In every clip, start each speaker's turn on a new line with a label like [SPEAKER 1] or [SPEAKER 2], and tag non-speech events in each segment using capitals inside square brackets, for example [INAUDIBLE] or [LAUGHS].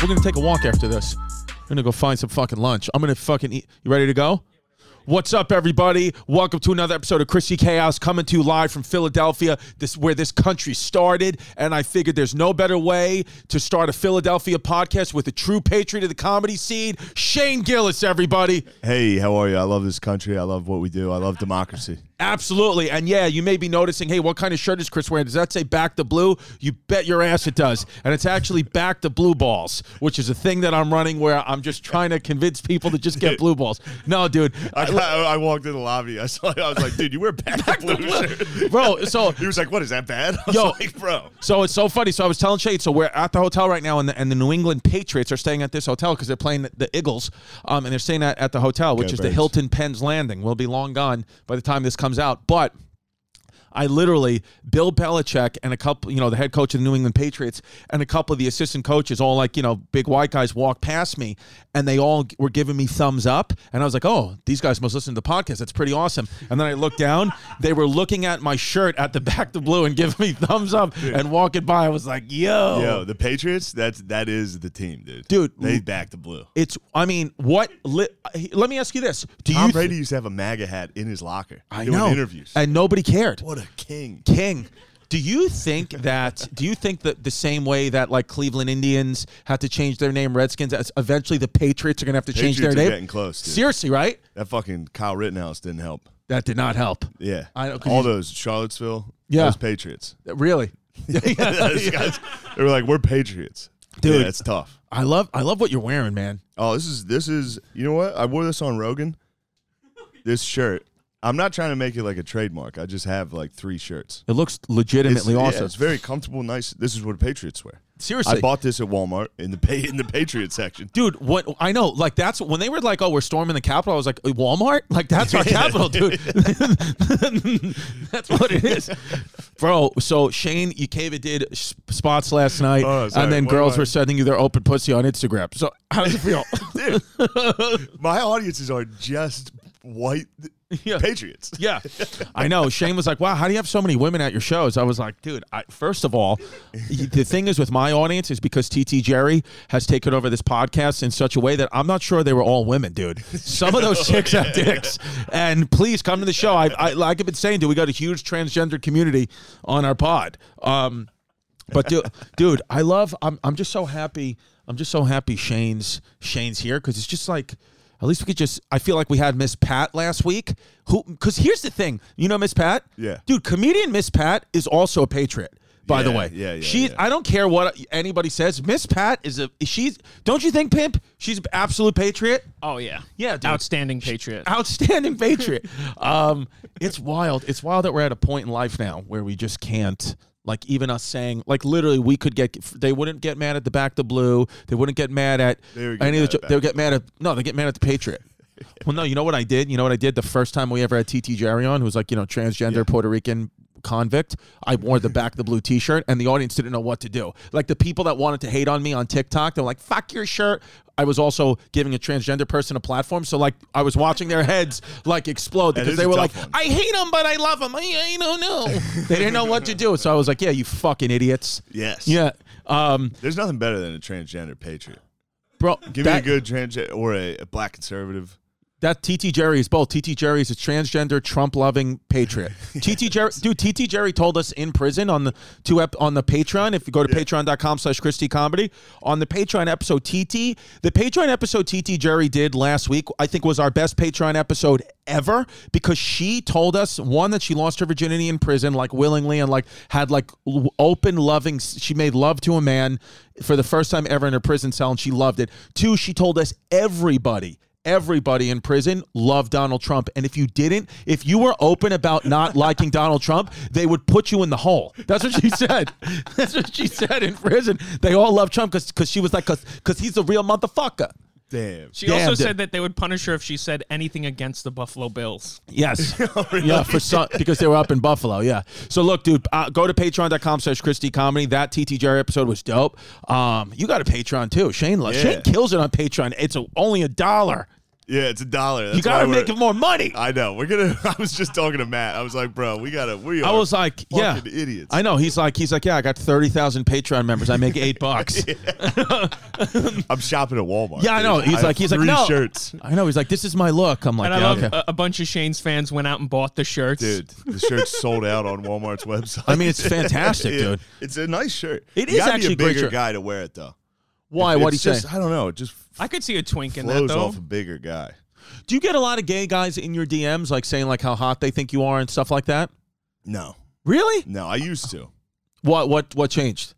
[SPEAKER 1] We're gonna take a walk after this. We're gonna go find some fucking lunch. I'm gonna fucking eat. You ready to go? What's up, everybody? Welcome to another episode of Christy Chaos, coming to you live from Philadelphia, this where this country started. And I figured there's no better way to start a Philadelphia podcast with a true patriot of the comedy scene, Shane Gillis. Everybody,
[SPEAKER 2] Hey, how are you? I love this country. I love what we do. I love democracy.
[SPEAKER 1] Absolutely. And yeah, you may be noticing, hey, what kind of shirt is Chris wearing? Does that say back the blue? You bet your ass it does. And it's actually back the blue balls, which is a thing that I'm running where I'm just trying to convince people to just get blue balls. No, dude. Uh,
[SPEAKER 2] I, I walked in the lobby. I saw. I was like,
[SPEAKER 1] [LAUGHS]
[SPEAKER 2] dude, you wear back, blue shirt.
[SPEAKER 1] Bro, so
[SPEAKER 2] He was like, what is that bad? [LAUGHS] I was
[SPEAKER 1] Yo.
[SPEAKER 2] like, bro.
[SPEAKER 1] so it's so funny. So I was telling Shade, so we're at the hotel right now, and the, and the New England Patriots are staying at this hotel because they're playing the, the Eagles, um, and they're staying at, at the hotel, which
[SPEAKER 2] Go
[SPEAKER 1] is the
[SPEAKER 2] Birds.
[SPEAKER 1] Hilton Penn's Landing. We'll be long gone by the time this comes out, but. I literally Bill Belichick and a couple, you know, the head coach of the New England Patriots and a couple of the assistant coaches, all like you know, big white guys, walked past me, and they all g- were giving me thumbs up, and I was like, oh, these guys must listen to the podcast. That's pretty awesome. And then I looked down; they were looking at my shirt at the [LAUGHS] back to blue and giving me thumbs up and walking by. I was like, yo,
[SPEAKER 2] Yo, the Patriots. That's that is the team, dude.
[SPEAKER 1] Dude,
[SPEAKER 2] they back the blue.
[SPEAKER 1] it's. I mean, what? Li- let me ask you this: Do
[SPEAKER 2] Tom
[SPEAKER 1] you?
[SPEAKER 2] Brady used to have a MAGA hat in his locker.
[SPEAKER 1] I
[SPEAKER 2] doing
[SPEAKER 1] know
[SPEAKER 2] interviews.
[SPEAKER 1] and nobody cared.
[SPEAKER 2] what a king.
[SPEAKER 1] King. Do you think that? Do you think that the same way that like Cleveland Indians had to change their name, Redskins, as eventually the Patriots are gonna have to change their
[SPEAKER 2] Patriots
[SPEAKER 1] name?
[SPEAKER 2] are getting close, dude.
[SPEAKER 1] Seriously, right?
[SPEAKER 2] That fucking Kyle Rittenhouse didn't help.
[SPEAKER 1] That did not help.
[SPEAKER 2] Yeah,
[SPEAKER 1] I know, 'cause
[SPEAKER 2] all
[SPEAKER 1] you-
[SPEAKER 2] those Charlottesville.
[SPEAKER 1] Yeah.
[SPEAKER 2] those Patriots. [LAUGHS]
[SPEAKER 1] Really. [LAUGHS]
[SPEAKER 2] Those guys- they were like, we're Patriots,
[SPEAKER 1] Dude.
[SPEAKER 2] Yeah, it's tough.
[SPEAKER 1] I love I love what you're wearing, man.
[SPEAKER 2] Oh, this is this is you know what? I wore this on Rogan. This shirt. I'm not trying to make it like a trademark. I just have like three shirts.
[SPEAKER 1] It looks
[SPEAKER 2] It's,
[SPEAKER 1] legitimately
[SPEAKER 2] yeah,
[SPEAKER 1] awesome.
[SPEAKER 2] it's very comfortable, nice. This is what Patriots wear.
[SPEAKER 1] Seriously.
[SPEAKER 2] I bought this at Walmart in the pay in the
[SPEAKER 1] [LAUGHS]
[SPEAKER 2] Patriot section.
[SPEAKER 1] Dude, what I know, like that's when they were like, "Oh, we're storming the Capitol." I was like, "Walmart, like that's
[SPEAKER 2] [LAUGHS]
[SPEAKER 1] our capital, dude." [LAUGHS] that's what it is, bro. So Shane, you came and did s- spots last night,
[SPEAKER 2] Oh, sorry,
[SPEAKER 1] and then
[SPEAKER 2] what am
[SPEAKER 1] girls
[SPEAKER 2] I-
[SPEAKER 1] were sending you their open pussy on Instagram. So how does it feel? [LAUGHS]
[SPEAKER 2] Dude, my audiences are just white
[SPEAKER 1] Yeah.
[SPEAKER 2] Patriots. [LAUGHS]
[SPEAKER 1] yeah, I know. Shane was like, "Wow, how do you have so many women at your shows?" I was like, "Dude, I, first of all, y- the thing is with my audience is because TT Jerry has taken over this podcast in such a way that I'm not sure they were all women, dude. Some of those chicks have dicks. And please come to the show. I, I like I've been saying, dude, we got a huge transgender community on our pod. Um, but dude, dude, I love. I'm I'm just so happy. I'm just so happy Shane's Shane's here because it's just like. At least we could just. I feel like we had Miss Pat last week. Who? Because here's the thing. You know Miss Pat.
[SPEAKER 2] Yeah.
[SPEAKER 1] Dude, comedian Miss Pat is also a patriot. By the
[SPEAKER 2] Yeah,
[SPEAKER 1] way.
[SPEAKER 2] yeah, yeah,
[SPEAKER 1] She's.
[SPEAKER 2] yeah.
[SPEAKER 1] I don't care what anybody says. Miss Pat is a. She's. Don't you think, pimp? She's an absolute patriot.
[SPEAKER 3] Oh yeah,
[SPEAKER 1] Yeah, dude.
[SPEAKER 3] Outstanding patriot.
[SPEAKER 1] [LAUGHS] Outstanding patriot. um, it's wild. It's wild that we're at a point in life now where we just can't. Like even us saying, like literally, we could get. They wouldn't get mad at the back the blue. They wouldn't get mad at
[SPEAKER 2] They would get
[SPEAKER 1] any of
[SPEAKER 2] mad
[SPEAKER 1] the.
[SPEAKER 2] at Back
[SPEAKER 1] They would get mad at no. They get mad at the
[SPEAKER 2] [LAUGHS]
[SPEAKER 1] Patriot. Well, no, you know what I did. You know what I did the first time we ever had TT Jerry on, who was like you know transgender Puerto Rican convict. I wore the back the blue T-shirt, and the audience didn't know what to do. Like the people that wanted to hate on me on TikTok, they were like, "Fuck your shirt." I was also giving a transgender person a platform, so like I was watching their heads like explode because
[SPEAKER 2] is
[SPEAKER 1] they
[SPEAKER 2] a
[SPEAKER 1] were like,
[SPEAKER 2] tough one.
[SPEAKER 1] "I hate him, but I love him." I, I don't know. they didn't know what to do, so I was like, "Yeah, you fucking
[SPEAKER 2] [LAUGHS]
[SPEAKER 1] idiots."
[SPEAKER 2] Yes.
[SPEAKER 1] Yeah, um,
[SPEAKER 2] There's nothing better than a transgender Patriot.
[SPEAKER 1] bro.
[SPEAKER 2] Give
[SPEAKER 1] that-
[SPEAKER 2] me a good transgender or a, a black conservative.
[SPEAKER 1] That TT Jerry is both. TT Jerry is a transgender, Trump-loving patriot. TT Jerry, dude. TT Jerry told us in prison on the two ep, on the Patreon. If you go to Patreon.com/slash Christy Comedy on the Patreon episode TT, the Patreon episode TT Jerry did last week, I think was our best Patreon episode ever because she told us one that she lost her virginity in prison, like willingly, and like had like l- open, loving. She made love to a man for the first time ever in her prison cell, and she loved it. Two, she told us everybody everybody in prison loved Donald Trump. And if you didn't, if you were open about not liking Donald Trump, they would put you in the hole. That's what she [LAUGHS] said. That's what she said in prison. They all love Trump because she was like, because he's a real motherfucker.
[SPEAKER 2] Damn.
[SPEAKER 3] she
[SPEAKER 1] Damn,
[SPEAKER 3] also
[SPEAKER 1] dude.
[SPEAKER 3] said that they would punish her if she said anything against the Buffalo Bills.
[SPEAKER 2] [LAUGHS]
[SPEAKER 1] Yes.
[SPEAKER 2] Oh,
[SPEAKER 1] Yeah, for some, because they were up in Buffalo. Yeah. So look, dude, uh, go to patreon.com slash Christy Comedy. That TTJR episode was dope. Um, you got a Patreon too. Shane loves
[SPEAKER 2] Yeah.
[SPEAKER 1] Shane kills it on Patreon. It's a, only a dollar.
[SPEAKER 2] Yeah, it's a dollar. That's
[SPEAKER 1] you got to
[SPEAKER 2] why
[SPEAKER 1] make
[SPEAKER 2] we're-
[SPEAKER 1] him more money.
[SPEAKER 2] I know. We're gonna. [LAUGHS] I was just talking to Matt. I was like, bro, we gotta. We.
[SPEAKER 1] I
[SPEAKER 2] are
[SPEAKER 1] was like, yeah,
[SPEAKER 2] fucking idiots.
[SPEAKER 1] I know. He's like, he's like, yeah, I got thirty thousand Patreon members. I make eight [LAUGHS] bucks.
[SPEAKER 2] I'm shopping at Walmart.
[SPEAKER 1] Yeah, I know.
[SPEAKER 2] dude.
[SPEAKER 1] He's
[SPEAKER 2] have
[SPEAKER 1] like- he's like,
[SPEAKER 2] three
[SPEAKER 1] no.
[SPEAKER 2] shirts,
[SPEAKER 1] I know. He's like, this is my look. I'm like,
[SPEAKER 3] And I
[SPEAKER 1] yeah,
[SPEAKER 3] love
[SPEAKER 1] okay.
[SPEAKER 3] a, a bunch of Shane's fans went out and bought the shirts.
[SPEAKER 2] dude. The shirt's sold out on Walmart's website.
[SPEAKER 1] I mean, it's [LAUGHS]
[SPEAKER 2] [LAUGHS]
[SPEAKER 1] fantastic, dude.
[SPEAKER 2] It's a nice shirt.
[SPEAKER 1] It
[SPEAKER 2] You
[SPEAKER 1] is
[SPEAKER 2] gotta
[SPEAKER 1] actually a
[SPEAKER 2] be
[SPEAKER 1] great
[SPEAKER 2] a bigger
[SPEAKER 1] shirt.
[SPEAKER 2] guy to wear it though.
[SPEAKER 1] Why?
[SPEAKER 2] It's
[SPEAKER 1] What do you
[SPEAKER 2] just,
[SPEAKER 1] say?
[SPEAKER 2] I don't know. It just
[SPEAKER 3] I could see a twink in that
[SPEAKER 2] flows
[SPEAKER 3] though.
[SPEAKER 2] off a bigger guy.
[SPEAKER 1] Do you get a lot of gay guys in your DMs, like saying like how hot they think you are and stuff like that?
[SPEAKER 2] No,
[SPEAKER 1] Really?
[SPEAKER 2] no. I used to.
[SPEAKER 1] What? What? What changed?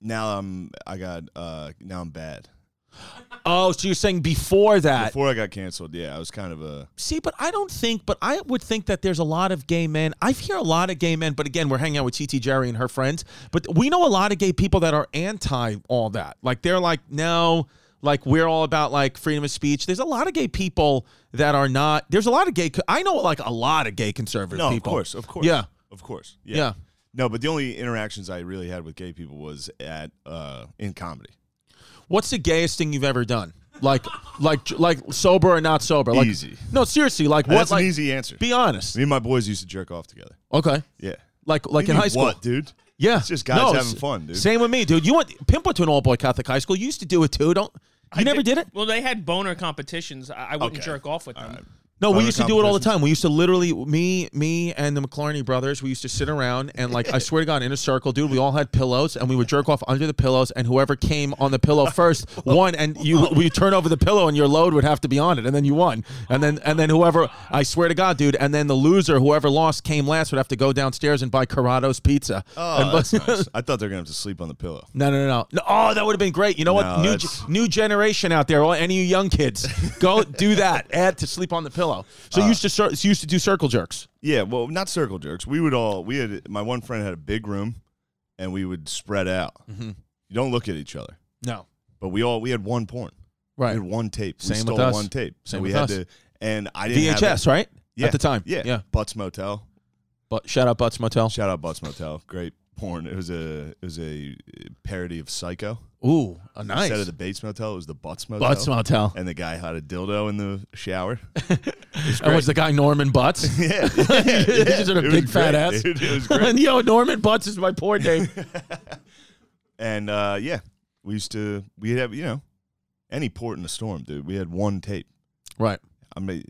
[SPEAKER 2] Now I'm. I got. Uh. Now I'm bad.
[SPEAKER 1] Oh, so you're saying before that?
[SPEAKER 2] Before I got canceled, yeah, I was kind of a.
[SPEAKER 1] See, but I don't think, but I would think that there's a lot of gay men. I hear a lot of gay men, but again, we're hanging out with TT Jerry and her friends. But we know a lot of gay people that are anti all that. Like they're like, no, like we're all about like freedom of speech. There's a lot of gay people that are not. There's a lot of gay. I know like a lot of gay conservative
[SPEAKER 2] No, of
[SPEAKER 1] people.
[SPEAKER 2] course, of course.
[SPEAKER 1] Yeah.
[SPEAKER 2] of course.
[SPEAKER 1] Yeah.
[SPEAKER 2] Yeah. No, but the only interactions I really had with gay people was at uh in comedy.
[SPEAKER 1] What's the gayest thing you've ever done? Like, like, like sober or not sober? Like,
[SPEAKER 2] Easy.
[SPEAKER 1] No, seriously. Like
[SPEAKER 2] That's
[SPEAKER 1] what? Like,
[SPEAKER 2] an easy answer.
[SPEAKER 1] be honest.
[SPEAKER 2] Me and my boys used to jerk off together.
[SPEAKER 1] Okay.
[SPEAKER 2] Yeah.
[SPEAKER 1] Like, like
[SPEAKER 2] You
[SPEAKER 1] in
[SPEAKER 2] mean
[SPEAKER 1] high school.
[SPEAKER 2] What, dude?
[SPEAKER 1] Yeah,
[SPEAKER 2] It's just guys having
[SPEAKER 1] s-
[SPEAKER 2] fun, dude.
[SPEAKER 1] Same with me, dude. You went Pimp went to an all boy Catholic high school. You used to do it too. Don't you never did it?
[SPEAKER 3] Well, they had boner competitions. I, I wouldn't
[SPEAKER 2] Okay.
[SPEAKER 3] jerk off with them.
[SPEAKER 1] No, we
[SPEAKER 2] Other
[SPEAKER 1] used to do it all the
[SPEAKER 2] competitions?
[SPEAKER 1] time. We used to literally me, me, and the McLarney brothers. We used to sit around and like I swear to God, in a circle, dude. We all had pillows and we would jerk off under the pillows, and whoever came on the pillow
[SPEAKER 2] [LAUGHS]
[SPEAKER 1] first won. And you, we turn over the pillow, and your load would have to be on it, and then you won. And then and then whoever I swear to God, dude. And then the loser, whoever lost, came last, would have to go downstairs and buy Corrado's pizza.
[SPEAKER 2] Oh,
[SPEAKER 1] And- [LAUGHS]
[SPEAKER 2] that's nice. I thought they were gonna have to sleep on the pillow.
[SPEAKER 1] No, no, no, no, no. Oh, that would have been great. You know what?
[SPEAKER 2] No,
[SPEAKER 1] new,
[SPEAKER 2] that's-
[SPEAKER 1] ge- new generation out there. All, any of you young kids,
[SPEAKER 2] [LAUGHS]
[SPEAKER 1] go do that. Add to sleep on the pillow. So
[SPEAKER 2] Uh,
[SPEAKER 1] you used to cir- you used to do circle jerks.
[SPEAKER 2] Yeah, well, not circle jerks. We would all we had my one friend had a big room, and we would spread out.
[SPEAKER 1] Mm-hmm.
[SPEAKER 2] You don't look at each other,
[SPEAKER 1] No,
[SPEAKER 2] but we all we had one porn.
[SPEAKER 1] right?
[SPEAKER 2] We had one tape.
[SPEAKER 1] Same
[SPEAKER 2] we
[SPEAKER 1] with
[SPEAKER 2] stole
[SPEAKER 1] us.
[SPEAKER 2] one tape. So
[SPEAKER 1] Same
[SPEAKER 2] we
[SPEAKER 1] with
[SPEAKER 2] had
[SPEAKER 1] us.
[SPEAKER 2] to. And I didn't have it.
[SPEAKER 1] VHS, right?
[SPEAKER 2] Yeah.
[SPEAKER 1] At the time.
[SPEAKER 2] Yeah,
[SPEAKER 1] yeah.
[SPEAKER 2] Butts Motel.
[SPEAKER 1] But shout out Butts Motel.
[SPEAKER 2] Shout out Butts Motel. Great porn. It was a it was a parody of Psycho.
[SPEAKER 1] Ooh, a nice
[SPEAKER 2] Instead of the Bates Motel, it was the Butts Motel.
[SPEAKER 1] Butts Motel.
[SPEAKER 2] And the guy had a dildo in the
[SPEAKER 1] [LAUGHS]
[SPEAKER 2] shower.
[SPEAKER 1] And was the guy Norman
[SPEAKER 2] [LAUGHS]
[SPEAKER 1] Butts?
[SPEAKER 2] yeah, yeah, yeah.
[SPEAKER 1] [LAUGHS] He just had a
[SPEAKER 2] It was
[SPEAKER 1] big fat
[SPEAKER 2] great,
[SPEAKER 1] ass.
[SPEAKER 2] dude. It
[SPEAKER 1] [LAUGHS]
[SPEAKER 2] was great.
[SPEAKER 1] and yo, Norman Butts is my poor name.
[SPEAKER 2] [LAUGHS] and uh, yeah, we used to we have you know any port in the storm, dude. We had one tape.
[SPEAKER 1] right.
[SPEAKER 2] I mean,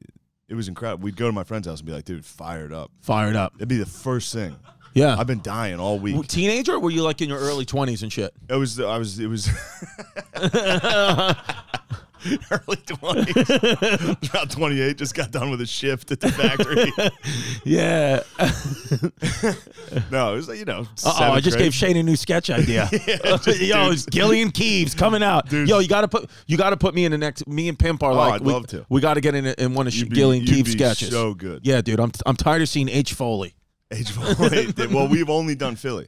[SPEAKER 2] it was incredible. We'd go to my friend's house and be like, dude, fired up.
[SPEAKER 1] Fired up.
[SPEAKER 2] That'd be the first thing.
[SPEAKER 1] Yeah.
[SPEAKER 2] I've been dying all
[SPEAKER 1] W-
[SPEAKER 2] week.
[SPEAKER 1] Teenager? Or were you like in your early twenties and shit?
[SPEAKER 2] It was I was it
[SPEAKER 1] [LAUGHS]
[SPEAKER 2] was [LAUGHS] early twenties. About twenty eight, just got done with a shift at the factory.
[SPEAKER 1] [LAUGHS] Yeah. Uh
[SPEAKER 2] no, it was like, you know.
[SPEAKER 1] oh, I just gave Shane a new
[SPEAKER 2] [LAUGHS]
[SPEAKER 1] sketch idea. [LAUGHS] Yo, it's Gillian Keeves coming out.
[SPEAKER 2] Dude. Oh,
[SPEAKER 1] Yo, you gotta put you gotta put me in the next. Me and Pimp are like,
[SPEAKER 2] I'd
[SPEAKER 1] we,
[SPEAKER 2] love to.
[SPEAKER 1] We gotta get in, a- in one of Sh-
[SPEAKER 2] You'd be-
[SPEAKER 1] Gillian
[SPEAKER 2] you'd
[SPEAKER 1] Keeves
[SPEAKER 2] be
[SPEAKER 1] sketches.
[SPEAKER 2] so good.
[SPEAKER 1] Yeah, dude, I'm I'm tired of seeing H Foley.
[SPEAKER 2] Age Well, we've only done Philly.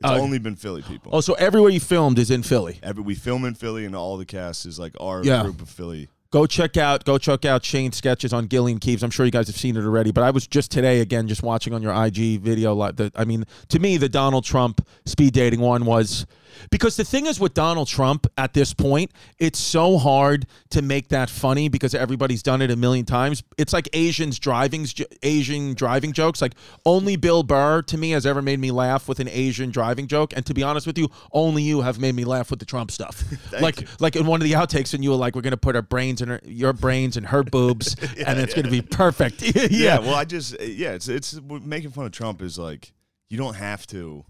[SPEAKER 2] It's
[SPEAKER 1] Oh.
[SPEAKER 2] only been Philly people.
[SPEAKER 1] Oh, so everywhere you filmed is in Philly.
[SPEAKER 2] Every, we film in Philly, and all the cast is like our
[SPEAKER 1] Yeah.
[SPEAKER 2] group of Philly.
[SPEAKER 1] Go check out go check out Shane's sketches on Gillian Keeves. I'm sure you guys have seen it already, but I was just today again just watching on your IG video. Like the, I mean, to me, the Donald Trump speed dating one was because the thing is with Donald Trump at this point, it's so hard to make that funny because everybody's done it a million times. It's like Asians driving Asian driving jokes. Like only Bill Burr to me has ever made me laugh with an Asian driving joke, and to be honest with you, only you have made me laugh with the Trump stuff. like like in one of the outtakes, and you were like, "We're gonna put our brains in her, your brains and her boobs, and it's gonna be perfect." [LAUGHS] yeah.
[SPEAKER 2] Yeah. Well, I just eh, yeah, it's it's we're making fun of Trump is like you don't have to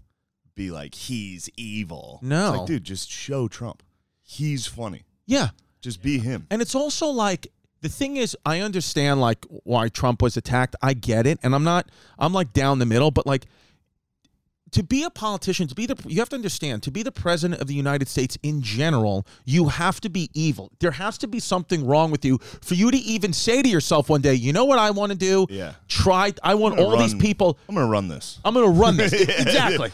[SPEAKER 2] be like he's evil.
[SPEAKER 1] No.
[SPEAKER 2] it's like, dude, just show Trump. He's funny.
[SPEAKER 1] yeah.
[SPEAKER 2] Just be him.
[SPEAKER 1] And it's also like the thing is, I understand like why Trump was attacked. I get it, and I'm not. I'm like down the middle, but like to be a politician, to be the you have to understand to be the president of the United States in general, you have to be evil. There has to be something wrong with you for you to even say to yourself one day, you know what I want to do?
[SPEAKER 2] Yeah.
[SPEAKER 1] Try. I want
[SPEAKER 2] I'm gonna
[SPEAKER 1] all these
[SPEAKER 2] run-
[SPEAKER 1] people.
[SPEAKER 2] I'm gonna run this.
[SPEAKER 1] I'm gonna run this
[SPEAKER 2] [LAUGHS] Yeah.
[SPEAKER 1] exactly.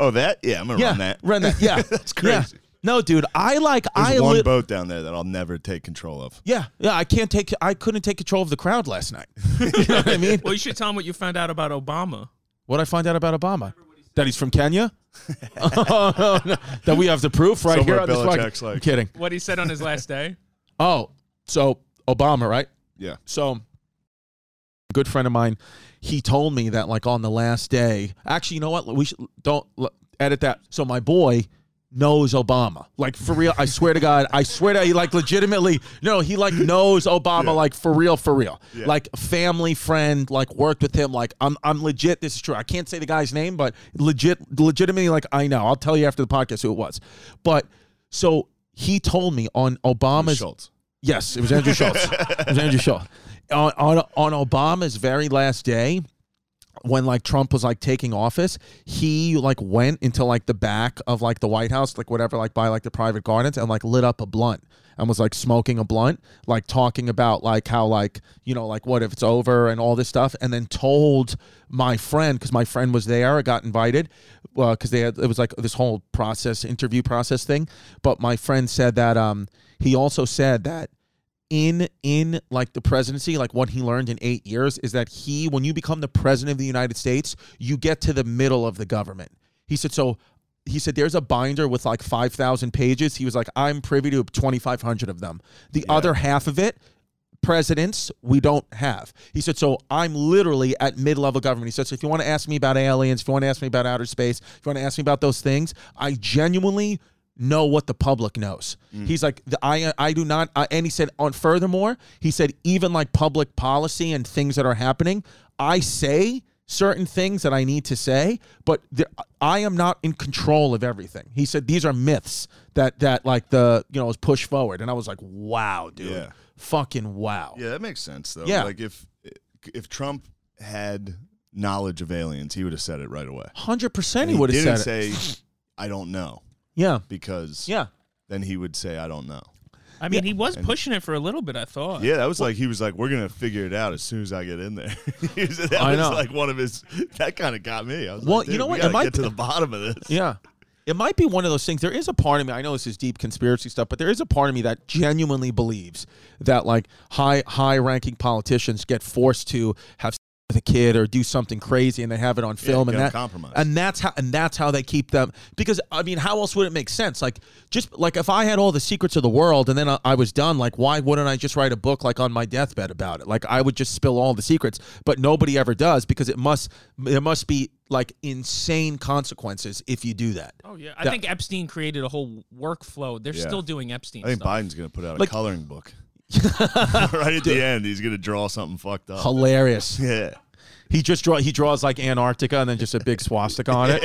[SPEAKER 2] Oh, that? Yeah, I'm gonna
[SPEAKER 1] Yeah,
[SPEAKER 2] run that.
[SPEAKER 1] run
[SPEAKER 2] [LAUGHS]
[SPEAKER 1] that. Yeah,
[SPEAKER 2] That's
[SPEAKER 1] Yeah.
[SPEAKER 2] crazy.
[SPEAKER 1] No, dude, I like
[SPEAKER 2] There's
[SPEAKER 1] I
[SPEAKER 2] one
[SPEAKER 1] li-
[SPEAKER 2] boat down there that I'll never take control of.
[SPEAKER 1] Yeah, yeah. I can't take. I couldn't take control of the crowd last night. you know what I mean?
[SPEAKER 3] Well, you should tell them what you found out about Obama.
[SPEAKER 1] What I find out about Obama? That he's from
[SPEAKER 2] [LAUGHS]
[SPEAKER 1] Kenya. [LAUGHS] Oh, no. That we have the proof right
[SPEAKER 2] Somewhere
[SPEAKER 1] here on this
[SPEAKER 2] Belichick's
[SPEAKER 1] podcast.
[SPEAKER 2] like-
[SPEAKER 1] I'm kidding.
[SPEAKER 3] What he said on his last day.
[SPEAKER 1] Oh, so Obama, right?
[SPEAKER 2] Yeah.
[SPEAKER 1] So, a good friend of mine, he told me that like on the last day. Actually, you know what? We should don't l- edit that. So my boy knows Obama. Like for real, I swear to God, I swear to he like legitimately. No, he like knows Obama.
[SPEAKER 2] Yeah.
[SPEAKER 1] Like for real, for real.
[SPEAKER 2] Yeah.
[SPEAKER 1] Like family friend. Like worked with him. Like I'm I'm legit. This is true. I can't say the guy's name, but legit, legitimately, like I know. I'll tell you after the podcast who it was. But so he told me on Obama's
[SPEAKER 2] Schultz.
[SPEAKER 1] Yes, it was Andrew Schultz. It was Andrew Schultz. On, on on Obama's very last day, when like Trump was like taking office, he like went into like the back of like the White House, like whatever, like by like the private gardens, and like lit up a blunt and was like smoking a blunt, like talking about like how like you know like what if it's over and all this stuff, and then told my friend because my friend was there, I got invited because they had it was like this whole process interview process thing, but my friend said that um he also said that in in like the presidency like what he learned in 8 years is that he when you become the president of the United States you get to the middle of the government he said so he said there's a binder with like 5000 pages he was like I'm privy to 2500 of them the other half of it presidents we don't have he said so i'm literally at mid-level government he said so if you want to ask me about aliens if you want to ask me about outer space if you want to ask me about those things i genuinely know what the public knows he's like the, i i do not I, and he said on furthermore he said even like public policy and things that are happening i say certain things that i need to say but the, i am not in control of everything he said these are myths that that like the you know was pushed forward and i was like wow dude
[SPEAKER 2] Yeah.
[SPEAKER 1] fucking wow.
[SPEAKER 2] Yeah, that makes sense though.
[SPEAKER 1] Yeah.
[SPEAKER 2] Like if if Trump had knowledge of aliens, he would have said it right away.
[SPEAKER 1] Hundred percent,
[SPEAKER 2] And
[SPEAKER 1] he would have said it.
[SPEAKER 2] didn't say I don't know
[SPEAKER 1] yeah,
[SPEAKER 2] because
[SPEAKER 1] yeah.
[SPEAKER 2] then he would say I don't know.
[SPEAKER 3] I mean, he was pushing it for a little bit. I thought.
[SPEAKER 2] Yeah, that was like he was like we're going to figure it out as soon as I get in there. [LAUGHS] He was- that
[SPEAKER 1] I
[SPEAKER 2] was
[SPEAKER 1] know.
[SPEAKER 2] like one of his that kind of got me. I was
[SPEAKER 1] Well,
[SPEAKER 2] like,
[SPEAKER 1] you
[SPEAKER 2] dude,
[SPEAKER 1] know
[SPEAKER 2] we
[SPEAKER 1] what? It
[SPEAKER 2] gotta
[SPEAKER 1] might
[SPEAKER 2] get to
[SPEAKER 1] be-
[SPEAKER 2] the bottom of this.
[SPEAKER 1] Yeah. It might be one of those things. There is a part of me. I know this is deep conspiracy stuff, but there is a part of me that genuinely believes that like high high ranking politicians get forced to have sex with a kid or do something crazy, and they have it on film,
[SPEAKER 2] get
[SPEAKER 1] and
[SPEAKER 2] 'em
[SPEAKER 1] that
[SPEAKER 2] compromised.
[SPEAKER 1] and that's how and that's how they keep them. Because I mean, how else would it make sense? Like just like if I had all the secrets of the world, and then I, I was done. Like why wouldn't I just write a book like on my deathbed about it? Like I would just spill all the secrets, but nobody ever does because it must there must be like insane consequences if you do that.
[SPEAKER 3] Oh yeah. I
[SPEAKER 1] Yeah.
[SPEAKER 3] think Epstein created a whole workflow. They're still doing Epstein
[SPEAKER 2] I think
[SPEAKER 3] stuff.
[SPEAKER 2] Biden's going to put out a
[SPEAKER 1] Like-
[SPEAKER 2] coloring book.
[SPEAKER 1] [LAUGHS]
[SPEAKER 2] right at the end, he's going to draw something fucked up.
[SPEAKER 1] Hilarious. [LAUGHS]
[SPEAKER 2] [LAUGHS] yeah.
[SPEAKER 1] He just draw he draws like Antarctica and then just a big swastika on it.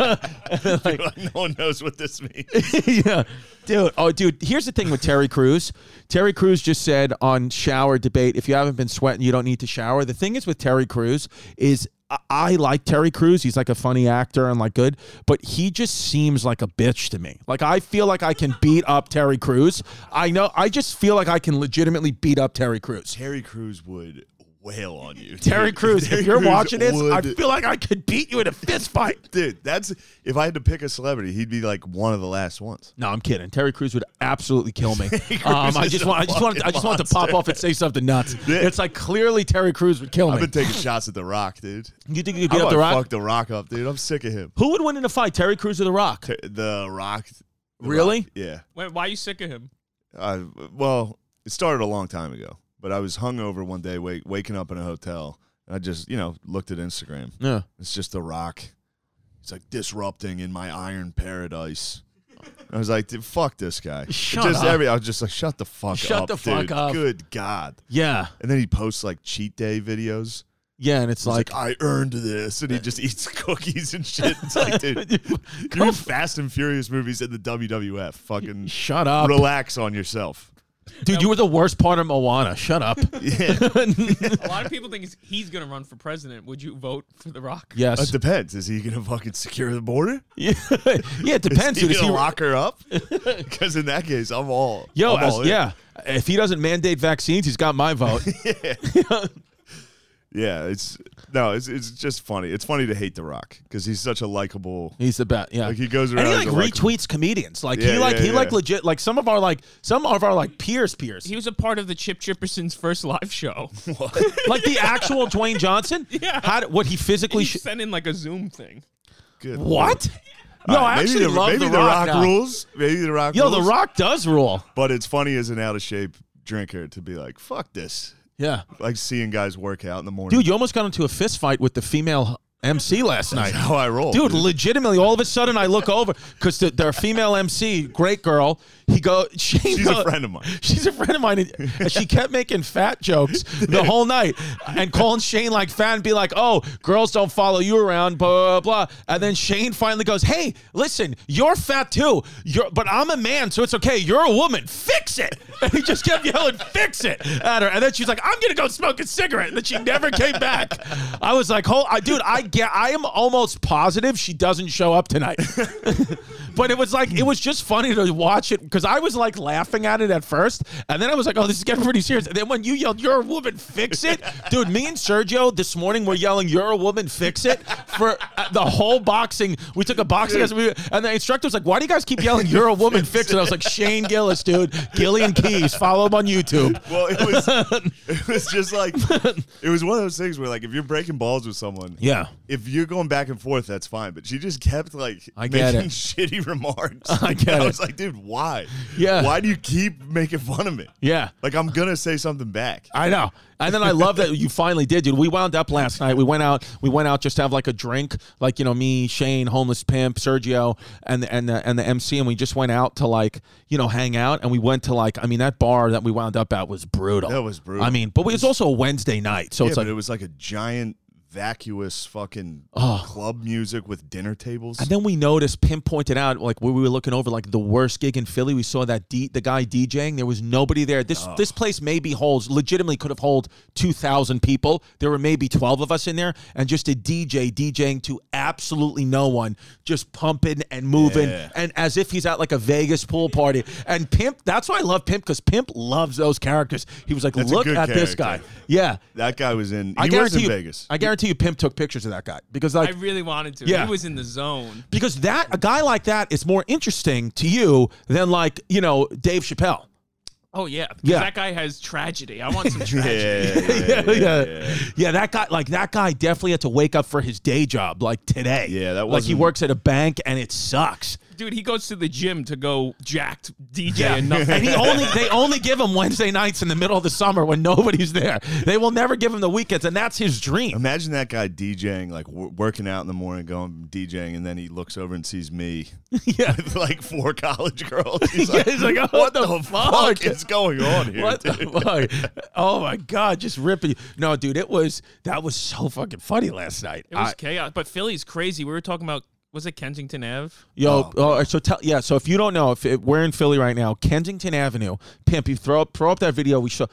[SPEAKER 2] [LAUGHS] no one knows what this means.
[SPEAKER 1] [LAUGHS] yeah, dude. Oh, dude. Here's the thing with Terry Crews. Terry Crews just said on shower debate, if you haven't been sweating, you don't need to shower. The thing is with Terry Crews is I, I like Terry Crews. He's like a funny actor and like good, but he just seems like a bitch to me. Like I feel like I can beat up Terry Crews. I know. I just feel like I can legitimately beat up Terry Crews.
[SPEAKER 2] Terry Crews would wail on you.
[SPEAKER 1] Terry
[SPEAKER 2] [LAUGHS] dude.
[SPEAKER 1] Crews, if
[SPEAKER 2] Terry
[SPEAKER 1] you're
[SPEAKER 2] Crews
[SPEAKER 1] watching this, I
[SPEAKER 2] would-
[SPEAKER 1] feel like I could beat you in a fist fight.
[SPEAKER 2] [LAUGHS] dude, that's if I had to pick a celebrity, he'd be like one of the last ones.
[SPEAKER 1] No, I'm kidding. Terry Crews would absolutely kill
[SPEAKER 2] [LAUGHS]
[SPEAKER 1] me. um, I
[SPEAKER 2] is
[SPEAKER 1] just
[SPEAKER 2] a
[SPEAKER 1] want, I just want, I
[SPEAKER 2] fucking
[SPEAKER 1] just want to pop
[SPEAKER 2] monster.
[SPEAKER 1] off and say something
[SPEAKER 2] [LAUGHS]
[SPEAKER 1] nuts. It's like clearly Terry Crews would kill
[SPEAKER 2] I've
[SPEAKER 1] me. [LAUGHS]
[SPEAKER 2] been taking shots at The Rock, dude.
[SPEAKER 1] You think you could beat up
[SPEAKER 2] I might
[SPEAKER 1] the Rock?
[SPEAKER 2] Fuck The Rock up, dude. I'm sick of him.
[SPEAKER 1] Who would win in a fight, Terry Crews or the Rock?
[SPEAKER 2] Ter- The Rock. The
[SPEAKER 1] Really?
[SPEAKER 2] Rock, Yeah.
[SPEAKER 3] Wait, why are you sick of him?
[SPEAKER 2] I, well, it started a long time ago, but I was hungover one day, wake, waking up in a hotel, and I just, you know, looked at Instagram.
[SPEAKER 1] Yeah.
[SPEAKER 2] It's just The Rock. It's like disrupting in my iron paradise. I was like, dude, fuck this guy.
[SPEAKER 1] Shut
[SPEAKER 2] just
[SPEAKER 1] up.
[SPEAKER 2] Every, I was just like, shut the fuck
[SPEAKER 1] Shut
[SPEAKER 2] up.
[SPEAKER 1] the fuck
[SPEAKER 2] dude.
[SPEAKER 1] up.
[SPEAKER 2] Good God.
[SPEAKER 1] Yeah.
[SPEAKER 2] And then he posts like cheat day videos.
[SPEAKER 1] Yeah, and it's
[SPEAKER 2] It's
[SPEAKER 1] like,
[SPEAKER 2] like, I earned this. And he just eats [LAUGHS] cookies and shit.
[SPEAKER 1] [LAUGHS]
[SPEAKER 2] It's like, dude, you Fast and Furious movies in the WWF. Fucking
[SPEAKER 1] shut up.
[SPEAKER 2] relax on yourself. [LAUGHS]
[SPEAKER 1] Dude, you were the worst part of Moana. Shut up.
[SPEAKER 3] A lot of people think he's- he's going to run for president. Would you vote for The Rock?
[SPEAKER 1] [LAUGHS]
[SPEAKER 2] It [LAUGHS]
[SPEAKER 1] yes. [LAUGHS]
[SPEAKER 2] Uh, depends. Is he going to fucking secure the border?
[SPEAKER 1] yeah, it depends.
[SPEAKER 2] Is he
[SPEAKER 1] dude. Is he-
[SPEAKER 2] going to lock
[SPEAKER 1] [LAUGHS]
[SPEAKER 2] her up? Because in that case, I'm all.
[SPEAKER 1] Yo,
[SPEAKER 2] I'm
[SPEAKER 1] as-
[SPEAKER 2] all in.
[SPEAKER 1] yeah. If he doesn't mandate vaccines, he's got
[SPEAKER 2] [LAUGHS]
[SPEAKER 1] my vote.
[SPEAKER 2] Yeah, it's no, it's it's just funny. It's funny to hate The Rock because he's such a likable.
[SPEAKER 1] He's the best. Yeah,
[SPEAKER 2] Like, he goes
[SPEAKER 1] and he
[SPEAKER 2] around
[SPEAKER 1] like
[SPEAKER 2] as a likable-
[SPEAKER 1] retweets comedians. Like he
[SPEAKER 2] Yeah,
[SPEAKER 1] like
[SPEAKER 2] yeah,
[SPEAKER 1] he like
[SPEAKER 2] yeah.
[SPEAKER 1] legit like some of our like some of our like peers peers.
[SPEAKER 3] He was a part of the Chip Chipperson's first
[SPEAKER 1] [LAUGHS]
[SPEAKER 3] live show.
[SPEAKER 1] like the
[SPEAKER 2] [LAUGHS]
[SPEAKER 1] actual Dwayne Johnson.
[SPEAKER 3] Yeah.
[SPEAKER 1] How did, what he physically?
[SPEAKER 3] [LAUGHS] he
[SPEAKER 1] Sh-
[SPEAKER 3] sent in like a Zoom thing.
[SPEAKER 2] Good lord.
[SPEAKER 1] what? No,
[SPEAKER 2] All right,
[SPEAKER 1] I
[SPEAKER 2] maybe
[SPEAKER 1] actually
[SPEAKER 2] the,
[SPEAKER 1] love
[SPEAKER 2] maybe
[SPEAKER 1] the Rock. now.
[SPEAKER 2] rules. Maybe The Rock.
[SPEAKER 1] Yo,
[SPEAKER 2] rules,
[SPEAKER 1] the Rock does rule.
[SPEAKER 2] But it's funny as an out of shape drinker to be like, fuck this.
[SPEAKER 1] Yeah.
[SPEAKER 2] Like seeing guys work out in the morning.
[SPEAKER 1] Dude, you almost got into a fist fight with the female MC last night.
[SPEAKER 2] That's how I roll.
[SPEAKER 1] Dude, [LAUGHS] legitimately, all of a sudden I look over because the, their female MC, great girl, he go. She
[SPEAKER 2] She's
[SPEAKER 1] go-
[SPEAKER 2] a friend of mine.
[SPEAKER 1] [LAUGHS] She's a friend of mine, and, and she kept making fat jokes the whole night and calling Shane like fat and be like, "Oh, girls don't follow you around," blah blah. blah. And then Shane finally goes, "Hey, listen, you're fat too. You're, but I'm a man, so it's okay. You're a woman. Fix it." [LAUGHS] And he just kept yelling, "Fix it!" at her. And then she's like, "I'm gonna go smoke a cigarette." And then she never came back. I was like, "Hold, I, dude, I get. I am almost positive she doesn't show up tonight." but it was like it was just funny to watch it because I was like laughing at it at first, and then I was like, "Oh, this is getting pretty serious." And then when you yelled, "You're a woman, fix it," [LAUGHS] dude, me and Sergio this morning were yelling, "You're a woman, fix it" for uh, the whole boxing. We took a boxing as we, and the instructor was like, "Why do you guys keep yelling, "You're a woman, fix it"? I was like, "Shane Gillis, dude, Gillian Keys, follow him on YouTube."
[SPEAKER 2] Well,
[SPEAKER 1] [LAUGHS]
[SPEAKER 2] it was it was just like it was one of those things where like if you're breaking balls with someone,
[SPEAKER 1] Yeah.
[SPEAKER 2] if you're going back and forth, that's fine. But she just kept like
[SPEAKER 1] I get
[SPEAKER 2] making [LAUGHS]
[SPEAKER 1] it.
[SPEAKER 2] shitty remarks.
[SPEAKER 1] [LAUGHS] I get
[SPEAKER 2] I
[SPEAKER 1] it.
[SPEAKER 2] was like, dude, why?
[SPEAKER 1] Yeah.
[SPEAKER 2] why do you keep making fun of me?
[SPEAKER 1] Yeah.
[SPEAKER 2] like I'm gonna say something back.
[SPEAKER 1] I know. And then I love that you finally did, dude. We wound up last night. We went out. We went out just to have like a drink, like you know, me, Shane, homeless pimp, Sergio, and the, and the, and the MC, and we just went out to like you know hang out. And we went to like I mean that bar that we wound up at was brutal.
[SPEAKER 2] That was brutal.
[SPEAKER 1] I mean, but it was also a Wednesday night, so
[SPEAKER 2] yeah,
[SPEAKER 1] it's
[SPEAKER 2] but
[SPEAKER 1] like.
[SPEAKER 2] it was like a giant vacuous fucking
[SPEAKER 1] Oh.
[SPEAKER 2] club music with dinner tables.
[SPEAKER 1] and then we noticed Pimp pointed out like where we were looking over like the worst gig in Philly. We saw that D- the guy DJing. There was nobody there. This
[SPEAKER 2] Oh.
[SPEAKER 1] this place maybe holds legitimately could have hold two thousand people. There were maybe twelve of us in there, and just a DJ DJing to absolutely no one, just pumping and moving,
[SPEAKER 2] Yeah.
[SPEAKER 1] and as if he's at like a Vegas pool party. And Pimp, that's why I love Pimp because Pimp loves those characters. He was like,
[SPEAKER 2] That's a
[SPEAKER 1] look
[SPEAKER 2] good
[SPEAKER 1] at this guy.
[SPEAKER 2] character.
[SPEAKER 1] Yeah.
[SPEAKER 2] that guy was in. He
[SPEAKER 1] I
[SPEAKER 2] was
[SPEAKER 1] guarantee
[SPEAKER 2] in
[SPEAKER 1] you,
[SPEAKER 2] Vegas.
[SPEAKER 1] I guarantee you, Pimp took pictures of that guy because like
[SPEAKER 3] I really wanted to.
[SPEAKER 1] Yeah.
[SPEAKER 3] He was in the zone.
[SPEAKER 1] because that a guy like that is more interesting to you than like you know Dave Chappelle.
[SPEAKER 3] Oh yeah, 'cause
[SPEAKER 1] Yeah.
[SPEAKER 3] That guy has tragedy. I
[SPEAKER 1] [LAUGHS]
[SPEAKER 3] want some
[SPEAKER 2] yeah,
[SPEAKER 3] tragedy.
[SPEAKER 2] yeah, yeah,
[SPEAKER 1] yeah, yeah,
[SPEAKER 2] yeah.
[SPEAKER 1] [LAUGHS] Yeah, That guy, like that guy, definitely had to wake up for his day job like today.
[SPEAKER 2] Yeah, that
[SPEAKER 1] like he
[SPEAKER 2] wasn't-
[SPEAKER 1] works at a bank and it sucks.
[SPEAKER 3] Dude, he goes to the gym to go jacked DJ
[SPEAKER 1] Yeah,
[SPEAKER 3] and
[SPEAKER 1] [LAUGHS]
[SPEAKER 3] nothing.
[SPEAKER 1] and he only they only give him Wednesday nights in the middle of the summer when nobody's there. They will never give him the weekends, and that's his
[SPEAKER 2] [LAUGHS]
[SPEAKER 1] dream.
[SPEAKER 2] Imagine that guy DJing, like w- working out in the morning, going DJing, and then he looks over and sees me
[SPEAKER 1] [LAUGHS] Yeah.
[SPEAKER 2] with like four
[SPEAKER 1] [LAUGHS]
[SPEAKER 2] college girls. He's
[SPEAKER 1] Yeah,
[SPEAKER 2] like,
[SPEAKER 1] he's like, "Oh, what
[SPEAKER 2] what
[SPEAKER 1] the
[SPEAKER 2] the,
[SPEAKER 1] fuck?"
[SPEAKER 2] fuck? is
[SPEAKER 1] [LAUGHS]
[SPEAKER 2] going on here?
[SPEAKER 1] What the
[SPEAKER 2] dude?"
[SPEAKER 1] fuck? Oh my god, just ripping. No, dude, it was that was so fucking funny last night.
[SPEAKER 3] It was
[SPEAKER 1] I-
[SPEAKER 3] chaos. But Philly's crazy. We were talking about was it Kensington Ave?
[SPEAKER 1] Yo, oh, so tell yeah. So if you don't know, if it, we're in Philly right now, Kensington Avenue, pimp, you throw up, throw up that video. We show.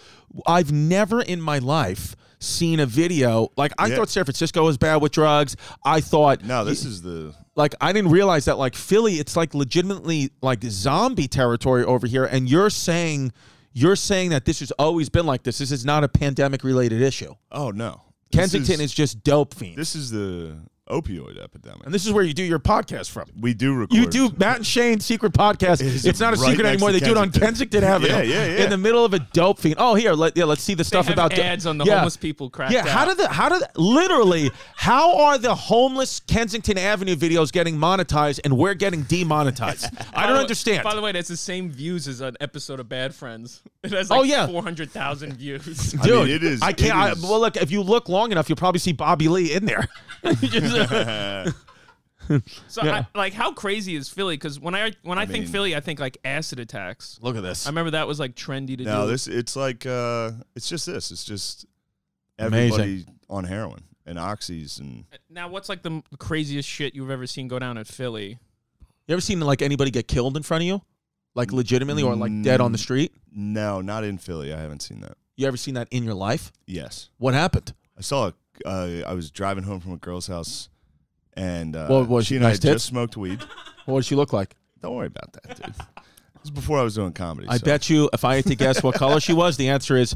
[SPEAKER 1] I've never in my life seen a video like I
[SPEAKER 2] Yeah.
[SPEAKER 1] thought San Francisco was bad with drugs. I thought
[SPEAKER 2] No, this is the.
[SPEAKER 1] like I didn't realize that like Philly, it's like legitimately like zombie territory over here, and you're saying you're saying that this has always been like this. This is not a pandemic related issue.
[SPEAKER 2] Oh no, This
[SPEAKER 1] Kensington is, just dope fiends,
[SPEAKER 2] This is the opioid epidemic.
[SPEAKER 1] and this is where you do your podcast from.
[SPEAKER 2] we do record.
[SPEAKER 1] You
[SPEAKER 2] [LAUGHS]
[SPEAKER 1] do [LAUGHS] Matt and Shane's secret podcast.
[SPEAKER 2] is
[SPEAKER 1] It's not a
[SPEAKER 2] right
[SPEAKER 1] secret
[SPEAKER 2] next
[SPEAKER 1] anymore. They
[SPEAKER 2] to
[SPEAKER 1] do it on
[SPEAKER 2] Kensington.
[SPEAKER 1] Kensington Avenue.
[SPEAKER 2] Yeah, yeah, yeah.
[SPEAKER 1] In the middle of a dope fiend. Oh, here, let, yeah, let's see the
[SPEAKER 3] They
[SPEAKER 1] stuff
[SPEAKER 3] have
[SPEAKER 1] about the-
[SPEAKER 3] ads on the
[SPEAKER 1] yeah.
[SPEAKER 3] homeless people crap.
[SPEAKER 1] Yeah, how do the how do the, literally how are the homeless Kensington Avenue videos getting monetized and we're getting
[SPEAKER 3] [LAUGHS]
[SPEAKER 1] demonetized? I don't understand.
[SPEAKER 3] By the way, that's the same views as an episode of Bad Friends. [LAUGHS] It has like
[SPEAKER 1] Oh, yeah.
[SPEAKER 3] four hundred thousand
[SPEAKER 1] [LAUGHS]
[SPEAKER 3] views.
[SPEAKER 2] I
[SPEAKER 3] [LAUGHS]
[SPEAKER 1] Dude,
[SPEAKER 2] mean, it is.
[SPEAKER 1] I
[SPEAKER 2] it
[SPEAKER 1] can't.
[SPEAKER 2] is-
[SPEAKER 1] I, well, look, if you look long enough, you'll probably see Bobby Lee in
[SPEAKER 2] [LAUGHS]
[SPEAKER 1] there. You just-
[SPEAKER 3] So
[SPEAKER 1] Yeah.
[SPEAKER 3] I, like, how crazy is Philly? Because when I when I, think
[SPEAKER 2] mean-
[SPEAKER 3] Philly, I think like acid attacks.
[SPEAKER 1] look at this.
[SPEAKER 3] I remember that was like trendy to
[SPEAKER 2] no,
[SPEAKER 3] do.
[SPEAKER 2] this it's like uh, it's just this. It's just
[SPEAKER 1] Amazing.
[SPEAKER 2] everybody on heroin and oxys and
[SPEAKER 3] now, what's like the m- craziest shit you've ever seen go down at Philly?
[SPEAKER 1] You ever seen like anybody get killed in front of you, like legitimately or like dead
[SPEAKER 2] Mm.
[SPEAKER 1] on the street?
[SPEAKER 2] no, not in Philly. I haven't seen that.
[SPEAKER 1] You ever seen that in your life?
[SPEAKER 2] Yes.
[SPEAKER 1] What happened?
[SPEAKER 2] I saw. A, uh, I was driving home from a girl's house, and uh,
[SPEAKER 1] What was
[SPEAKER 2] she
[SPEAKER 1] it,
[SPEAKER 2] and I
[SPEAKER 1] nice
[SPEAKER 2] had
[SPEAKER 1] tits?
[SPEAKER 2] just smoked weed.
[SPEAKER 1] What does she look like?
[SPEAKER 2] Don't worry about that, dude. This is before I was doing comedy.
[SPEAKER 1] I
[SPEAKER 2] so-
[SPEAKER 1] bet you if I had to guess what color she was, the answer is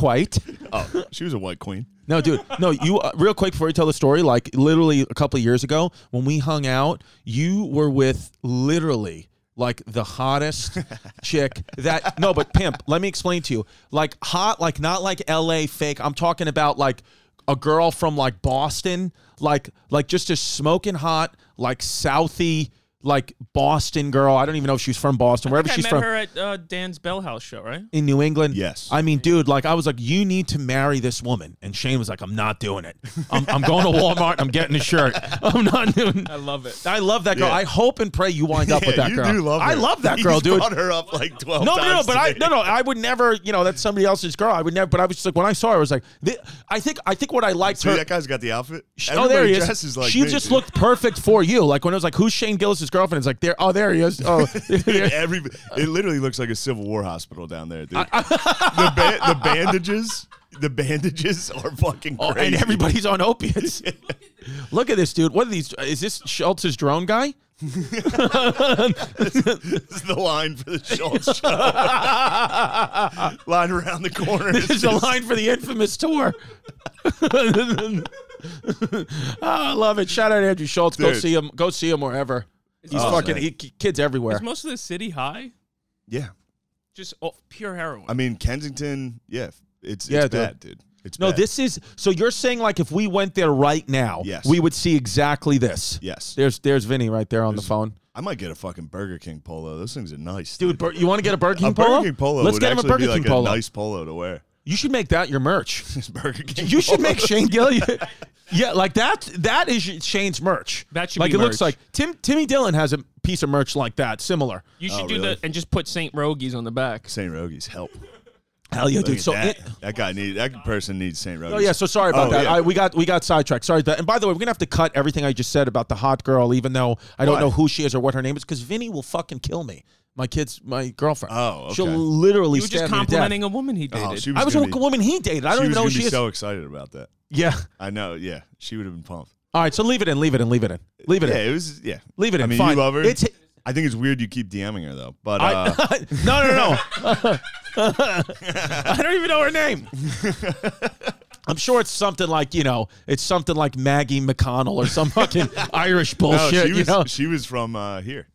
[SPEAKER 1] white.
[SPEAKER 2] Oh, she was a white queen.
[SPEAKER 1] No, dude. No, you uh, real quick before you tell the story, like literally a couple of years ago when we hung out, you were with literally like the
[SPEAKER 3] [LAUGHS]
[SPEAKER 1] hottest chick that no, but pimp, let me explain to you. Like hot, like not like LA fake. I'm talking about like a girl from like Boston, like like just a smoking hot, like Southie like Boston girl. I don't even know if she's from Boston,
[SPEAKER 3] I
[SPEAKER 1] wherever
[SPEAKER 3] think I
[SPEAKER 1] she's
[SPEAKER 3] met
[SPEAKER 1] from
[SPEAKER 3] her at uh, Dan's Bell House show, right?
[SPEAKER 1] in New England.
[SPEAKER 2] Yes.
[SPEAKER 1] I mean, dude, like I was like, you need to marry this woman. And Shane was like, I'm not doing it. I'm, I'm going to Walmart. I'm getting a shirt. [LAUGHS] I'm not doing
[SPEAKER 3] I love it.
[SPEAKER 1] I love that girl.
[SPEAKER 2] Yeah.
[SPEAKER 1] I hope and pray you wind up with
[SPEAKER 2] Yeah,
[SPEAKER 1] that
[SPEAKER 2] you
[SPEAKER 1] girl.
[SPEAKER 2] do love her.
[SPEAKER 1] I love that
[SPEAKER 2] [LAUGHS] You
[SPEAKER 1] girl, dude.
[SPEAKER 2] brought her up like twelve
[SPEAKER 1] No,
[SPEAKER 2] times.
[SPEAKER 1] no, no, but I
[SPEAKER 2] today.
[SPEAKER 1] no, no, I would never. You know, that's somebody else's girl. I would never. But I was just like, when I saw her, I was like, thi- I think, I think what I liked
[SPEAKER 2] [LAUGHS] See,
[SPEAKER 1] her.
[SPEAKER 2] that guy's got the outfit.
[SPEAKER 1] oh, there he
[SPEAKER 2] Everybody
[SPEAKER 1] is.
[SPEAKER 2] dresses like
[SPEAKER 1] she
[SPEAKER 2] me,
[SPEAKER 1] just
[SPEAKER 2] dude.
[SPEAKER 1] looked perfect for you. Like when I was like, who's Shane Gillis' girlfriend? It's like there. Oh, there he is. Oh, [LAUGHS]
[SPEAKER 2] Dude, [LAUGHS] every it literally looks like a Civil War hospital down there,
[SPEAKER 1] [LAUGHS]
[SPEAKER 2] dude. the, ba- the bandages, the bandages are fucking
[SPEAKER 1] Oh,
[SPEAKER 2] crazy.
[SPEAKER 1] and everybody's on
[SPEAKER 2] [LAUGHS]
[SPEAKER 1] opiates. Look at this, dude. What are these? Is this Schultz's drone guy?
[SPEAKER 2] This is the line for the Schultz show. line around the corner.
[SPEAKER 1] This is
[SPEAKER 2] It's [LAUGHS]
[SPEAKER 1] the
[SPEAKER 2] just-
[SPEAKER 1] line for the infamous tour. [LAUGHS] oh, Ah, I love it. Shout out Andrew Schultz. Go
[SPEAKER 2] Dude.
[SPEAKER 1] see him. Go see him wherever. He's
[SPEAKER 2] awesome.
[SPEAKER 1] fucking he, kids everywhere.
[SPEAKER 3] Is most of the city high?
[SPEAKER 2] Yeah,
[SPEAKER 3] Just oh, pure heroin.
[SPEAKER 2] I mean Kensington. Yeah, it's
[SPEAKER 1] Yeah, dude.
[SPEAKER 2] it's bad, dude. It's
[SPEAKER 1] No,
[SPEAKER 2] bad.
[SPEAKER 1] this is so you're saying like if we went there right now,
[SPEAKER 2] Yes.
[SPEAKER 1] we would see exactly this.
[SPEAKER 2] Yes,
[SPEAKER 1] There's there's Vinny right there on the phone.
[SPEAKER 2] I might get a fucking Burger King polo. Those things are nice,
[SPEAKER 1] Dude, Bur- you want to get a Burger King
[SPEAKER 2] A
[SPEAKER 1] polo?
[SPEAKER 2] Burger King polo
[SPEAKER 1] Let's
[SPEAKER 2] would
[SPEAKER 1] get him a
[SPEAKER 2] actually
[SPEAKER 1] Burger
[SPEAKER 2] be like
[SPEAKER 1] King polo.
[SPEAKER 2] a nice polo to wear. [LAUGHS]
[SPEAKER 1] you should make that your merch.
[SPEAKER 2] This Burger King.
[SPEAKER 1] You should
[SPEAKER 2] polo.
[SPEAKER 1] make
[SPEAKER 2] [LAUGHS]
[SPEAKER 1] Shane Gilly. yeah, like that. That is Shane's merch.
[SPEAKER 3] That should
[SPEAKER 1] like
[SPEAKER 3] be
[SPEAKER 1] it looks
[SPEAKER 3] merch.
[SPEAKER 1] like Tim Timmy Dillon has a piece of merch like that, similar.
[SPEAKER 3] you
[SPEAKER 2] Oh,
[SPEAKER 3] should do
[SPEAKER 2] really?
[SPEAKER 3] the and just put Saint Rogies on the back.
[SPEAKER 2] Saint Rogie's help.
[SPEAKER 1] Hell yeah, dude.
[SPEAKER 2] Look at
[SPEAKER 1] So.
[SPEAKER 2] that,
[SPEAKER 1] it-
[SPEAKER 2] that guy needs that person needs Saint Rogie's.
[SPEAKER 1] Oh yeah, so sorry about
[SPEAKER 2] Oh,
[SPEAKER 1] that.
[SPEAKER 2] yeah.
[SPEAKER 1] I, we got we got sidetracked. Sorry, that, and by the way, we're gonna have to cut everything I just said about the hot girl, even though I don't
[SPEAKER 2] Why?
[SPEAKER 1] know who she is or what her name is, because Vinny will fucking kill me. My kid's my girlfriend.
[SPEAKER 2] Oh, okay.
[SPEAKER 1] she'll literally.
[SPEAKER 3] You were just
[SPEAKER 1] stab me to death.
[SPEAKER 3] complimenting a woman he dated.
[SPEAKER 2] Oh,
[SPEAKER 3] [LAUGHS]
[SPEAKER 2] she was
[SPEAKER 1] I was
[SPEAKER 2] gonna
[SPEAKER 1] a
[SPEAKER 2] be-
[SPEAKER 1] woman he dated. I don't
[SPEAKER 2] she
[SPEAKER 1] even
[SPEAKER 2] was
[SPEAKER 1] know
[SPEAKER 2] gonna
[SPEAKER 1] who she
[SPEAKER 2] be
[SPEAKER 1] is.
[SPEAKER 2] so excited about that.
[SPEAKER 1] yeah.
[SPEAKER 2] I know. Yeah, she would have been pumped.
[SPEAKER 1] All right. So leave it in. Leave it in. Leave it in. Leave it
[SPEAKER 2] Yeah,
[SPEAKER 1] in.
[SPEAKER 2] it was. Yeah,
[SPEAKER 1] Leave it in.
[SPEAKER 2] I mean,
[SPEAKER 1] Fine.
[SPEAKER 2] you love her.
[SPEAKER 1] It's-
[SPEAKER 2] I think it's weird you keep DMing her though. But
[SPEAKER 1] I,
[SPEAKER 2] [LAUGHS] uh,
[SPEAKER 1] [LAUGHS] no, no, no. I don't even know her name. I'm sure it's something like you know, it's something like Maggie McConnell or some fucking Irish
[SPEAKER 2] [LAUGHS] no,
[SPEAKER 1] bullshit.
[SPEAKER 2] she
[SPEAKER 1] you
[SPEAKER 2] was
[SPEAKER 1] know?
[SPEAKER 2] she was from uh, here.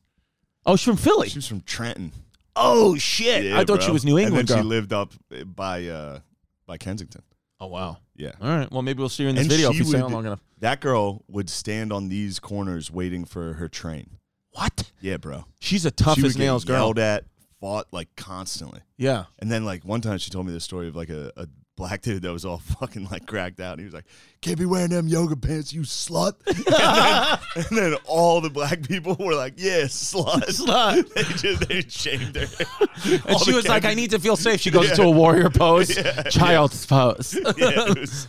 [SPEAKER 1] oh, she's from Philly.
[SPEAKER 2] She was from Trenton.
[SPEAKER 1] oh shit!
[SPEAKER 2] Yeah,
[SPEAKER 1] I thought
[SPEAKER 2] bro.
[SPEAKER 1] she was New England
[SPEAKER 2] And then
[SPEAKER 1] girl.
[SPEAKER 2] she lived up uh, by uh, by Kensington.
[SPEAKER 1] oh wow.
[SPEAKER 2] Yeah.
[SPEAKER 1] All right. Well, maybe we'll see her in this
[SPEAKER 2] And
[SPEAKER 1] video if
[SPEAKER 2] she
[SPEAKER 1] you stay
[SPEAKER 2] would-
[SPEAKER 1] on long enough.
[SPEAKER 2] That girl would stand on these corners waiting for her train.
[SPEAKER 1] What?
[SPEAKER 2] Yeah, bro.
[SPEAKER 1] She's a
[SPEAKER 2] she
[SPEAKER 1] tough
[SPEAKER 2] would
[SPEAKER 1] as
[SPEAKER 2] get
[SPEAKER 1] nails girl.
[SPEAKER 2] yelled at, fought like constantly.
[SPEAKER 1] Yeah.
[SPEAKER 2] And then like one time she told me this story of like a, a black dude that was all [LAUGHS] fucking like cracked out. And he was like, Can't be wearing them yoga pants, you slut. [LAUGHS] and, then, and then all the black people were like, Yeah, slut.
[SPEAKER 1] [LAUGHS] Slut.
[SPEAKER 2] [LAUGHS] they just they shamed her.
[SPEAKER 1] [LAUGHS] And she was like, "I need to feel safe." She goes into a warrior pose,
[SPEAKER 2] [LAUGHS]
[SPEAKER 1] child's pose.
[SPEAKER 2] yeah, it was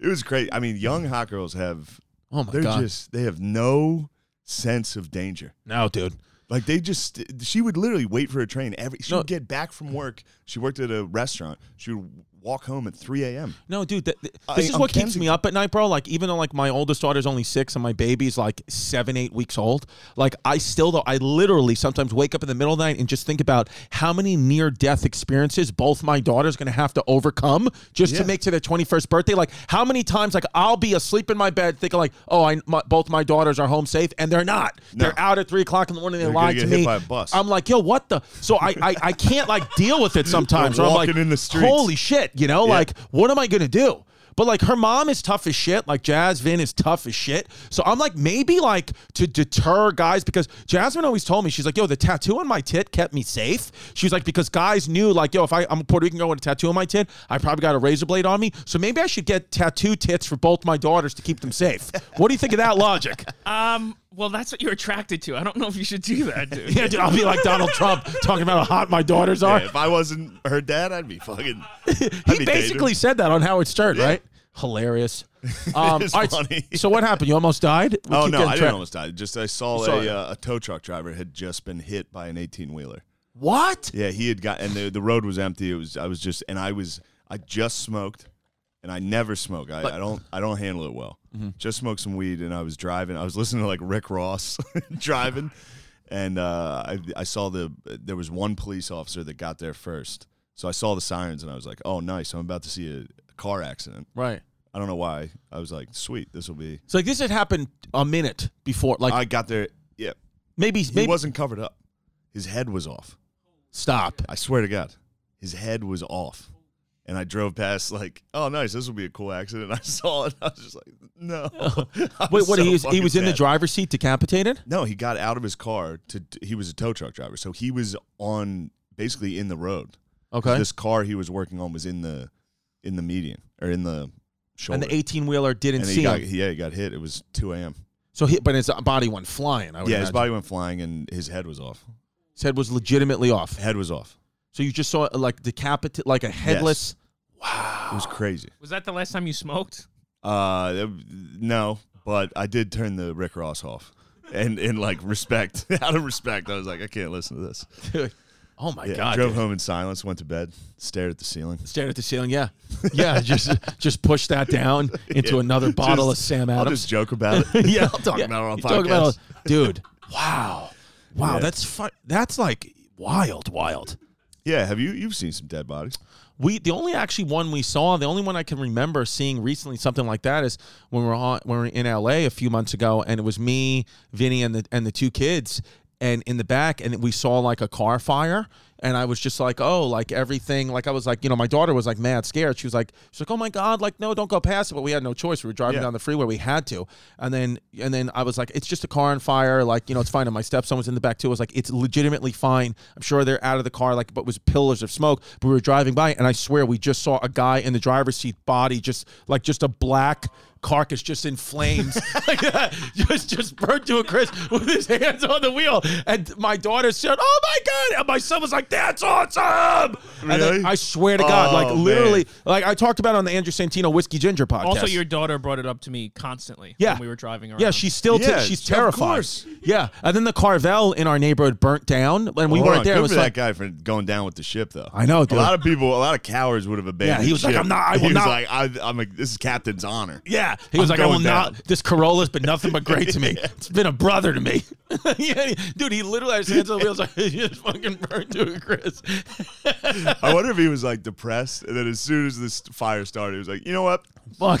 [SPEAKER 2] it was crazy. I mean, young hot girls have
[SPEAKER 1] Oh my
[SPEAKER 2] they're
[SPEAKER 1] god!
[SPEAKER 2] just they have no sense of danger.
[SPEAKER 1] no, dude.
[SPEAKER 2] Like they just, she would literally wait for a train every. She
[SPEAKER 1] No.
[SPEAKER 2] would get back from work. She worked at a restaurant. She would walk home at three a.m.
[SPEAKER 1] No, dude, th- th-
[SPEAKER 2] I-
[SPEAKER 1] this is
[SPEAKER 2] I'm
[SPEAKER 1] what keeps
[SPEAKER 2] Kenzie.
[SPEAKER 1] me up at night, bro. Like, even though like my oldest daughter's only six and my baby's like seven, eight weeks old, like I still though I literally sometimes wake up in the middle of the night and just think about how many near death experiences both my daughters gonna have to overcome just to
[SPEAKER 2] Yeah.
[SPEAKER 1] make to their twenty first birthday. Like, how many times like I'll be asleep in my bed thinking like, oh, I my, both my daughters are home safe, and they're not.
[SPEAKER 2] No.
[SPEAKER 1] They're out at three o'clock in the morning. They
[SPEAKER 2] They're gonna
[SPEAKER 1] lied to
[SPEAKER 2] get hit
[SPEAKER 1] me.
[SPEAKER 2] by a bus.
[SPEAKER 1] I'm like, yo, what the? So I I, I can't like deal with
[SPEAKER 2] [LAUGHS]
[SPEAKER 1] it sometimes. Or I'm like,
[SPEAKER 2] walking in the streets.
[SPEAKER 1] holy shit, you know,
[SPEAKER 2] Yeah.
[SPEAKER 1] like what am I gonna do? But like her mom is tough as shit. Like Jasmine is tough as shit. So I'm like maybe like to deter guys because Jasmine always told me she's like, yo, the tattoo on my tit kept me safe. She was like because guys knew like, yo, if I, I'm a Puerto Rican girl with a tattoo on my tit, I probably got a razor blade on me. So maybe I should get tattoo tits for both my daughters to keep them safe. what do you think of that logic? [LAUGHS]
[SPEAKER 3] um, well, that's what you're attracted to. I don't know if you should do that, dude.
[SPEAKER 1] [LAUGHS] Yeah, dude, I'll be like Donald Trump talking about how hot my daughters are.
[SPEAKER 2] Yeah, if I wasn't her dad, I'd
[SPEAKER 1] [LAUGHS]
[SPEAKER 2] be fucking.
[SPEAKER 1] he basically said that on Howard Stern, right?
[SPEAKER 2] [LAUGHS]
[SPEAKER 1] Hilarious. Um,
[SPEAKER 2] is
[SPEAKER 1] all right,
[SPEAKER 2] funny.
[SPEAKER 1] So what happened? You almost died? We
[SPEAKER 2] Oh
[SPEAKER 1] keep getting
[SPEAKER 2] no, I didn't
[SPEAKER 1] track-
[SPEAKER 2] almost die. Just I saw
[SPEAKER 1] saw it.
[SPEAKER 2] a, uh, a tow truck driver had just been hit by an eighteen wheeler.
[SPEAKER 1] What?
[SPEAKER 2] Yeah, he had got, and the, the road was empty. It was I was just, and I was I just smoked, and I never smoke. I, I don't I don't handle it well.
[SPEAKER 1] Mm-hmm.
[SPEAKER 2] Just smoked some weed, and I was driving. I was listening to like Rick Ross [LAUGHS] driving, and uh, I I saw the there was one police officer that got there first. So I saw the sirens, and I was like, oh nice, I'm about to see a, a car accident.
[SPEAKER 1] Right.
[SPEAKER 2] I don't know why. I was like, sweet, this will be.
[SPEAKER 1] So like this had happened a minute before. Like
[SPEAKER 2] I got there. Yeah,
[SPEAKER 1] maybe
[SPEAKER 2] he
[SPEAKER 1] maybe
[SPEAKER 2] wasn't covered up. His head was off.
[SPEAKER 1] stop.
[SPEAKER 2] I swear to God, his head was off. And I drove past like, oh, nice, this will be a cool accident. [LAUGHS] I saw it. I was just like, no. [LAUGHS] I
[SPEAKER 1] [LAUGHS] Wait, what?
[SPEAKER 2] so
[SPEAKER 1] he was, he
[SPEAKER 2] fucking
[SPEAKER 1] was in the
[SPEAKER 2] mad.
[SPEAKER 1] driver's seat, decapitated.
[SPEAKER 2] No, he got out of his car to. He was a tow truck driver, so he was on basically in the road. 'Cause
[SPEAKER 1] Okay,
[SPEAKER 2] This car he was working on was in the in the median or in the
[SPEAKER 1] and
[SPEAKER 2] shoulder.
[SPEAKER 1] the eighteen wheeler didn't
[SPEAKER 2] And
[SPEAKER 1] see
[SPEAKER 2] he got,
[SPEAKER 1] him.
[SPEAKER 2] yeah, he got hit. It was 2 a.m.
[SPEAKER 1] So, he, but his body went flying. I would
[SPEAKER 2] Yeah, his
[SPEAKER 1] imagine.
[SPEAKER 2] body went flying and his head was off.
[SPEAKER 1] His head was legitimately off.
[SPEAKER 2] Head was off.
[SPEAKER 1] So you just saw like decapitated, like a headless.
[SPEAKER 2] It was crazy.
[SPEAKER 3] Was that the last time you smoked?
[SPEAKER 2] Uh, it- no, but I did turn the Rick Ross off, and in like respect, [LAUGHS] out of respect, I was like, I can't listen to this. [LAUGHS]
[SPEAKER 1] Oh my
[SPEAKER 2] Yeah,
[SPEAKER 1] god!
[SPEAKER 2] drove
[SPEAKER 1] dude.
[SPEAKER 2] home in silence, went to bed, stared at the ceiling.
[SPEAKER 1] Stared at the ceiling. Yeah, [LAUGHS] yeah. Just just push that [LAUGHS] down into
[SPEAKER 2] Yeah,
[SPEAKER 1] another bottle
[SPEAKER 2] just-
[SPEAKER 1] of Sam
[SPEAKER 2] I'll
[SPEAKER 1] Adams.
[SPEAKER 2] just joke about it. yeah, I'll talk
[SPEAKER 1] [LAUGHS] Yeah,
[SPEAKER 2] about it on
[SPEAKER 1] you talk about
[SPEAKER 2] podcast.
[SPEAKER 1] it on- [LAUGHS] dude. Wow, wow.
[SPEAKER 2] Yeah.
[SPEAKER 1] That's fun. That's like wild, wild.
[SPEAKER 2] Yeah, have you you've seen some dead bodies?
[SPEAKER 1] We the only actually one we saw, the only one I can remember seeing recently, something like that, is when we were on, when we were in LA a few months ago, and it was me, Vinny, and the and the two kids, and in the back, and we saw like a car fire, and I was just like, oh, like everything, like I was like, you know, my daughter was like mad scared. She was like, she's like, oh my god, like no, don't go past it. But we had no choice. We were driving
[SPEAKER 2] Yeah.
[SPEAKER 1] down the freeway, we had to, and then and then I was like, it's just a car on fire, like you know, it's fine. And my stepson was in the back too. I was like, it's legitimately fine. I'm sure they're out of the car, like, but it was pillars of smoke. But we were driving by, and I swear we just saw a guy in the driver's seat, body just like just a black carcass just in
[SPEAKER 2] [LAUGHS]
[SPEAKER 1] flames [LAUGHS] like that just just burnt to a crisp with his hands on the wheel and my daughter said oh my god and my son was like that's awesome and
[SPEAKER 2] Really?
[SPEAKER 1] then i swear to god
[SPEAKER 2] Oh,
[SPEAKER 1] like
[SPEAKER 2] man.
[SPEAKER 1] literally like i talked about it on the andrew santino whiskey ginger podcast
[SPEAKER 3] Also, your daughter brought it up to me constantly
[SPEAKER 1] Yeah.
[SPEAKER 3] when we were driving around.
[SPEAKER 1] yeah, she's still
[SPEAKER 2] Yeah,
[SPEAKER 1] t- she's
[SPEAKER 2] of
[SPEAKER 1] terrified.
[SPEAKER 2] course.
[SPEAKER 1] Yeah, and then the Carvel in our neighborhood burnt down, and we
[SPEAKER 2] Hold
[SPEAKER 1] weren't
[SPEAKER 2] on,
[SPEAKER 1] there.
[SPEAKER 2] Good
[SPEAKER 1] It was
[SPEAKER 2] for
[SPEAKER 1] like,
[SPEAKER 2] Oh, that guy for going down with the ship, though.
[SPEAKER 1] I know, dude.
[SPEAKER 2] A lot of people, a lot of cowards would have abandoned.
[SPEAKER 1] Yeah, he was like,
[SPEAKER 2] ship.
[SPEAKER 1] "I'm not- I will
[SPEAKER 2] [LAUGHS] he
[SPEAKER 1] not."
[SPEAKER 2] Was like, I, I'm like, this is captain's honor.
[SPEAKER 1] yeah, he was
[SPEAKER 2] I'm
[SPEAKER 1] like, I will
[SPEAKER 2] going
[SPEAKER 1] not.
[SPEAKER 2] down.
[SPEAKER 1] This Corolla's been nothing but great
[SPEAKER 2] [LAUGHS]
[SPEAKER 1] to me. It's been a brother to me. [LAUGHS] yeah, dude, he literally had his hands on the wheels like [LAUGHS] he just fucking burned to a crisp. [LAUGHS]
[SPEAKER 2] I wonder if he was like depressed, and then as soon as this fire started, he was like, you know what,
[SPEAKER 1] Fuck, [LAUGHS]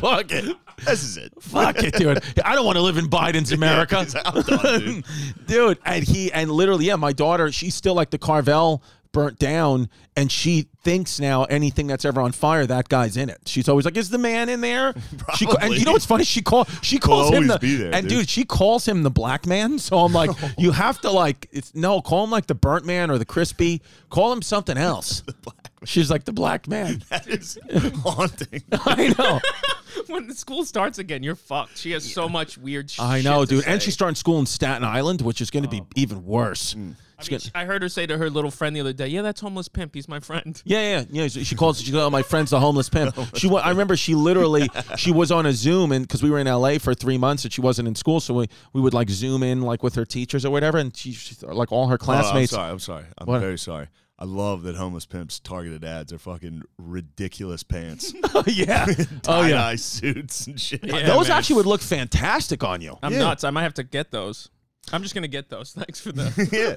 [SPEAKER 1] fuck it,
[SPEAKER 2] this is it.
[SPEAKER 1] fuck it, dude. I don't want to live in
[SPEAKER 2] [LAUGHS]
[SPEAKER 1] Biden's America.
[SPEAKER 2] He's like, I'm
[SPEAKER 1] [LAUGHS]
[SPEAKER 2] done, dude.
[SPEAKER 1] dude and he and literally yeah my daughter she's still like the carvel burnt down and she thinks now anything that's ever on fire that guy's in it she's always like is the man in
[SPEAKER 2] [LAUGHS]
[SPEAKER 1] there she ca- and
[SPEAKER 2] Probably.
[SPEAKER 1] you know what's funny she call she calls him
[SPEAKER 2] always
[SPEAKER 1] the,
[SPEAKER 2] be there,
[SPEAKER 1] and
[SPEAKER 2] dude.
[SPEAKER 1] dude she calls him the black man [LAUGHS] so i'm
[SPEAKER 2] [LAUGHS]
[SPEAKER 1] like you have to like it's no call him like the burnt man or the crispy call him something
[SPEAKER 2] [LAUGHS]
[SPEAKER 1] else she's like the black man [LAUGHS]
[SPEAKER 2] That is haunting.
[SPEAKER 1] i
[SPEAKER 2] [LAUGHS]
[SPEAKER 1] know
[SPEAKER 3] [LAUGHS] when the school starts again, you're fucked. She has so much weird. Sh-
[SPEAKER 1] i know
[SPEAKER 3] shit to
[SPEAKER 1] dude and
[SPEAKER 3] say.
[SPEAKER 1] she's starting school in staten island which is going to
[SPEAKER 2] Oh.
[SPEAKER 1] be even worse
[SPEAKER 2] Mm.
[SPEAKER 1] It's
[SPEAKER 3] I, mean,
[SPEAKER 1] gonna-
[SPEAKER 3] she- I heard her say to her little friend the other day, "Yeah, that's homeless pimp. He's my friend."
[SPEAKER 1] Yeah, yeah, yeah. She she calls. She goes, "Oh, my friend's the homeless
[SPEAKER 2] [LAUGHS]
[SPEAKER 1] pimp." She, wa- I remember she literally she was on a Zoom and because we were in LA for three months and she wasn't in school, so we, we would like Zoom in like with her teachers or whatever, and she, she like all her [LAUGHS] classmates.
[SPEAKER 2] Oh, I'm sorry. I'm sorry. I'm
[SPEAKER 1] What?
[SPEAKER 2] very sorry. I love that homeless pimps targeted ads are fucking ridiculous pants.
[SPEAKER 1] [LAUGHS]
[SPEAKER 2] [LAUGHS]
[SPEAKER 1] yeah, [LAUGHS] oh
[SPEAKER 2] Tie
[SPEAKER 1] yeah.
[SPEAKER 2] dye suits and shit.
[SPEAKER 3] [LAUGHS] Yeah,
[SPEAKER 1] Those
[SPEAKER 3] man.
[SPEAKER 1] actually would look fantastic on you.
[SPEAKER 3] I'm
[SPEAKER 2] Yeah.
[SPEAKER 3] nuts. I might have to get those. I'm just gonna get those. [LAUGHS] Thanks for the.
[SPEAKER 2] [LAUGHS]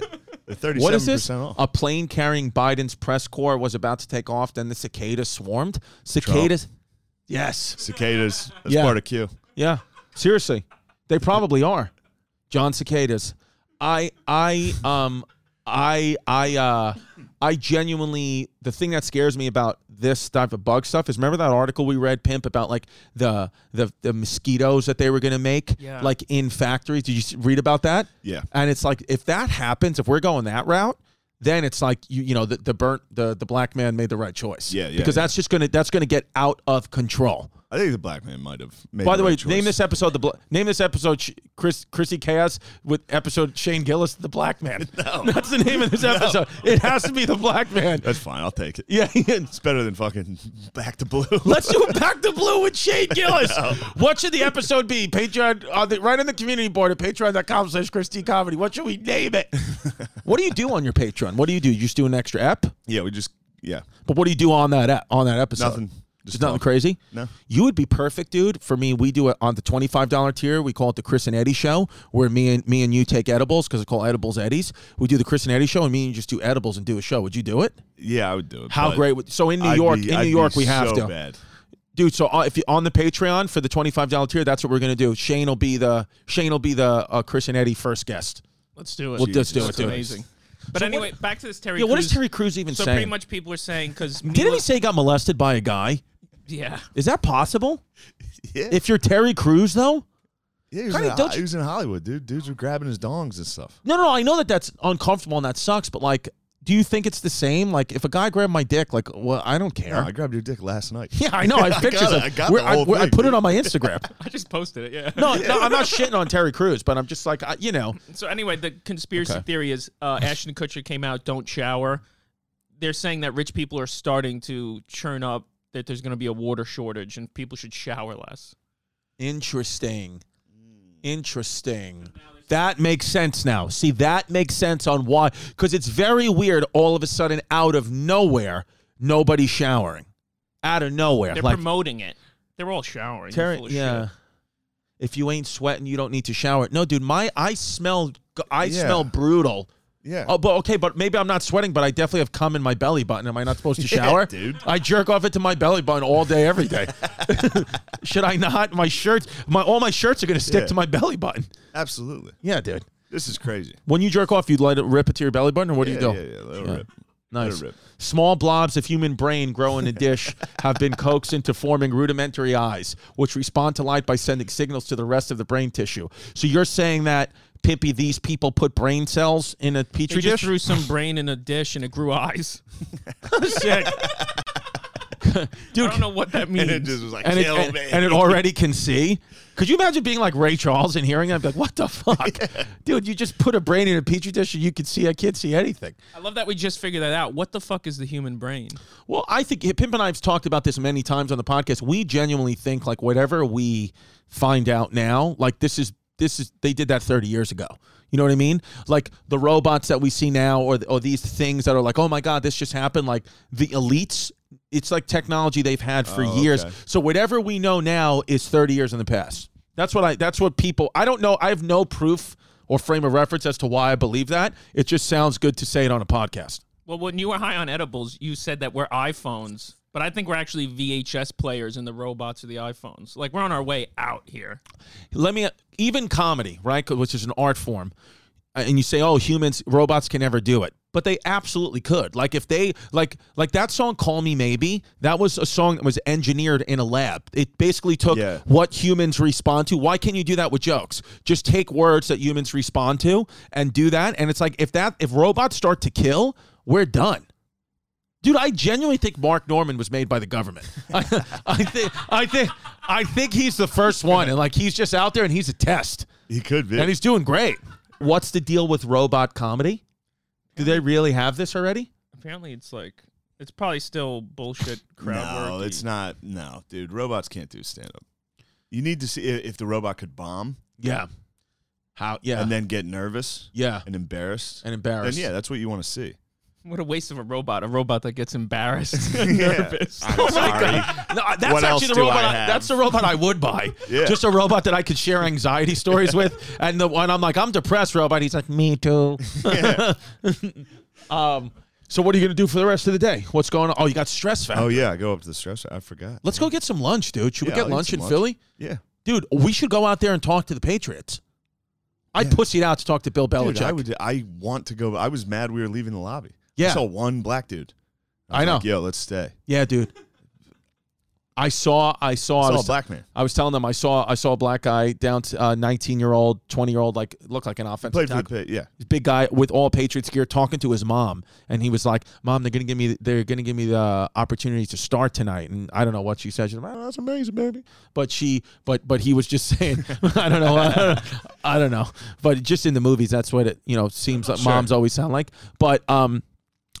[SPEAKER 1] [LAUGHS]
[SPEAKER 2] yeah. They're 37%
[SPEAKER 1] What is this?
[SPEAKER 2] off.
[SPEAKER 1] A plane carrying Biden's press corps was about to take off. Then the cicadas swarmed. Cicadas. Yes.
[SPEAKER 2] Cicadas. That's
[SPEAKER 1] Yeah.
[SPEAKER 2] part of Q.
[SPEAKER 1] Yeah. Seriously. They probably are. John Cicadas. I I um I I uh I genuinely the thing that scares me about this type of bug stuff is remember that article we read pimp about like the the the mosquitoes that they were going to make
[SPEAKER 3] Yeah.
[SPEAKER 1] like in factories did you s- read about that
[SPEAKER 2] Yeah.
[SPEAKER 1] and it's like if that happens if we're going that route then it's like you you know the, the burnt the the black man made the right choice
[SPEAKER 2] Yeah, yeah,
[SPEAKER 1] because
[SPEAKER 2] yeah.
[SPEAKER 1] that's just going to that's going to get out of control
[SPEAKER 2] I think the black man might have made
[SPEAKER 1] by the way,
[SPEAKER 2] right
[SPEAKER 1] name
[SPEAKER 2] choice.
[SPEAKER 1] this episode the Bla- name this episode Sh- Chris Chrissy Chaos with episode Shane Gillis the Black Man.
[SPEAKER 2] [LAUGHS]
[SPEAKER 1] [LAUGHS]
[SPEAKER 2] No.
[SPEAKER 1] That's the name of this episode. It has to be the Black
[SPEAKER 2] [LAUGHS]
[SPEAKER 1] Man. [LAUGHS]
[SPEAKER 2] That's fine. I'll take it.
[SPEAKER 1] Yeah.
[SPEAKER 2] It's better than fucking [LAUGHS] back to blue.
[SPEAKER 1] Let's do Back to Blue with Shane Gillis. What should the episode be? Patreon, uh, the, right on the community board at patreon.com slash Christie Comedy. What should we name
[SPEAKER 2] [LAUGHS]
[SPEAKER 1] it? what do you do on your Patreon? What do you do? You just do an extra app?
[SPEAKER 2] [LAUGHS] yeah, we just, yeah.
[SPEAKER 1] But what do you do on that ep- on that episode?
[SPEAKER 2] Nothing.
[SPEAKER 1] Just,
[SPEAKER 2] Just
[SPEAKER 1] nothing
[SPEAKER 2] talk.
[SPEAKER 1] crazy.
[SPEAKER 2] No.
[SPEAKER 1] You would be perfect, dude. For me, we do it on the twenty five dollar tier. We call it the Chris and Eddie Show, where me and me and you take edibles because I call edibles Eddies. We do the Chris and Eddie Show, and me and you just do edibles and do a show. Would you do it?
[SPEAKER 2] Yeah, I would do it.
[SPEAKER 1] How
[SPEAKER 2] but
[SPEAKER 1] great would so in New
[SPEAKER 2] I'd
[SPEAKER 1] York?
[SPEAKER 2] be-
[SPEAKER 1] in
[SPEAKER 2] I'd
[SPEAKER 1] New York,
[SPEAKER 2] be
[SPEAKER 1] we have
[SPEAKER 2] so
[SPEAKER 1] to,
[SPEAKER 2] bad.
[SPEAKER 1] dude. So uh, if you on the Patreon for the twenty five dollar tier, that's what we're gonna do. Shane will be the Shane will be the uh, Chris and Eddie first guest.
[SPEAKER 3] Let's do it.
[SPEAKER 1] We'll just do
[SPEAKER 3] That's
[SPEAKER 1] it, dude.
[SPEAKER 3] Amazing. But
[SPEAKER 1] So what-
[SPEAKER 3] anyway, back to this Terry.
[SPEAKER 1] Yeah, what is
[SPEAKER 3] Crews.
[SPEAKER 1] Terry Crews even
[SPEAKER 3] So
[SPEAKER 1] saying?
[SPEAKER 3] pretty much people are saying because
[SPEAKER 1] Didn't he say he got molested by a guy?
[SPEAKER 3] [LAUGHS] Yeah,
[SPEAKER 1] Is that possible?
[SPEAKER 2] [LAUGHS] Yeah.
[SPEAKER 1] If you're Terry Crews, though?
[SPEAKER 2] Yeah, he was,
[SPEAKER 1] Kinda
[SPEAKER 2] in,
[SPEAKER 1] don't
[SPEAKER 2] he
[SPEAKER 1] you-
[SPEAKER 2] was in Hollywood, dude. Dudes were grabbing his dongs and stuff.
[SPEAKER 1] No, no, no. I know that that's uncomfortable and that sucks, but like, do you think it's the same? Like, if a guy grabbed my dick, like, well, I don't care.
[SPEAKER 2] Yeah, I grabbed your dick last night.
[SPEAKER 1] [LAUGHS] yeah, I know. I have
[SPEAKER 2] [LAUGHS] I
[SPEAKER 1] pictures.
[SPEAKER 2] got it.
[SPEAKER 1] of-
[SPEAKER 2] I got
[SPEAKER 1] where
[SPEAKER 2] the whole
[SPEAKER 1] where I
[SPEAKER 2] thing,
[SPEAKER 1] put it
[SPEAKER 2] dude.
[SPEAKER 1] on my
[SPEAKER 2] [LAUGHS]
[SPEAKER 1] Instagram.
[SPEAKER 3] I just posted it. Yeah.
[SPEAKER 1] No, no, I'm not shitting on Terry Crews, but I'm just like, I, you know,
[SPEAKER 3] So anyway, the conspiracy
[SPEAKER 1] Okay.
[SPEAKER 3] theory is uh, Ashton Kutcher came out. Don't shower. They're saying that rich people are starting to churn up that there's going to be a water shortage and people should shower less.
[SPEAKER 1] interesting, interesting. That makes sense now. See, that makes sense on why, because it's very weird. All of a sudden, out of nowhere, nobody showering, out of nowhere,
[SPEAKER 3] They're
[SPEAKER 1] like
[SPEAKER 3] promoting it. They're all showering. They're
[SPEAKER 1] Terry,
[SPEAKER 3] full of
[SPEAKER 1] yeah.
[SPEAKER 3] shit.
[SPEAKER 1] If you ain't sweating, you don't need to shower. No, dude, my I smell I
[SPEAKER 2] Yeah.
[SPEAKER 1] smell brutal.
[SPEAKER 2] Yeah.
[SPEAKER 1] Oh, but okay, but maybe I'm not sweating, but I definitely have cum in my belly button. Am I not supposed to
[SPEAKER 2] [LAUGHS] Yeah,
[SPEAKER 1] shower,
[SPEAKER 2] dude.
[SPEAKER 1] I jerk off into my belly button all day, every
[SPEAKER 2] [LAUGHS]
[SPEAKER 1] day. [LAUGHS] Should I not? My shirts, my all my shirts are gonna stick
[SPEAKER 2] Yeah.
[SPEAKER 1] to my belly button.
[SPEAKER 2] Absolutely.
[SPEAKER 1] Yeah, dude.
[SPEAKER 2] This is crazy.
[SPEAKER 1] When you jerk off, you let it rip it to your belly button, or what
[SPEAKER 2] yeah,
[SPEAKER 1] do you do?
[SPEAKER 2] Yeah, yeah. Let it
[SPEAKER 1] Yeah.
[SPEAKER 2] rip. [LAUGHS] Let it
[SPEAKER 1] Nice.
[SPEAKER 2] rip.
[SPEAKER 1] Small blobs of human brain grow in a
[SPEAKER 3] [LAUGHS]
[SPEAKER 1] dish have been coaxed into forming rudimentary eyes, which respond to light by sending signals to the rest of the brain tissue. So you're saying that, Pimpy, these people put brain cells in a
[SPEAKER 3] They
[SPEAKER 1] petri dish?
[SPEAKER 3] just threw some brain in a dish and it grew eyes.
[SPEAKER 1] Sick.
[SPEAKER 3] I
[SPEAKER 1] Dude,
[SPEAKER 3] don't know what that means.
[SPEAKER 2] And it just was like,
[SPEAKER 1] and it,
[SPEAKER 2] kill
[SPEAKER 1] and,
[SPEAKER 2] me.
[SPEAKER 1] and it already can see. Could you imagine being like Ray Charles and hearing? it? I'd be like, what
[SPEAKER 3] [LAUGHS]
[SPEAKER 1] the fuck, dude? You just put a brain in a petri dish and you can see. I can't see anything.
[SPEAKER 3] I love that we just figured that out. What the fuck is the human brain?
[SPEAKER 1] Well, I think Pimp and I have talked about this many times on the podcast. We genuinely think like whatever we find out now, like this is this is they did that 30 years ago. You know what I mean? Like the robots that we see now, or or these things that are like, oh my god, this just happened. Like the elites, it's like technology they've had for
[SPEAKER 2] Oh,
[SPEAKER 1] years.
[SPEAKER 2] okay.
[SPEAKER 1] So whatever we know now is 30 years in the past. That's what I. That's what people. I don't know. I have no proof or frame of reference as to why I believe that. It just sounds good to say it on a podcast.
[SPEAKER 3] Well, when you were high on edibles, you said that we're iPhones, but I think we're actually VHS players and the robots are the iPhones. Like we're on our way out here.
[SPEAKER 1] let me even comedy right 'cause- which is an art form and you say oh humans robots can never do it but they absolutely could like if they like like that song call me maybe that was a song that was engineered in a lab it basically took
[SPEAKER 2] Yeah.
[SPEAKER 1] what humans respond to why can you do that with jokes just take words that humans respond to and do that and it's like if that if robots start to kill we're done Dude, I genuinely think Mark Norman was made by the government. [LAUGHS] I, I think, I think, I think he's the first one, and like he's just out there and he's a test,
[SPEAKER 2] He could be.
[SPEAKER 1] and he's doing great. What's the deal with robot comedy? Do they really have this already?
[SPEAKER 3] Apparently, it's like it's probably still bullshit crowd
[SPEAKER 2] no,
[SPEAKER 3] work.
[SPEAKER 2] it's not. No, dude. Robots can't do stand up. You need to see i- if the robot could bomb
[SPEAKER 1] Yeah. How? Yeah.
[SPEAKER 2] and then get nervous
[SPEAKER 1] yeah.
[SPEAKER 2] and embarrassed.
[SPEAKER 1] And embarrassed.
[SPEAKER 2] Then, yeah, that's what you want
[SPEAKER 1] [LAUGHS]
[SPEAKER 2] to see.
[SPEAKER 3] What a waste of a robot! A robot that gets embarrassed, and
[SPEAKER 2] Yeah.
[SPEAKER 3] nervous.
[SPEAKER 1] [LAUGHS]
[SPEAKER 2] I'm
[SPEAKER 1] Oh my
[SPEAKER 2] sorry.
[SPEAKER 1] god! No, that's
[SPEAKER 2] What else
[SPEAKER 1] actually the
[SPEAKER 2] do
[SPEAKER 1] robot.
[SPEAKER 2] I
[SPEAKER 1] I
[SPEAKER 2] have?
[SPEAKER 1] that's the robot I would buy.
[SPEAKER 2] [LAUGHS] Yeah.
[SPEAKER 1] Just a robot that I could share anxiety stories with, [LAUGHS] and the one I'm like, I'm depressed, robot. He's like, me too. [LAUGHS] um. So what are you gonna do for the rest of the day? What's going on? Oh, you got stress factor.
[SPEAKER 2] Oh yeah, I go up to the stressor. I forgot.
[SPEAKER 1] Let's go get some lunch, dude. Should
[SPEAKER 2] Yeah,
[SPEAKER 1] we
[SPEAKER 2] I'll
[SPEAKER 1] get
[SPEAKER 2] eat
[SPEAKER 1] lunch
[SPEAKER 2] some
[SPEAKER 1] in Philly,
[SPEAKER 2] Yeah,
[SPEAKER 1] dude? We should go out there and talk to the Patriots. I pussied out to talk to Bill Belichick.
[SPEAKER 2] dude, I would. I want to go. I was mad we were leaving the lobby.
[SPEAKER 1] Yeah.
[SPEAKER 2] I saw one black dude.
[SPEAKER 1] I
[SPEAKER 2] was
[SPEAKER 1] know.
[SPEAKER 2] Like, Yo, let's stay.
[SPEAKER 1] yeah, dude. I saw. I saw.
[SPEAKER 2] I
[SPEAKER 1] I
[SPEAKER 2] saw a
[SPEAKER 1] was-
[SPEAKER 2] black man.
[SPEAKER 1] I was telling them I saw I saw a black guy down to uh, 19 year old, 20 year old, like looked like an offensive
[SPEAKER 2] Played for the
[SPEAKER 1] tackle.
[SPEAKER 2] pit. Yeah.
[SPEAKER 1] Big guy with all Patriots gear talking to his mom, and he was like, "Mom, they're gonna give me they're gonna give me the opportunity to start tonight." And I don't know what she said. She's like, "Oh, that's amazing, baby." But she, but but he was just [LAUGHS] saying, I don't know, I don't, I don't know. But just in the movies, that's what it you know seems like moms always sound like. But um,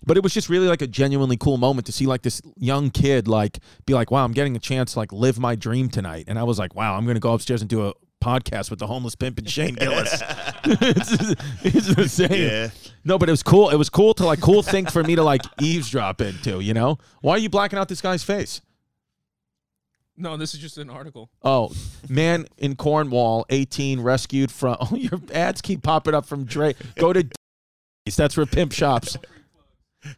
[SPEAKER 1] but it was just really like a genuinely cool moment to see like this young kid like be like wow i'm getting a chance to like live my dream tonight and i was like wow i'm gonna go upstairs and do a podcast with the homeless pimp and shane gillis it's, it's insane
[SPEAKER 2] Yeah.
[SPEAKER 1] no but it was cool it was cool to like cool thing for me to like eavesdrop into you know why are you blacking out this guy's face
[SPEAKER 3] [LAUGHS] no, this is just an article.
[SPEAKER 1] Oh, man in Cornwall, 18, rescued from. [LAUGHS] Oh, your ads keep popping up from Drake. Go to. D's. That's where pimp shops.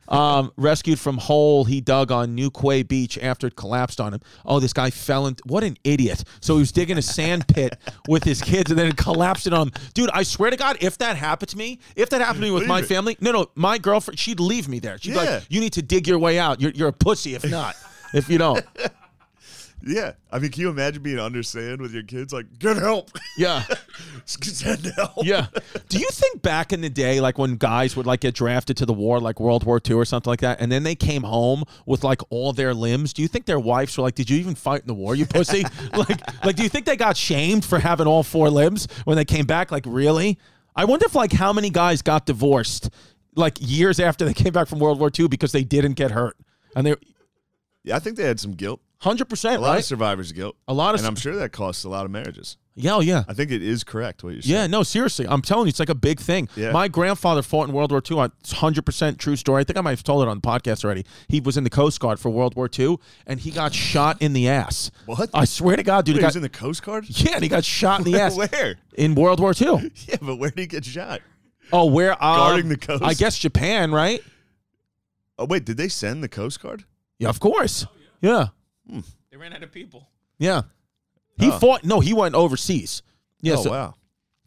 [SPEAKER 1] Um, rescued from hole he dug on New Quay Beach after it collapsed on him. Oh, this guy fell in. What an idiot! So he was digging a sand pit with his kids, and then it collapsed it on him. Dude, I swear to God, if that happened to me, if that happened to me with
[SPEAKER 2] Leave
[SPEAKER 1] my
[SPEAKER 2] it.
[SPEAKER 1] family, no, no, my girlfriend, she'd leave me there. She'd be
[SPEAKER 2] Yeah.
[SPEAKER 1] like, "You need to dig your way out. You're, you're a pussy if not. if you don't,
[SPEAKER 2] Yeah, I mean, can you imagine being under sand with your kids? Like, get help, [LAUGHS]
[SPEAKER 1] yeah."
[SPEAKER 2] send help.
[SPEAKER 1] Yeah. Do you think back in the day, like when guys would like get drafted to the war, like World War II or something like that, and then they came home with like all their limbs? Do you think their wives were like, "Did you even fight in the war, you pussy"? [LAUGHS] like, like, do you think they got shamed for having all four limbs when they came back? Like, really? I wonder if like how many guys got divorced like years after they came back from World War II because they didn't get hurt, and they
[SPEAKER 2] Yeah, I think they had some guilt,
[SPEAKER 1] hundred percent
[SPEAKER 2] a lot
[SPEAKER 1] right.
[SPEAKER 2] of survivors' guilt,
[SPEAKER 1] a lot of
[SPEAKER 2] and I'm sure that costs a lot of marriages.
[SPEAKER 1] yeah, oh, yeah.
[SPEAKER 2] I think it is correct what you're saying.
[SPEAKER 1] Yeah, no, seriously, I'm telling you, it's like a big thing.
[SPEAKER 2] Yeah.
[SPEAKER 1] My grandfather fought in World War II. It's 100% true story. I think I might have told it on the podcast already. He was in the Coast Guard for World War II, and he got shot in the ass.
[SPEAKER 2] What?
[SPEAKER 1] I swear to God, dude.
[SPEAKER 2] Wait,
[SPEAKER 1] he
[SPEAKER 2] he
[SPEAKER 1] got,
[SPEAKER 2] was in the Coast Guard.
[SPEAKER 1] yeah, and he got shot
[SPEAKER 2] [LAUGHS]
[SPEAKER 1] in the ass
[SPEAKER 2] Where?
[SPEAKER 1] in World War II.
[SPEAKER 2] Yeah, but where did he get shot?
[SPEAKER 1] Oh, where? Um,
[SPEAKER 2] Guarding the coast?
[SPEAKER 1] I guess Japan, right?
[SPEAKER 2] Oh wait, did they send the Coast Guard?
[SPEAKER 1] Yeah, of course. Yeah,
[SPEAKER 3] They ran out of people.
[SPEAKER 1] yeah. He
[SPEAKER 2] Oh.
[SPEAKER 1] fought. No, he went overseas. Yeah,
[SPEAKER 2] oh
[SPEAKER 1] so,
[SPEAKER 2] wow.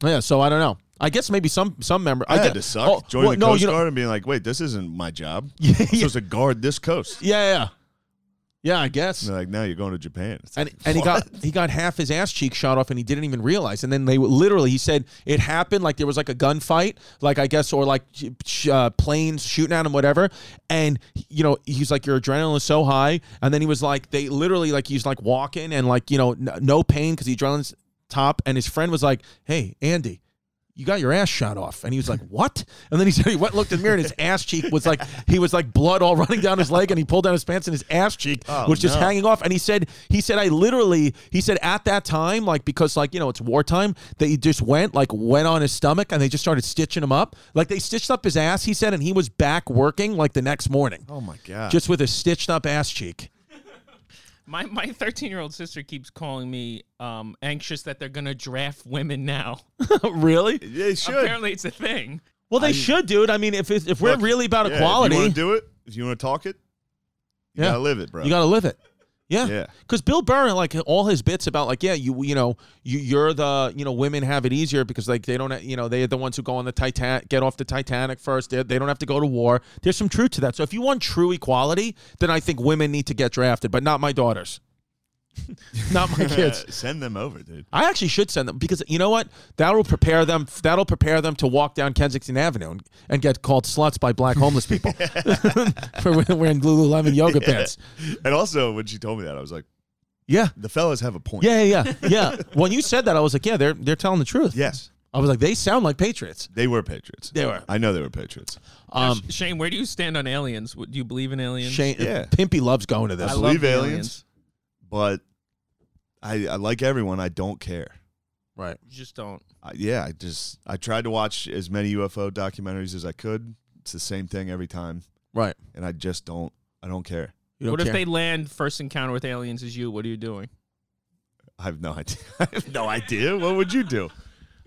[SPEAKER 1] yeah. So I don't know. I guess maybe some some member.
[SPEAKER 2] I,
[SPEAKER 1] guess,
[SPEAKER 2] had to suck.
[SPEAKER 1] Oh,
[SPEAKER 2] Join
[SPEAKER 1] well,
[SPEAKER 2] the
[SPEAKER 1] no,
[SPEAKER 2] Coast
[SPEAKER 1] you know-
[SPEAKER 2] Guard and being like, wait, this isn't my job.
[SPEAKER 1] [LAUGHS] Yeah,
[SPEAKER 2] I'm
[SPEAKER 1] [LAUGHS] yeah,
[SPEAKER 2] supposed to guard this coast.
[SPEAKER 1] yeah, yeah. Yeah, I guess.
[SPEAKER 2] And they're like, now you're going to Japan. It's
[SPEAKER 1] and,
[SPEAKER 2] like,
[SPEAKER 1] and he got
[SPEAKER 2] what?
[SPEAKER 1] he got half his ass cheek shot off and he didn't even realize and then they literally he said it happened like there was like a gunfight like i guess or like uh, planes shooting at him whatever and you know he's like your adrenaline is so high and then he was like they literally like he's like walking and like you know n- no pain because the adrenaline's top and his friend was like hey andy you got your ass shot off. And he was like, What? And then he [LAUGHS] said he went looked in the mirror and his ass cheek was like he was like blood all [LAUGHS] running down his leg and he pulled down his pants and his ass cheek
[SPEAKER 2] Oh,
[SPEAKER 1] was just
[SPEAKER 2] no.
[SPEAKER 1] hanging off. And he said, he said, I literally he said at that time, like because like, you know, it's wartime, that he just went, like went on his stomach and they just started stitching him up. Like they stitched up his ass, he said, and he was back working like the next morning.
[SPEAKER 2] oh my god.
[SPEAKER 1] Just with a stitched up ass cheek.
[SPEAKER 3] My my 13 year old sister keeps calling me um, anxious that they're gonna draft women
[SPEAKER 2] [LAUGHS]
[SPEAKER 3] now.
[SPEAKER 1] [LAUGHS] really?
[SPEAKER 2] yeah, you should.
[SPEAKER 3] Apparently, it's a thing.
[SPEAKER 1] Well, they should, dude. I mean, if it's, if we're
[SPEAKER 2] Look,
[SPEAKER 1] really about
[SPEAKER 2] Yeah,
[SPEAKER 1] equality,
[SPEAKER 2] If you want to do it, if you want to talk it, you
[SPEAKER 1] Yeah.
[SPEAKER 2] gotta live it, bro.
[SPEAKER 1] You got to live it. Yeah.
[SPEAKER 2] Yeah.
[SPEAKER 1] Cuz Bill Burr like all his bits about like yeah, you you know, you you're the, you know, women have it easier because like they don't ha- you know, they're the ones who go on the Titan get off the Titanic first. They, they don't have to go to war. There's some truth to that. So if you want true equality, then I think women need to get drafted, but not my daughters. not
[SPEAKER 2] [LAUGHS]
[SPEAKER 1] my kids.
[SPEAKER 2] Send them over,
[SPEAKER 1] [LAUGHS]
[SPEAKER 2] dude.
[SPEAKER 1] I actually should send them because you know what? That'll prepare them. That'll prepare them to walk down Kensington Avenue and, and get called sluts by black homeless
[SPEAKER 2] [LAUGHS]
[SPEAKER 1] people [LAUGHS] for wearing Lululemon yoga pants.
[SPEAKER 2] And also, when she told me that, I was like,
[SPEAKER 1] Yeah,
[SPEAKER 2] the fellas have a point.
[SPEAKER 1] Yeah, yeah, yeah. yeah. when you said that, I was like, yeah, they're they're telling the truth.
[SPEAKER 2] Yes,
[SPEAKER 1] I was like, they sound like patriots.
[SPEAKER 2] they were patriots.
[SPEAKER 1] They were.
[SPEAKER 2] I know they were patriots.
[SPEAKER 1] Um,
[SPEAKER 3] Shane, where do you stand on aliens? Do you believe in aliens?
[SPEAKER 1] Shane,
[SPEAKER 2] Yeah.
[SPEAKER 1] Pimpy loves going to
[SPEAKER 2] I
[SPEAKER 1] this.
[SPEAKER 2] love- believe aliens. But I, I like everyone. I don't care.
[SPEAKER 1] right.
[SPEAKER 3] You just don't.
[SPEAKER 2] I, yeah, I just I tried to watch as many UFO documentaries as I could. It's the same thing every time,
[SPEAKER 1] Right.
[SPEAKER 2] and I just don't. I don't care.
[SPEAKER 1] You don't
[SPEAKER 3] what if
[SPEAKER 1] care.
[SPEAKER 3] they land first encounter with aliens is you? What are you doing?
[SPEAKER 2] I have no [LAUGHS] idea. I have no idea. What would you do?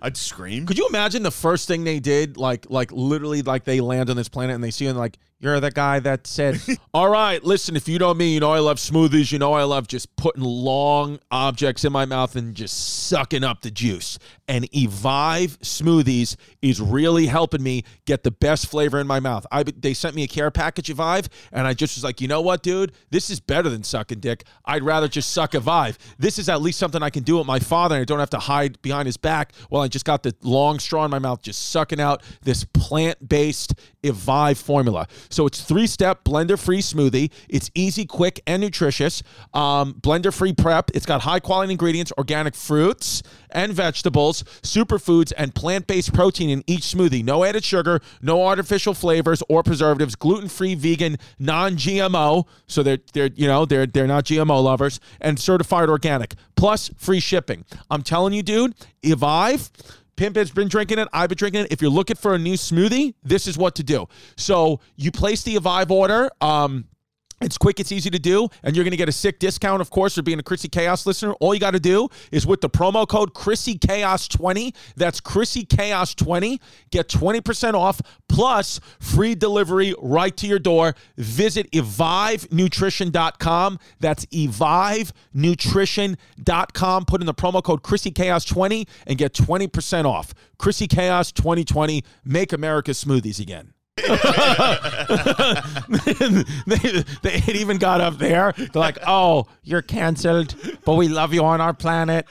[SPEAKER 2] I'd scream.
[SPEAKER 1] Could you imagine the first thing they did? Like, like literally, like they land on this planet and they see you and like, you're the guy that said, "All right, listen. If you know me, you know I love smoothies. You know I love just putting long objects in my mouth and just sucking up the juice. And Evive smoothies is really helping me get the best flavor in my mouth. I they sent me a care package of Vive, and I just was like, you know what, dude, this is better than sucking dick. I'd rather just suck a Vive. This is at least something I can do with my father, and I don't have to hide behind his back while I just got the long straw in my mouth, just sucking out this plant-based Evive formula. So it's three-step blender-free smoothie. It's easy, quick, and nutritious. Um, blender-free prep. It's got high-quality ingredients, organic fruits and vegetables, superfoods, and plant-based protein in each smoothie. No added sugar, no artificial flavors or preservatives. Gluten-free, vegan, non-GMO. So they're they're you know they're they're not GMO lovers and certified organic. Plus free shipping. I'm telling you, dude. If I've Pimp has been drinking it. I've been drinking it. If you're looking for a new smoothie, this is what to do. So you place the Avive order. Um, It's quick, it's easy to do, and you're going to get a sick discount, of course, for being a Chrissy Chaos listener. All you got to do is with the promo code Chrissy Chaos 20, that's Chrissy Chaos 20, get 20% off plus free delivery right to your door. Visit evivenutrition.com. That's evivenutrition.com. Put in the promo code Chrissy Chaos 20 and get 20% off. Chrissy Chaos 2020, make America smoothies again. [LAUGHS] they, they had even got up there. They're like, "Oh, you're canceled, but we love you on our planet."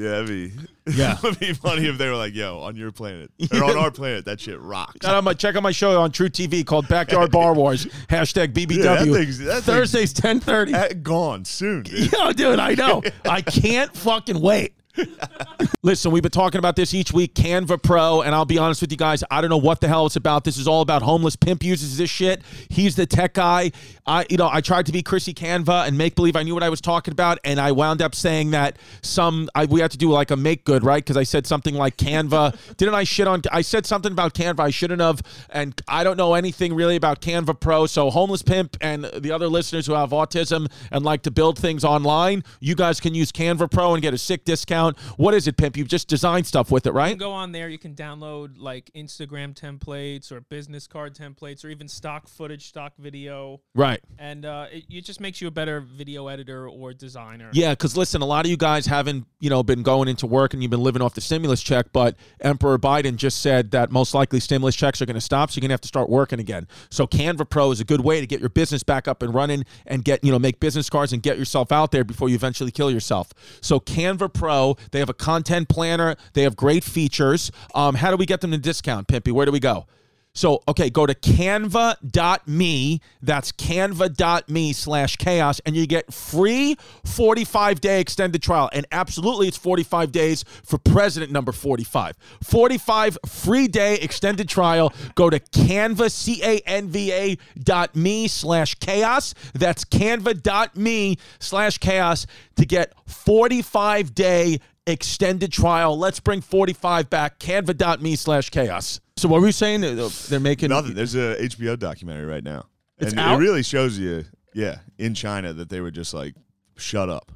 [SPEAKER 2] Yeah, that'd be [LAUGHS]
[SPEAKER 1] Yeah.
[SPEAKER 2] would be funny if they were like, "Yo, on your planet or on our planet, that shit rocks."
[SPEAKER 1] Got on my check out my show on True TV called Backyard Bar
[SPEAKER 2] [LAUGHS]
[SPEAKER 1] Wars hashtag BBW
[SPEAKER 2] Yeah, that thing's- that thing's-
[SPEAKER 1] Thursdays ten thirty.
[SPEAKER 2] At- gone
[SPEAKER 1] [LAUGHS]
[SPEAKER 2] soon. dude.
[SPEAKER 1] Yo, dude, I
[SPEAKER 2] [LAUGHS]
[SPEAKER 1] know. I can't fucking wait. Listen, we've been talking about this each week, Canva Pro, and I'll be honest with you guys, I don't know what the hell it's about. This is all about homeless pimp uses this shit. He's the tech guy. I, you know, I tried to be Chrissy Canva and make believe I knew what I was talking about, and I wound up saying that some I, we have to do like a make good, right? Because I said something like Canva. Didn't I shit on? I said something about Canva. I shouldn't have, and I don't know anything really about Canva Pro. So homeless pimp and the other listeners who have autism and like to build things online, you guys can use Canva Pro and get a sick discount. What is it, pimp? You just design stuff with it, right?
[SPEAKER 3] can go on there. You can download like Instagram templates or business card templates or even stock footage, stock video,
[SPEAKER 1] Right.
[SPEAKER 3] and uh, it, it just makes you a better video editor or designer.
[SPEAKER 1] Yeah, because listen, a lot of you guys haven't, you know, been going into work and you've been living off the stimulus check, but Emperor Biden just said that most likely stimulus checks are going to stop, so you're going to have to start working again. So Canva Pro is a good way to get your business back up and running and get, you know, make business cards and get yourself out there before you eventually kill yourself. So Canva Pro, they have a content planner, they have great features. Um, how do we get them to discount, Pimpy? Where do we go? So, okay, go to canva.me. That's canva.me slash chaos, and you get free 45 day extended trial. And absolutely, it's 45 days for president number 45. 45 free day extended trial. Go to canva, C A N V A dot me slash chaos. That's canva.me slash chaos to get 45 day extended trial. Let's bring 45 back. Canva.me slash chaos. So what were you saying? They're, they're making
[SPEAKER 2] Nothing. There's a HBO documentary right now,
[SPEAKER 1] It's
[SPEAKER 2] and
[SPEAKER 1] out?
[SPEAKER 2] it really shows you, yeah, in China that they were just like, "Shut up."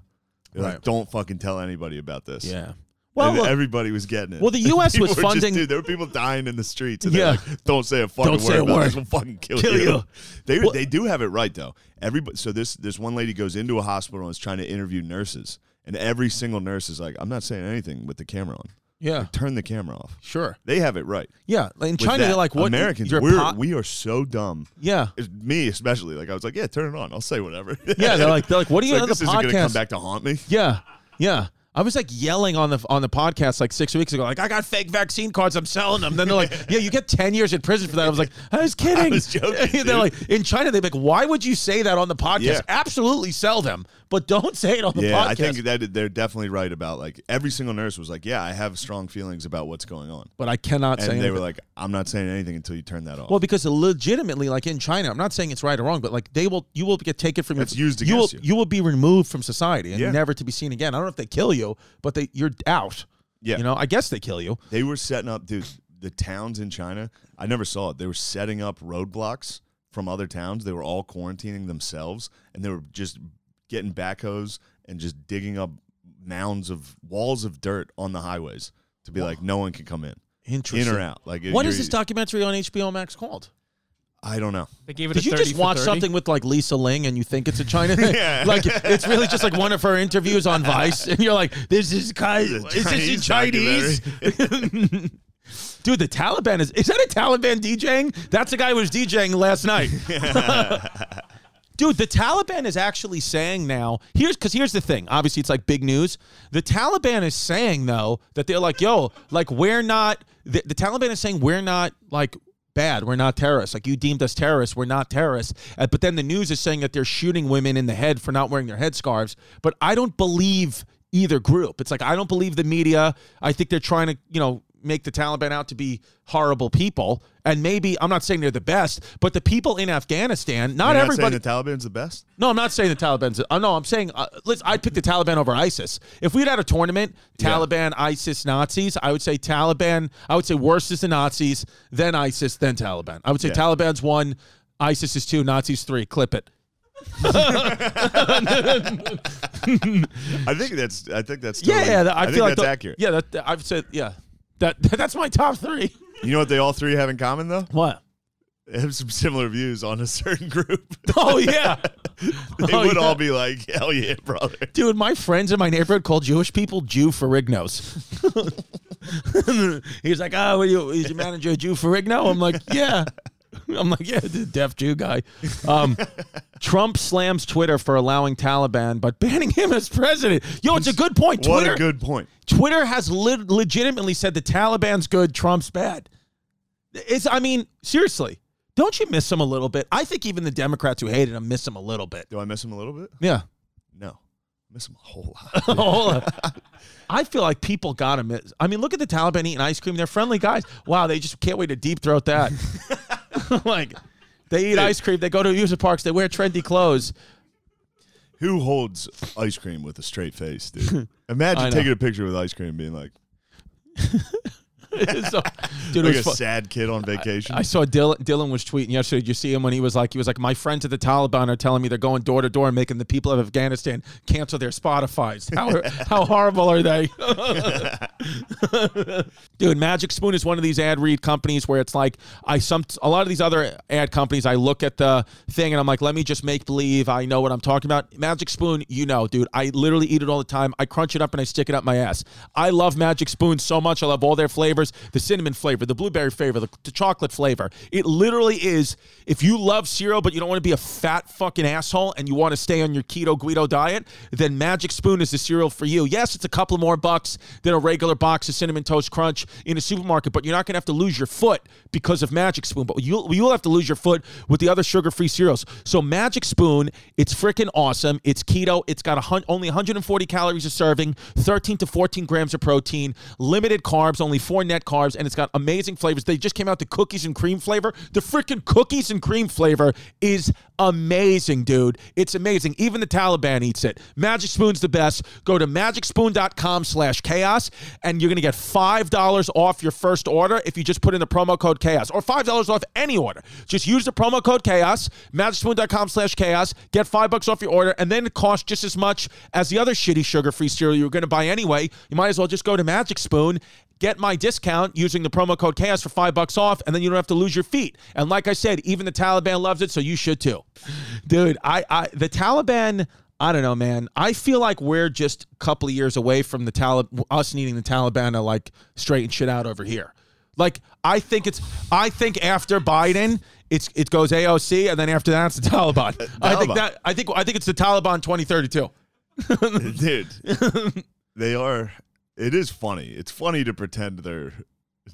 [SPEAKER 2] They're
[SPEAKER 1] Right.
[SPEAKER 2] Like, don't fucking tell anybody about this.
[SPEAKER 1] Yeah. Well,
[SPEAKER 2] Well,
[SPEAKER 1] look,
[SPEAKER 2] everybody was getting it.
[SPEAKER 1] well, the U.S.
[SPEAKER 2] [LAUGHS] People
[SPEAKER 1] was
[SPEAKER 2] were just-
[SPEAKER 1] funding-
[SPEAKER 2] dude, there were people dying in the streets. And yeah.
[SPEAKER 1] Yeah.
[SPEAKER 2] Like, don't say a fucking
[SPEAKER 1] Don't
[SPEAKER 2] word.
[SPEAKER 1] say a
[SPEAKER 2] about
[SPEAKER 1] word.
[SPEAKER 2] This. We'll fucking kill,
[SPEAKER 1] Kill
[SPEAKER 2] you.
[SPEAKER 1] you.
[SPEAKER 2] [LAUGHS] They
[SPEAKER 1] Well-
[SPEAKER 2] they do have it right though. Everybody. So this this one lady goes into a hospital and is trying to interview nurses, and every single nurse is like, "I'm not saying anything with the camera on.
[SPEAKER 1] yeah,
[SPEAKER 2] Turn the camera off."
[SPEAKER 1] sure.
[SPEAKER 2] They have it right.
[SPEAKER 1] Yeah, like in
[SPEAKER 2] with
[SPEAKER 1] China,
[SPEAKER 2] that.
[SPEAKER 1] they're like, what?
[SPEAKER 2] Americans?
[SPEAKER 1] you're
[SPEAKER 2] We're,
[SPEAKER 1] po-
[SPEAKER 2] we are so dumb.
[SPEAKER 1] yeah,
[SPEAKER 2] It's me especially. Like I was like, yeah, turn it on. I'll say whatever.
[SPEAKER 1] yeah. They're like, they're like, what are
[SPEAKER 2] [LAUGHS] It's
[SPEAKER 1] you
[SPEAKER 2] like,
[SPEAKER 1] on
[SPEAKER 2] this
[SPEAKER 1] the
[SPEAKER 2] isn't gonna come
[SPEAKER 1] podcast?
[SPEAKER 2] back to haunt me.
[SPEAKER 1] Yeah, yeah. I was like yelling on the on the podcast like six weeks ago, like I got fake vaccine cards, I'm selling them. Then they're like,
[SPEAKER 2] [LAUGHS]
[SPEAKER 1] yeah, you get ten years in prison for that. I was like, I was kidding.
[SPEAKER 2] was joking,
[SPEAKER 1] [LAUGHS] they're
[SPEAKER 2] dude.
[SPEAKER 1] like, in China, they're like, why would you say that on the podcast?
[SPEAKER 2] Yeah.
[SPEAKER 1] Absolutely sell them, but don't say it on the
[SPEAKER 2] Yeah,
[SPEAKER 1] podcast.
[SPEAKER 2] I think that they're definitely right about like every single nurse was like, yeah, I have strong feelings about what's going on,
[SPEAKER 1] but I cannot
[SPEAKER 2] and
[SPEAKER 1] say
[SPEAKER 2] they
[SPEAKER 1] anything.
[SPEAKER 2] were like, I'm not saying anything until you turn that off.
[SPEAKER 1] Well, because legitimately, like in China, I'm not saying it's right or wrong, but like they will, you will get taken from.
[SPEAKER 2] That's used
[SPEAKER 1] you. Will,
[SPEAKER 2] against you.
[SPEAKER 1] you will be removed from society and
[SPEAKER 2] Yeah.
[SPEAKER 1] never to be seen again. I don't know if they kill you, but they you're out.
[SPEAKER 2] Yeah.
[SPEAKER 1] you know, I guess they kill you.
[SPEAKER 2] they were setting up, dude. The towns in China, I never saw it. They were setting up roadblocks from other towns. They were all quarantining themselves, and they were just getting backhoes and just digging up mounds of walls of dirt on the highways to be like, no one can come in, in
[SPEAKER 1] Interesting.
[SPEAKER 2] or out. Like,
[SPEAKER 1] What
[SPEAKER 2] you're-
[SPEAKER 1] is this documentary on HBO Max called?
[SPEAKER 2] I don't know.
[SPEAKER 3] They gave it.
[SPEAKER 1] Did
[SPEAKER 3] a
[SPEAKER 1] you
[SPEAKER 3] 30
[SPEAKER 1] just
[SPEAKER 3] for
[SPEAKER 1] watch
[SPEAKER 3] 30.
[SPEAKER 1] something with like Lisa Ling and you think it's a China thing?
[SPEAKER 2] [LAUGHS] Yeah.
[SPEAKER 1] [LAUGHS] Like it's really just like one of her interviews on Vice, and you're like, "This is kind. Is
[SPEAKER 2] This is a
[SPEAKER 1] this in Chinese?"
[SPEAKER 2] Chinese
[SPEAKER 1] [LAUGHS] Dude, the Taliban is. Is that a Taliban DJing? That's the guy who was DJing last night. Dude, the Taliban is actually saying now. Here's because here's the thing. Obviously, it's like big news. The Taliban is saying though that they're like, yo, like we're not. The, the Taliban is saying we're not like bad. We're not terrorists. Like you deemed us terrorists. We're not terrorists. Uh, but then the news is saying that they're shooting women in the head for not wearing their headscarves. But I don't believe either group. It's like I don't believe the media. I think they're trying to, you know, make the Taliban out to be horrible people. And maybe I'm not saying they're the best, but the people in Afghanistan, not
[SPEAKER 2] You're not
[SPEAKER 1] everybody.
[SPEAKER 2] saying the Taliban's the best.
[SPEAKER 1] No, I'm not saying the Taliban's. Uh, no, I'm saying uh, listen, I'd pick the Taliban over ISIS. If we'd had a tournament, Taliban, ISIS, Nazis, I would say Taliban. I would say worse is the Nazis, then ISIS, then Taliban. I would say Taliban's one, ISIS is two, Nazis three. Clip it.
[SPEAKER 2] I think that's. I think that's.
[SPEAKER 1] Yeah,
[SPEAKER 2] Totally,
[SPEAKER 1] yeah. that- I,
[SPEAKER 2] think
[SPEAKER 1] feel like
[SPEAKER 2] that's
[SPEAKER 1] tho-
[SPEAKER 2] accurate.
[SPEAKER 1] Yeah, that, that- I've said. Yeah, that [LAUGHS] that's my top three.
[SPEAKER 2] You know what they all three have in common though?
[SPEAKER 1] What?
[SPEAKER 2] They have some similar views on a
[SPEAKER 1] [LAUGHS]
[SPEAKER 2] certain group. [LAUGHS]
[SPEAKER 1] Oh yeah,
[SPEAKER 2] they
[SPEAKER 1] Oh,
[SPEAKER 2] would
[SPEAKER 1] yeah.
[SPEAKER 2] all be like, "Hell yeah, brother!"
[SPEAKER 1] dude. My friends in my neighborhood call Jewish people Jew
[SPEAKER 2] [LAUGHS]
[SPEAKER 1] Ferrignos. He's like, oh, what are you, is your manager a Jew Ferrigno? I'm like, yeah. I'm like, yeah, the deaf Jew guy. Um, Trump slams Twitter for allowing Taliban, but banning him as president. Yo, it's a good point.
[SPEAKER 2] What
[SPEAKER 1] Twitter,
[SPEAKER 2] a good point.
[SPEAKER 1] Twitter has lit legitimately said the Taliban's good, Trump's bad. It's, I mean, seriously, don't you miss him a little bit? I think even the Democrats who hated him miss him a little bit.
[SPEAKER 2] Do I miss him a little bit?
[SPEAKER 1] Yeah.
[SPEAKER 2] No, miss him a whole
[SPEAKER 1] [LAUGHS]
[SPEAKER 2] lot.
[SPEAKER 1] Hold on. I feel like people got him. I mean, look at the Taliban eating ice cream. They're friendly guys. Wow, they just can't wait to deep throat that. [LAUGHS] like, they eat ice cream. They go to amusement parks. They wear trendy clothes. [LAUGHS]
[SPEAKER 2] Who holds ice cream with a straight
[SPEAKER 1] [LAUGHS]
[SPEAKER 2] face, dude?
[SPEAKER 1] I
[SPEAKER 2] Imagine
[SPEAKER 1] know.
[SPEAKER 2] taking a picture with ice cream and being like,
[SPEAKER 1] So- dude,
[SPEAKER 2] like
[SPEAKER 1] it
[SPEAKER 2] a
[SPEAKER 1] was fu-
[SPEAKER 2] sad kid on vacation.
[SPEAKER 1] I saw Dylan, Dylan was tweeting yesterday. Did you see him when he was like, he was like, my friends at the Taliban are telling me they're going door to door and making the people of Afghanistan cancel their Spotify's. How are- how horrible are they? Dude, Magic Spoon is one of these ad read companies where it's like I some a lot of these other ad companies. I look at the thing and I'm like, let me just make believe I know what I'm talking about. Magic Spoon, you know, dude, I literally eat it all the time. I crunch it up and I stick it up my ass. I love Magic Spoon so much. I love all their flavors: the cinnamon flavor, the blueberry flavor, the, the chocolate flavor. It literally is. If you love cereal but you don't want to be a fat fucking asshole and you want to stay on your keto guido diet, then Magic Spoon is the cereal for you. Yes, it's a couple more bucks than a regular box of cinnamon toast crunch in a supermarket, but you're not going to have to lose your foot because of Magic Spoon. But you'll you'll have to lose your foot with the other sugar-free cereals. So Magic Spoon, it's freaking awesome. It's keto. It's got a hun- only 140 calories a serving, 13 to 14 grams of protein, limited carbs, only four net carbs, and it's got amazing flavors. They just came out the cookies and cream flavor. The freaking cookies and cream flavor is amazing, dude. It's amazing. Even the Taliban eats it. Magic Spoon's the best. Go to magicspoon.com slash chaos, and you're going to get $5 off your first order if you just put in the promo code chaos, or $5 off any order. Just use the promo code chaos, magicspoon.com slash chaos, get 5 bucks off your order, and then it costs just as much as the other shitty sugar-free cereal you were going to buy anyway. You might as well just go to Magic Spoon Get my discount using the promo code chaos for five bucks off, and then you don't have to lose your feet. And like I said, even the Taliban loves it, so you should too, dude. I, I the Taliban. I don't know, man. I feel like we're just a couple of years away from the Talib us needing the Taliban to like straighten shit out over here. Like I think it's I think after Biden, it's it goes AOC, and then after that it's the Taliban. I think
[SPEAKER 2] Taliban.
[SPEAKER 1] that I think I think it's the Taliban 2032.
[SPEAKER 2] [LAUGHS] dude they are it is funny it's funny to pretend they're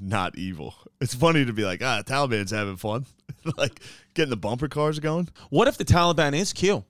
[SPEAKER 2] not evil it's funny to be like ah taliban's having fun [LAUGHS] like getting the bumper cars going
[SPEAKER 1] What if the Taliban is Q?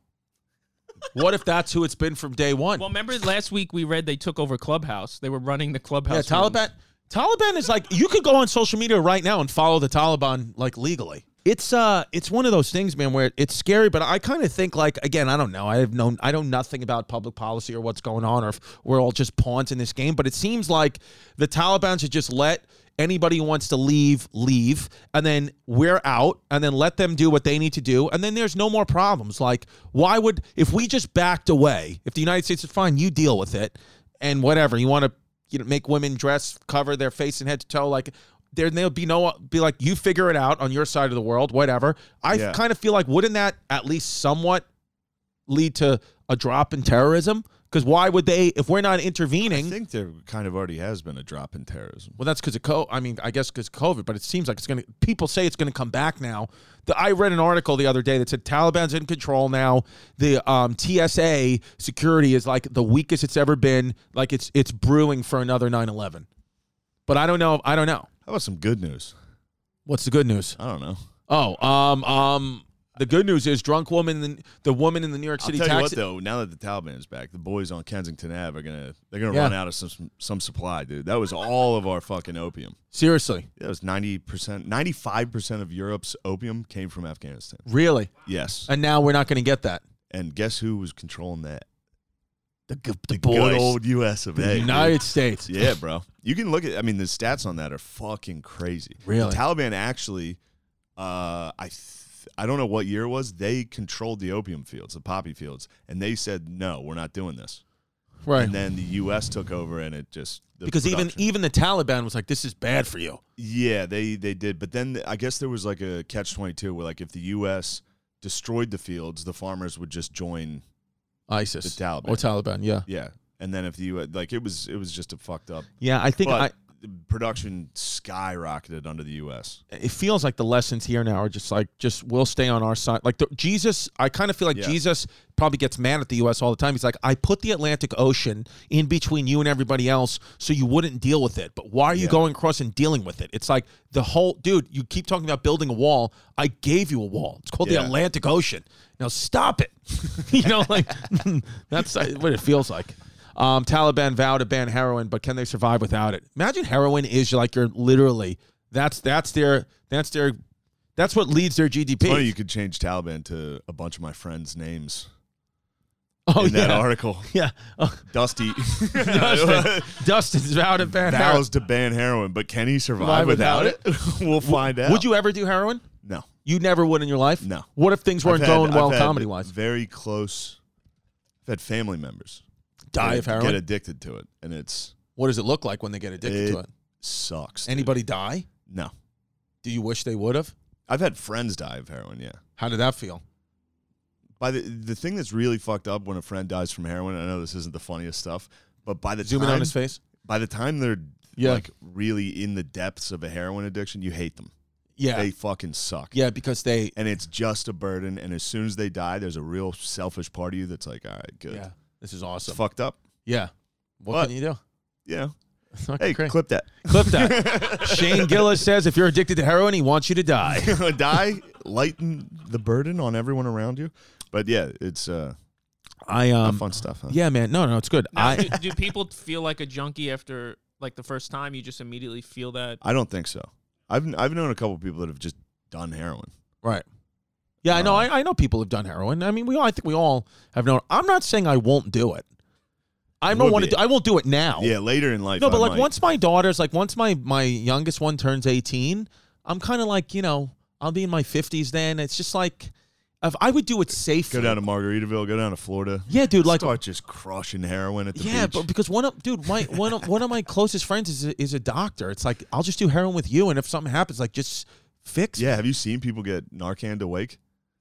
[SPEAKER 1] What if that's who it's been from day one?
[SPEAKER 3] Well, remember last week we read they took over Clubhouse. They were running the
[SPEAKER 1] Yeah,
[SPEAKER 3] Clubhouse. rooms.
[SPEAKER 1] Taliban. Taliban is like you could go on social media right now and follow the Taliban like legally. It's uh, it's one of those things, man, where it's scary. But I kind of think like again, I don't know. I have known I know nothing about public policy or what's going on, or if we're all just pawns in this game. But it seems like the Taliban should just let anybody who wants to leave leave, and then we're out, and then let them do what they need to do, and then there's no more problems. Like, why would if we just backed away? If the United States is fine, you deal with it, and whatever you want to you know, make women dress, cover their face and head to toe. Like there, there'll be no, be like you figure it out on your side of the world, whatever. I
[SPEAKER 2] Yeah.
[SPEAKER 1] kind of feel like wouldn't that at least somewhat lead to a drop in terrorism? Because why would they, if we're not
[SPEAKER 2] i
[SPEAKER 1] intervening?
[SPEAKER 2] think there kind of already has been a drop in terrorism
[SPEAKER 1] well, that's because of co. I mean, I guess because COVID, but it seems like it's gonna. People say it's gonna come back now. The, I read an article the other day that said Taliban's in control now. The um, TSA security is like the weakest it's ever been. Like it's it's brewing for another 9-11. But I don't know. I don't know.
[SPEAKER 2] how about some good news
[SPEAKER 1] What's the good news?
[SPEAKER 2] i don't know
[SPEAKER 1] Oh, um, um, the good news is drunk woman, the, the woman in the New York
[SPEAKER 2] I'll
[SPEAKER 1] City
[SPEAKER 2] tell you what
[SPEAKER 1] taxi.
[SPEAKER 2] though, now that the Taliban is back, the boys on Kensington Ave are gonna they're gonna
[SPEAKER 1] Yeah.
[SPEAKER 2] run out of some, some some supply, dude. That was all of our fucking opium.
[SPEAKER 1] Seriously,
[SPEAKER 2] That was ninety percent, ninety five percent of Europe's opium came from Afghanistan.
[SPEAKER 1] really,
[SPEAKER 2] Yes,
[SPEAKER 1] and now we're not going to get that.
[SPEAKER 2] And guess who was controlling that?
[SPEAKER 1] The,
[SPEAKER 2] Good old U.S. of A.
[SPEAKER 1] United States.
[SPEAKER 2] Yeah, bro. You can look at. I mean, the stats on that are fucking crazy.
[SPEAKER 1] Really?
[SPEAKER 2] the Taliban actually. Uh, I th- I don't know what year it was. They controlled the opium fields, the poppy fields, and they said, "No, we're not doing this."
[SPEAKER 1] [LAUGHS] right?
[SPEAKER 2] And then the U.S. took over, and it just the
[SPEAKER 1] Because even E-
[SPEAKER 2] production-
[SPEAKER 1] even the Taliban was like, "This is bad for you."
[SPEAKER 2] yeah, they they did. But then I guess there was like a catch twenty two where like if the U.S. destroyed the fields, the farmers would just join.
[SPEAKER 1] ISIS,
[SPEAKER 2] The Taliban.
[SPEAKER 1] or Taliban, yeah,
[SPEAKER 2] Yeah, and then if the U.S. like it was it was just a fucked up.
[SPEAKER 1] yeah. I think I,
[SPEAKER 2] But the production skyrocketed under the U.S.
[SPEAKER 1] it feels like the lessons here now are just like just we'll stay on our side. Like the, Jesus, I kind of feel like
[SPEAKER 2] Yeah.
[SPEAKER 1] Jesus probably gets mad at the U.S. all the time. He's like, I put the Atlantic Ocean in between you and everybody else, so you wouldn't deal with it. But why are you
[SPEAKER 2] Yeah.
[SPEAKER 1] going across and dealing with it? It's like the whole dude. You keep talking about building a wall. I gave you a wall. It's called
[SPEAKER 2] Yeah.
[SPEAKER 1] the Atlantic Ocean. Now stop it. [LAUGHS] you know, like [LAUGHS] that's uh, what it feels like. Um, Taliban vow to ban heroin, but can they survive without it? Imagine heroin is like you're literally that's that's their that's their that's what leads their GDP.
[SPEAKER 2] Funny, you could change Taliban to a bunch of my friends' names
[SPEAKER 1] oh
[SPEAKER 2] in
[SPEAKER 1] yeah,
[SPEAKER 2] that article.
[SPEAKER 1] [LAUGHS] yeah. Oh,
[SPEAKER 2] Dusty [LAUGHS]
[SPEAKER 1] Dustin, Dustin's vow to ban heroin.
[SPEAKER 2] vows to ban heroin, but can he
[SPEAKER 1] Survive
[SPEAKER 2] survive without, it? [LAUGHS] we'll find out.
[SPEAKER 1] Would you ever do heroin?
[SPEAKER 2] No.
[SPEAKER 1] You never would in your life.
[SPEAKER 2] No.
[SPEAKER 1] What if things weren't
[SPEAKER 2] I've had-
[SPEAKER 1] going
[SPEAKER 2] I've
[SPEAKER 1] well
[SPEAKER 2] had
[SPEAKER 1] comedy wise?
[SPEAKER 2] Very close. I've had family members
[SPEAKER 1] Die
[SPEAKER 2] get-
[SPEAKER 1] of heroin.
[SPEAKER 2] get addicted to it, and it's
[SPEAKER 1] what does it look like when they get addicted to
[SPEAKER 2] It-
[SPEAKER 1] it?
[SPEAKER 2] sucks. dude.
[SPEAKER 1] Anybody die?
[SPEAKER 2] No.
[SPEAKER 1] Do you wish they would have?
[SPEAKER 2] I've had friends die of heroin. Yeah.
[SPEAKER 1] How did that feel?
[SPEAKER 2] By the the thing that's really fucked up when a friend dies from heroin. I know this isn't the funniest stuff, but by the
[SPEAKER 1] Zoom in
[SPEAKER 2] time
[SPEAKER 1] on his face.
[SPEAKER 2] by the time they're
[SPEAKER 1] Yeah.
[SPEAKER 2] like really in the depths of a heroin addiction, you hate them.
[SPEAKER 1] Yeah.
[SPEAKER 2] They fucking suck.
[SPEAKER 1] yeah, because they.
[SPEAKER 2] And it's just a burden. And as soon as they die, there's a real selfish part of you that's like, all right, good.
[SPEAKER 1] Yeah. This is
[SPEAKER 2] It's
[SPEAKER 1] awesome.
[SPEAKER 2] fucked up.
[SPEAKER 1] Yeah. What
[SPEAKER 2] But-
[SPEAKER 1] can you do? [LAUGHS]
[SPEAKER 2] Yeah.
[SPEAKER 1] It's not
[SPEAKER 2] Hey,
[SPEAKER 1] great. [LAUGHS]
[SPEAKER 2] clip that. [LAUGHS]
[SPEAKER 1] Clip that. [LAUGHS] Shane Gillis says if you're addicted to heroin, he wants you to die.
[SPEAKER 2] die, lighten the burden on everyone around you. But yeah, it's uh,
[SPEAKER 1] I
[SPEAKER 2] not
[SPEAKER 1] um
[SPEAKER 2] fun stuff. Huh?
[SPEAKER 1] yeah, man. No, no, it's good.
[SPEAKER 3] Now,
[SPEAKER 1] I
[SPEAKER 3] do, do people feel like a junkie after like the first time? You just immediately feel that.
[SPEAKER 2] I don't think so. I've I've known a couple people that have just done heroin.
[SPEAKER 1] [LAUGHS] right. Yeah, I know.
[SPEAKER 2] Uh,
[SPEAKER 1] I, I know people have done heroin. I mean, we all. I think we all have known. I'm not saying I won't do it. I
[SPEAKER 2] Would
[SPEAKER 1] don't want
[SPEAKER 2] be-
[SPEAKER 1] to. I won't do it now.
[SPEAKER 2] Yeah, later in life.
[SPEAKER 1] Oh. No, but
[SPEAKER 2] I
[SPEAKER 1] like
[SPEAKER 2] might.
[SPEAKER 1] once my daughter's like once my my youngest one turns 18, I'm kind of like, you know, I'll be in my 50s then. It's just like if I would do it safely.
[SPEAKER 2] go down to Margaritaville, go down to Florida.
[SPEAKER 1] yeah, dude, like
[SPEAKER 2] start just crushing heroin at the
[SPEAKER 1] yeah,
[SPEAKER 2] beach.
[SPEAKER 1] but because one of dude, my one of, one of my closest friends is a, is a doctor. It's like I'll just do heroin with you, and if something happens, like just fix. it.
[SPEAKER 2] yeah, have you seen people get Narcan awake?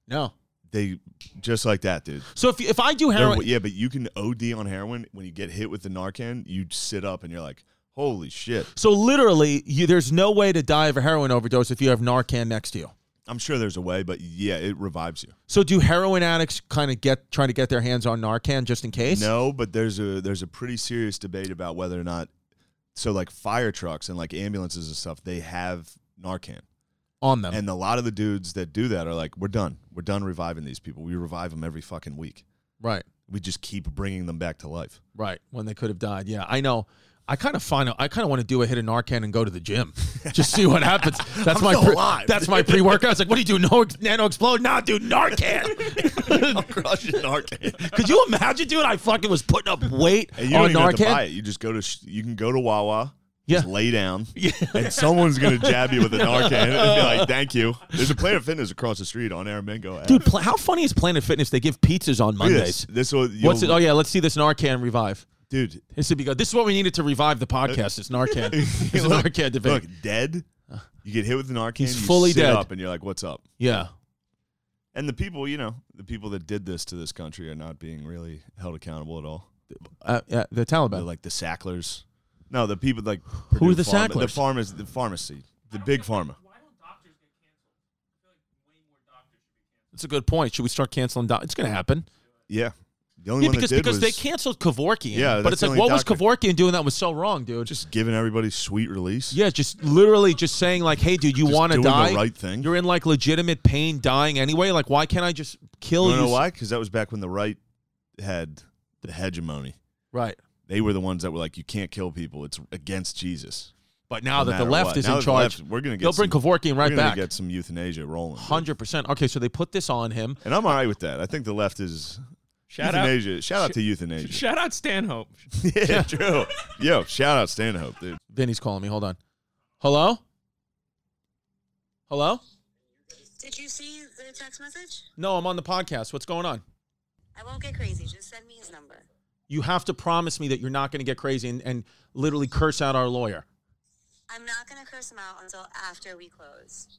[SPEAKER 1] No.
[SPEAKER 2] They just like that, dude.
[SPEAKER 1] So if if I do
[SPEAKER 2] They're-
[SPEAKER 1] heroin,
[SPEAKER 2] yeah, but you can OD on heroin when you get hit with the Narcan. You sit up and you're like, "Holy shit!"
[SPEAKER 1] so literally, you, there's no way to die of a heroin overdose if you have Narcan next to you.
[SPEAKER 2] I'm sure there's a way, but yeah, it revives you.
[SPEAKER 1] So do heroin addicts kind of get try to get their hands on Narcan just in case?
[SPEAKER 2] No, but there's a there's a pretty serious debate about whether or not. So like fire trucks and like ambulances and stuff, they have Narcan,
[SPEAKER 1] on them.
[SPEAKER 2] and a lot of the dudes that do that are like, "We're done. We're done reviving these people. We revive them every fucking week.
[SPEAKER 1] right.
[SPEAKER 2] We just keep bringing them back to life."
[SPEAKER 1] Right. When they could have died. Yeah, I know. I kind of find out. I kind of want to do a hit of Narcan and go to the
[SPEAKER 2] [LAUGHS]
[SPEAKER 1] gym, just see what happens. That's
[SPEAKER 2] I'm
[SPEAKER 1] my
[SPEAKER 2] still
[SPEAKER 1] pre-
[SPEAKER 2] alive.
[SPEAKER 1] that's
[SPEAKER 2] [LAUGHS]
[SPEAKER 1] my pre workout. It's like, what do you do? No nano explode? Nah, dude,
[SPEAKER 2] [LAUGHS]
[SPEAKER 1] Narcan.
[SPEAKER 2] Crushing
[SPEAKER 1] [LAUGHS]
[SPEAKER 2] Narcan.
[SPEAKER 1] could you imagine, dude? I fucking was putting up weight
[SPEAKER 2] And you
[SPEAKER 1] on
[SPEAKER 2] don't even have to buy
[SPEAKER 1] Narcan.
[SPEAKER 2] it. You just go to sh- you can go to Wawa.
[SPEAKER 1] Yeah.
[SPEAKER 2] Just lay down,
[SPEAKER 1] [LAUGHS]
[SPEAKER 2] and someone's gonna jab you with a Narcan and be like, "Thank you." There's a Planet Fitness across the street on Aramingo.
[SPEAKER 1] Dude, pla- how funny is Planet Fitness? They give pizzas on
[SPEAKER 2] Look at this.
[SPEAKER 1] Mondays.
[SPEAKER 2] This will, you'll-
[SPEAKER 1] What's it? Oh yeah, let's see this Narcan revive.
[SPEAKER 2] dude?
[SPEAKER 1] This would be good. This is what we needed to revive the podcast. It's
[SPEAKER 2] [LAUGHS]
[SPEAKER 1] Narcan. It's a
[SPEAKER 2] Look,
[SPEAKER 1] Narcan debate.
[SPEAKER 2] Look, dead. You get hit with an Narcan.
[SPEAKER 1] He's
[SPEAKER 2] you
[SPEAKER 1] fully
[SPEAKER 2] sit
[SPEAKER 1] dead.
[SPEAKER 2] up, and you're like, "What's up?"
[SPEAKER 1] Yeah.
[SPEAKER 2] And the people, you know, the people that did this to this country are not being really held accountable at all.
[SPEAKER 1] Uh, yeah, the
[SPEAKER 2] They're
[SPEAKER 1] Taliban.
[SPEAKER 2] like the Sacklers. No, the people like
[SPEAKER 1] Who are
[SPEAKER 2] Purdue
[SPEAKER 1] the
[SPEAKER 2] Pharma- The
[SPEAKER 1] Sacklers?
[SPEAKER 2] farmers, the pharmacy, the big pharma.
[SPEAKER 1] That's a good point. Should we start canceling? Do- it's going to happen.
[SPEAKER 2] Yeah, the only
[SPEAKER 1] Yeah,
[SPEAKER 2] one
[SPEAKER 1] because
[SPEAKER 2] that did
[SPEAKER 1] because
[SPEAKER 2] was
[SPEAKER 1] they canceled Kevorkian. but
[SPEAKER 2] Yeah, that's
[SPEAKER 1] it's
[SPEAKER 2] the
[SPEAKER 1] like,
[SPEAKER 2] only
[SPEAKER 1] what was
[SPEAKER 2] doctor.
[SPEAKER 1] Kevorkian doing that was so wrong, dude?
[SPEAKER 2] just giving everybody sweet release.
[SPEAKER 1] yeah, just literally just saying like, hey, dude, you
[SPEAKER 2] Just
[SPEAKER 1] want to
[SPEAKER 2] doing the
[SPEAKER 1] die?
[SPEAKER 2] right thing.
[SPEAKER 1] You're in like legitimate pain, dying anyway. Like, why can't I just kill
[SPEAKER 2] You
[SPEAKER 1] you?
[SPEAKER 2] know why? Because that was back when the right had the hegemony.
[SPEAKER 1] Right.
[SPEAKER 2] They were the ones that were like, "You can't kill people. It's against Jesus."
[SPEAKER 1] But now
[SPEAKER 2] No
[SPEAKER 1] that the
[SPEAKER 2] matter
[SPEAKER 1] left
[SPEAKER 2] what.
[SPEAKER 1] is
[SPEAKER 2] Now
[SPEAKER 1] in
[SPEAKER 2] that the
[SPEAKER 1] charge,
[SPEAKER 2] left- we're gonna get
[SPEAKER 1] they'll bring
[SPEAKER 2] some-
[SPEAKER 1] Kevorkian right
[SPEAKER 2] We're gonna
[SPEAKER 1] back.
[SPEAKER 2] get some euthanasia rolling. dude.
[SPEAKER 1] Hundred percent. Okay, so they put this on him.
[SPEAKER 2] And I'm all right with that. I think the left is
[SPEAKER 3] Shout out,
[SPEAKER 2] euthanasia. Shout out to euthanasia.
[SPEAKER 3] shout out Stanhope.
[SPEAKER 2] [LAUGHS] yeah, true. Yo, shout out Stanhope, dude.
[SPEAKER 1] Vinny's calling me. Hold on. Hello. Hello.
[SPEAKER 4] Did you see the text message?
[SPEAKER 1] No, I'm on the podcast. What's going on?
[SPEAKER 4] I won't get crazy. Just send me his number.
[SPEAKER 1] You have to promise me that you're not going to get crazy and, and literally curse out our lawyer.
[SPEAKER 4] I'm not going to curse him out until after we close.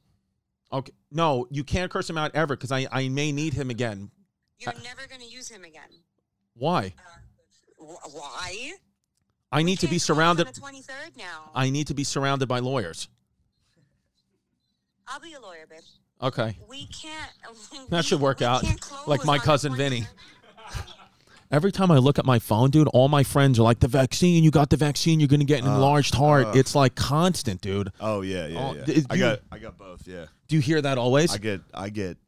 [SPEAKER 1] Okay. No, you can't curse him out ever because I, I may need him again. Uh,
[SPEAKER 4] You're never going to use him again.
[SPEAKER 1] Why?
[SPEAKER 4] Wh- why?
[SPEAKER 1] I need to
[SPEAKER 4] Can't
[SPEAKER 1] be
[SPEAKER 4] close
[SPEAKER 1] surrounded.
[SPEAKER 4] On the 23rd now.
[SPEAKER 1] I need to be surrounded by lawyers.
[SPEAKER 4] I'll be a lawyer, babe.
[SPEAKER 1] Okay.
[SPEAKER 4] We can't. [LAUGHS]
[SPEAKER 1] That should work
[SPEAKER 4] we
[SPEAKER 1] out.
[SPEAKER 4] can't close
[SPEAKER 1] Like my
[SPEAKER 4] on the
[SPEAKER 1] cousin Vinny.
[SPEAKER 4] 23rd.
[SPEAKER 1] Every time I look at my phone, dude, all my friends are like, the vaccine, you got the vaccine, you're going to
[SPEAKER 2] Uh,
[SPEAKER 1] get an enlarged heart. it's like constant, dude.
[SPEAKER 2] Oh yeah, yeah,
[SPEAKER 1] Oh,
[SPEAKER 2] yeah.
[SPEAKER 1] d-
[SPEAKER 2] I
[SPEAKER 1] you-
[SPEAKER 2] got I got both. Yeah,
[SPEAKER 1] Do you hear that always?
[SPEAKER 2] I get I get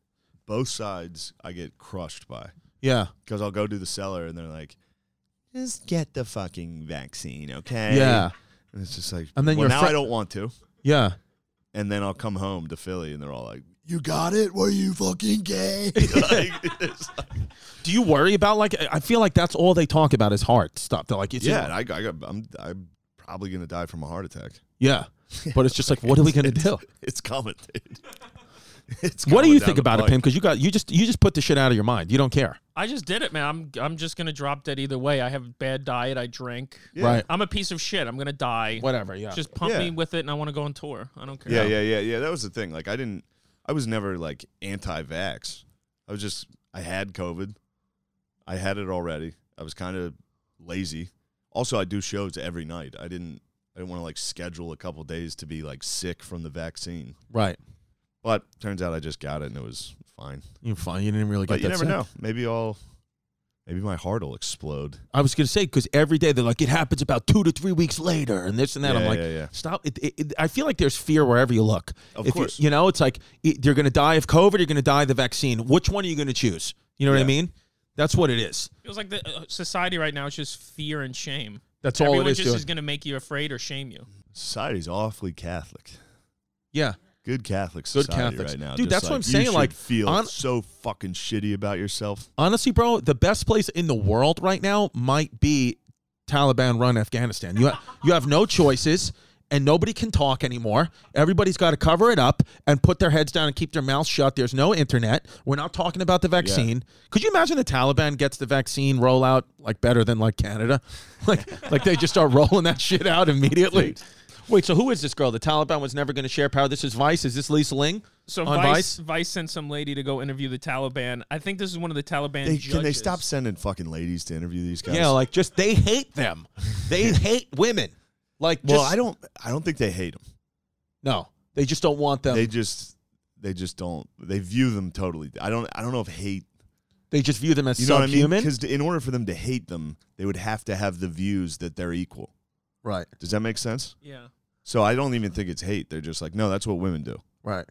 [SPEAKER 2] both sides. I get crushed by
[SPEAKER 1] yeah.
[SPEAKER 2] because I'll go to the seller and they're like, just get the fucking vaccine, okay?
[SPEAKER 1] Yeah.
[SPEAKER 2] And it's just like,
[SPEAKER 1] And then your
[SPEAKER 2] well, now
[SPEAKER 1] fri-
[SPEAKER 2] I don't want to.
[SPEAKER 1] Yeah.
[SPEAKER 2] And then I'll come home to Philly and they're all like, you got it? Were you fucking gay? [LAUGHS] Like, it's like-
[SPEAKER 1] Do you worry about like, I feel like that's all they talk about is heart stuff. They're like, it's
[SPEAKER 2] yeah, and I, got- I got, I'm, I'm probably gonna die from a heart attack.
[SPEAKER 1] Yeah. But it's just like, what are we going to do?
[SPEAKER 2] [LAUGHS] It's coming, dude. [LAUGHS] It's
[SPEAKER 1] What do
[SPEAKER 2] coming
[SPEAKER 1] you
[SPEAKER 2] down
[SPEAKER 1] think
[SPEAKER 2] the
[SPEAKER 1] about it,
[SPEAKER 2] pike.
[SPEAKER 1] Pim? Because you got you just you just put the shit out of your mind. You don't care,
[SPEAKER 3] I just did it, man. I'm I'm just gonna drop dead either way. I have a bad diet. I drink.
[SPEAKER 2] Yeah.
[SPEAKER 1] right?
[SPEAKER 3] I'm a piece of shit. I'm gonna die.
[SPEAKER 1] Whatever. Yeah.
[SPEAKER 3] Just pump
[SPEAKER 2] Yeah.
[SPEAKER 3] me with it, and I want to go on tour. I don't care.
[SPEAKER 2] Yeah, yeah, yeah, yeah. That was the thing. Like, I didn't, I was never like anti-vax. I was just, I had COVID. I had it already. I was kind of lazy. Also, I do shows every night. I didn't, I didn't want to like schedule a couple days to be like sick from the vaccine.
[SPEAKER 1] right.
[SPEAKER 2] But turns out I just got it and it was fine.
[SPEAKER 1] You're fine. You didn't really get that.
[SPEAKER 2] But you never
[SPEAKER 1] sick.
[SPEAKER 2] know. Maybe I'll, maybe my heart will explode.
[SPEAKER 1] I was gonna say because every day they're like it happens about two to three weeks later and this and that. I'm
[SPEAKER 2] Yeah,
[SPEAKER 1] like,
[SPEAKER 2] yeah, yeah.
[SPEAKER 1] stop. It, it, it- I feel like there's fear wherever you look.
[SPEAKER 2] Of
[SPEAKER 1] If you-
[SPEAKER 2] course.
[SPEAKER 1] you, know it's like it, you're gonna die of COVID. You're gonna die of the vaccine. Which one are you gonna choose? You know what I
[SPEAKER 2] Yeah.
[SPEAKER 1] mean? That's what it is.
[SPEAKER 3] Feels like the uh, society right now is just fear and shame.
[SPEAKER 1] That's all
[SPEAKER 3] Everyone
[SPEAKER 1] it is.
[SPEAKER 3] just
[SPEAKER 1] doing.
[SPEAKER 3] is gonna make you afraid or shame you.
[SPEAKER 2] Society's awfully Catholic.
[SPEAKER 1] yeah.
[SPEAKER 2] Good Catholic
[SPEAKER 1] Good
[SPEAKER 2] society
[SPEAKER 1] Catholics.
[SPEAKER 2] right now.
[SPEAKER 1] Dude,
[SPEAKER 2] Just
[SPEAKER 1] that's what I'm
[SPEAKER 2] you
[SPEAKER 1] saying,
[SPEAKER 2] should
[SPEAKER 1] like,
[SPEAKER 2] feel
[SPEAKER 1] on-
[SPEAKER 2] so fucking shitty about yourself.
[SPEAKER 1] honestly, bro, the best place in the world right now might be Taliban run Afghanistan. You ha- you have no choices and nobody can talk anymore. Everybody's got to cover it up and put their heads down and keep their mouths shut. There's no internet. We're not talking about the vaccine. Could you imagine the Taliban gets the vaccine rollout like better than like Canada? [LAUGHS] Like like they just start rolling that shit out immediately. Wait, so who is this girl? The Taliban was never going to share power. This is Vice. Is this Lisa Ling?
[SPEAKER 3] So
[SPEAKER 1] on
[SPEAKER 3] Vice, Vice sent some lady to go interview the Taliban. I think this is one of the Taliban.
[SPEAKER 2] They, can they
[SPEAKER 3] judges.
[SPEAKER 2] stop sending fucking ladies to interview these guys?
[SPEAKER 1] Yeah, like just they hate them.
[SPEAKER 2] [LAUGHS]
[SPEAKER 1] They hate women. Like,
[SPEAKER 2] well,
[SPEAKER 1] just-
[SPEAKER 2] I don't. I don't think they hate them.
[SPEAKER 1] No, they just don't want them.
[SPEAKER 2] They
[SPEAKER 1] They,
[SPEAKER 2] just, they just don't. They view them totally. I don't. I don't know if hate.
[SPEAKER 1] just view them as
[SPEAKER 2] You know what I mean?
[SPEAKER 1] subhuman.
[SPEAKER 2] Because in order for them to hate them, they would have to have the views that they're equal.
[SPEAKER 1] right,
[SPEAKER 2] Does that make sense?
[SPEAKER 3] Yeah.
[SPEAKER 2] So I don't even think it's hate. They're just like, no, that's what women do.
[SPEAKER 1] right.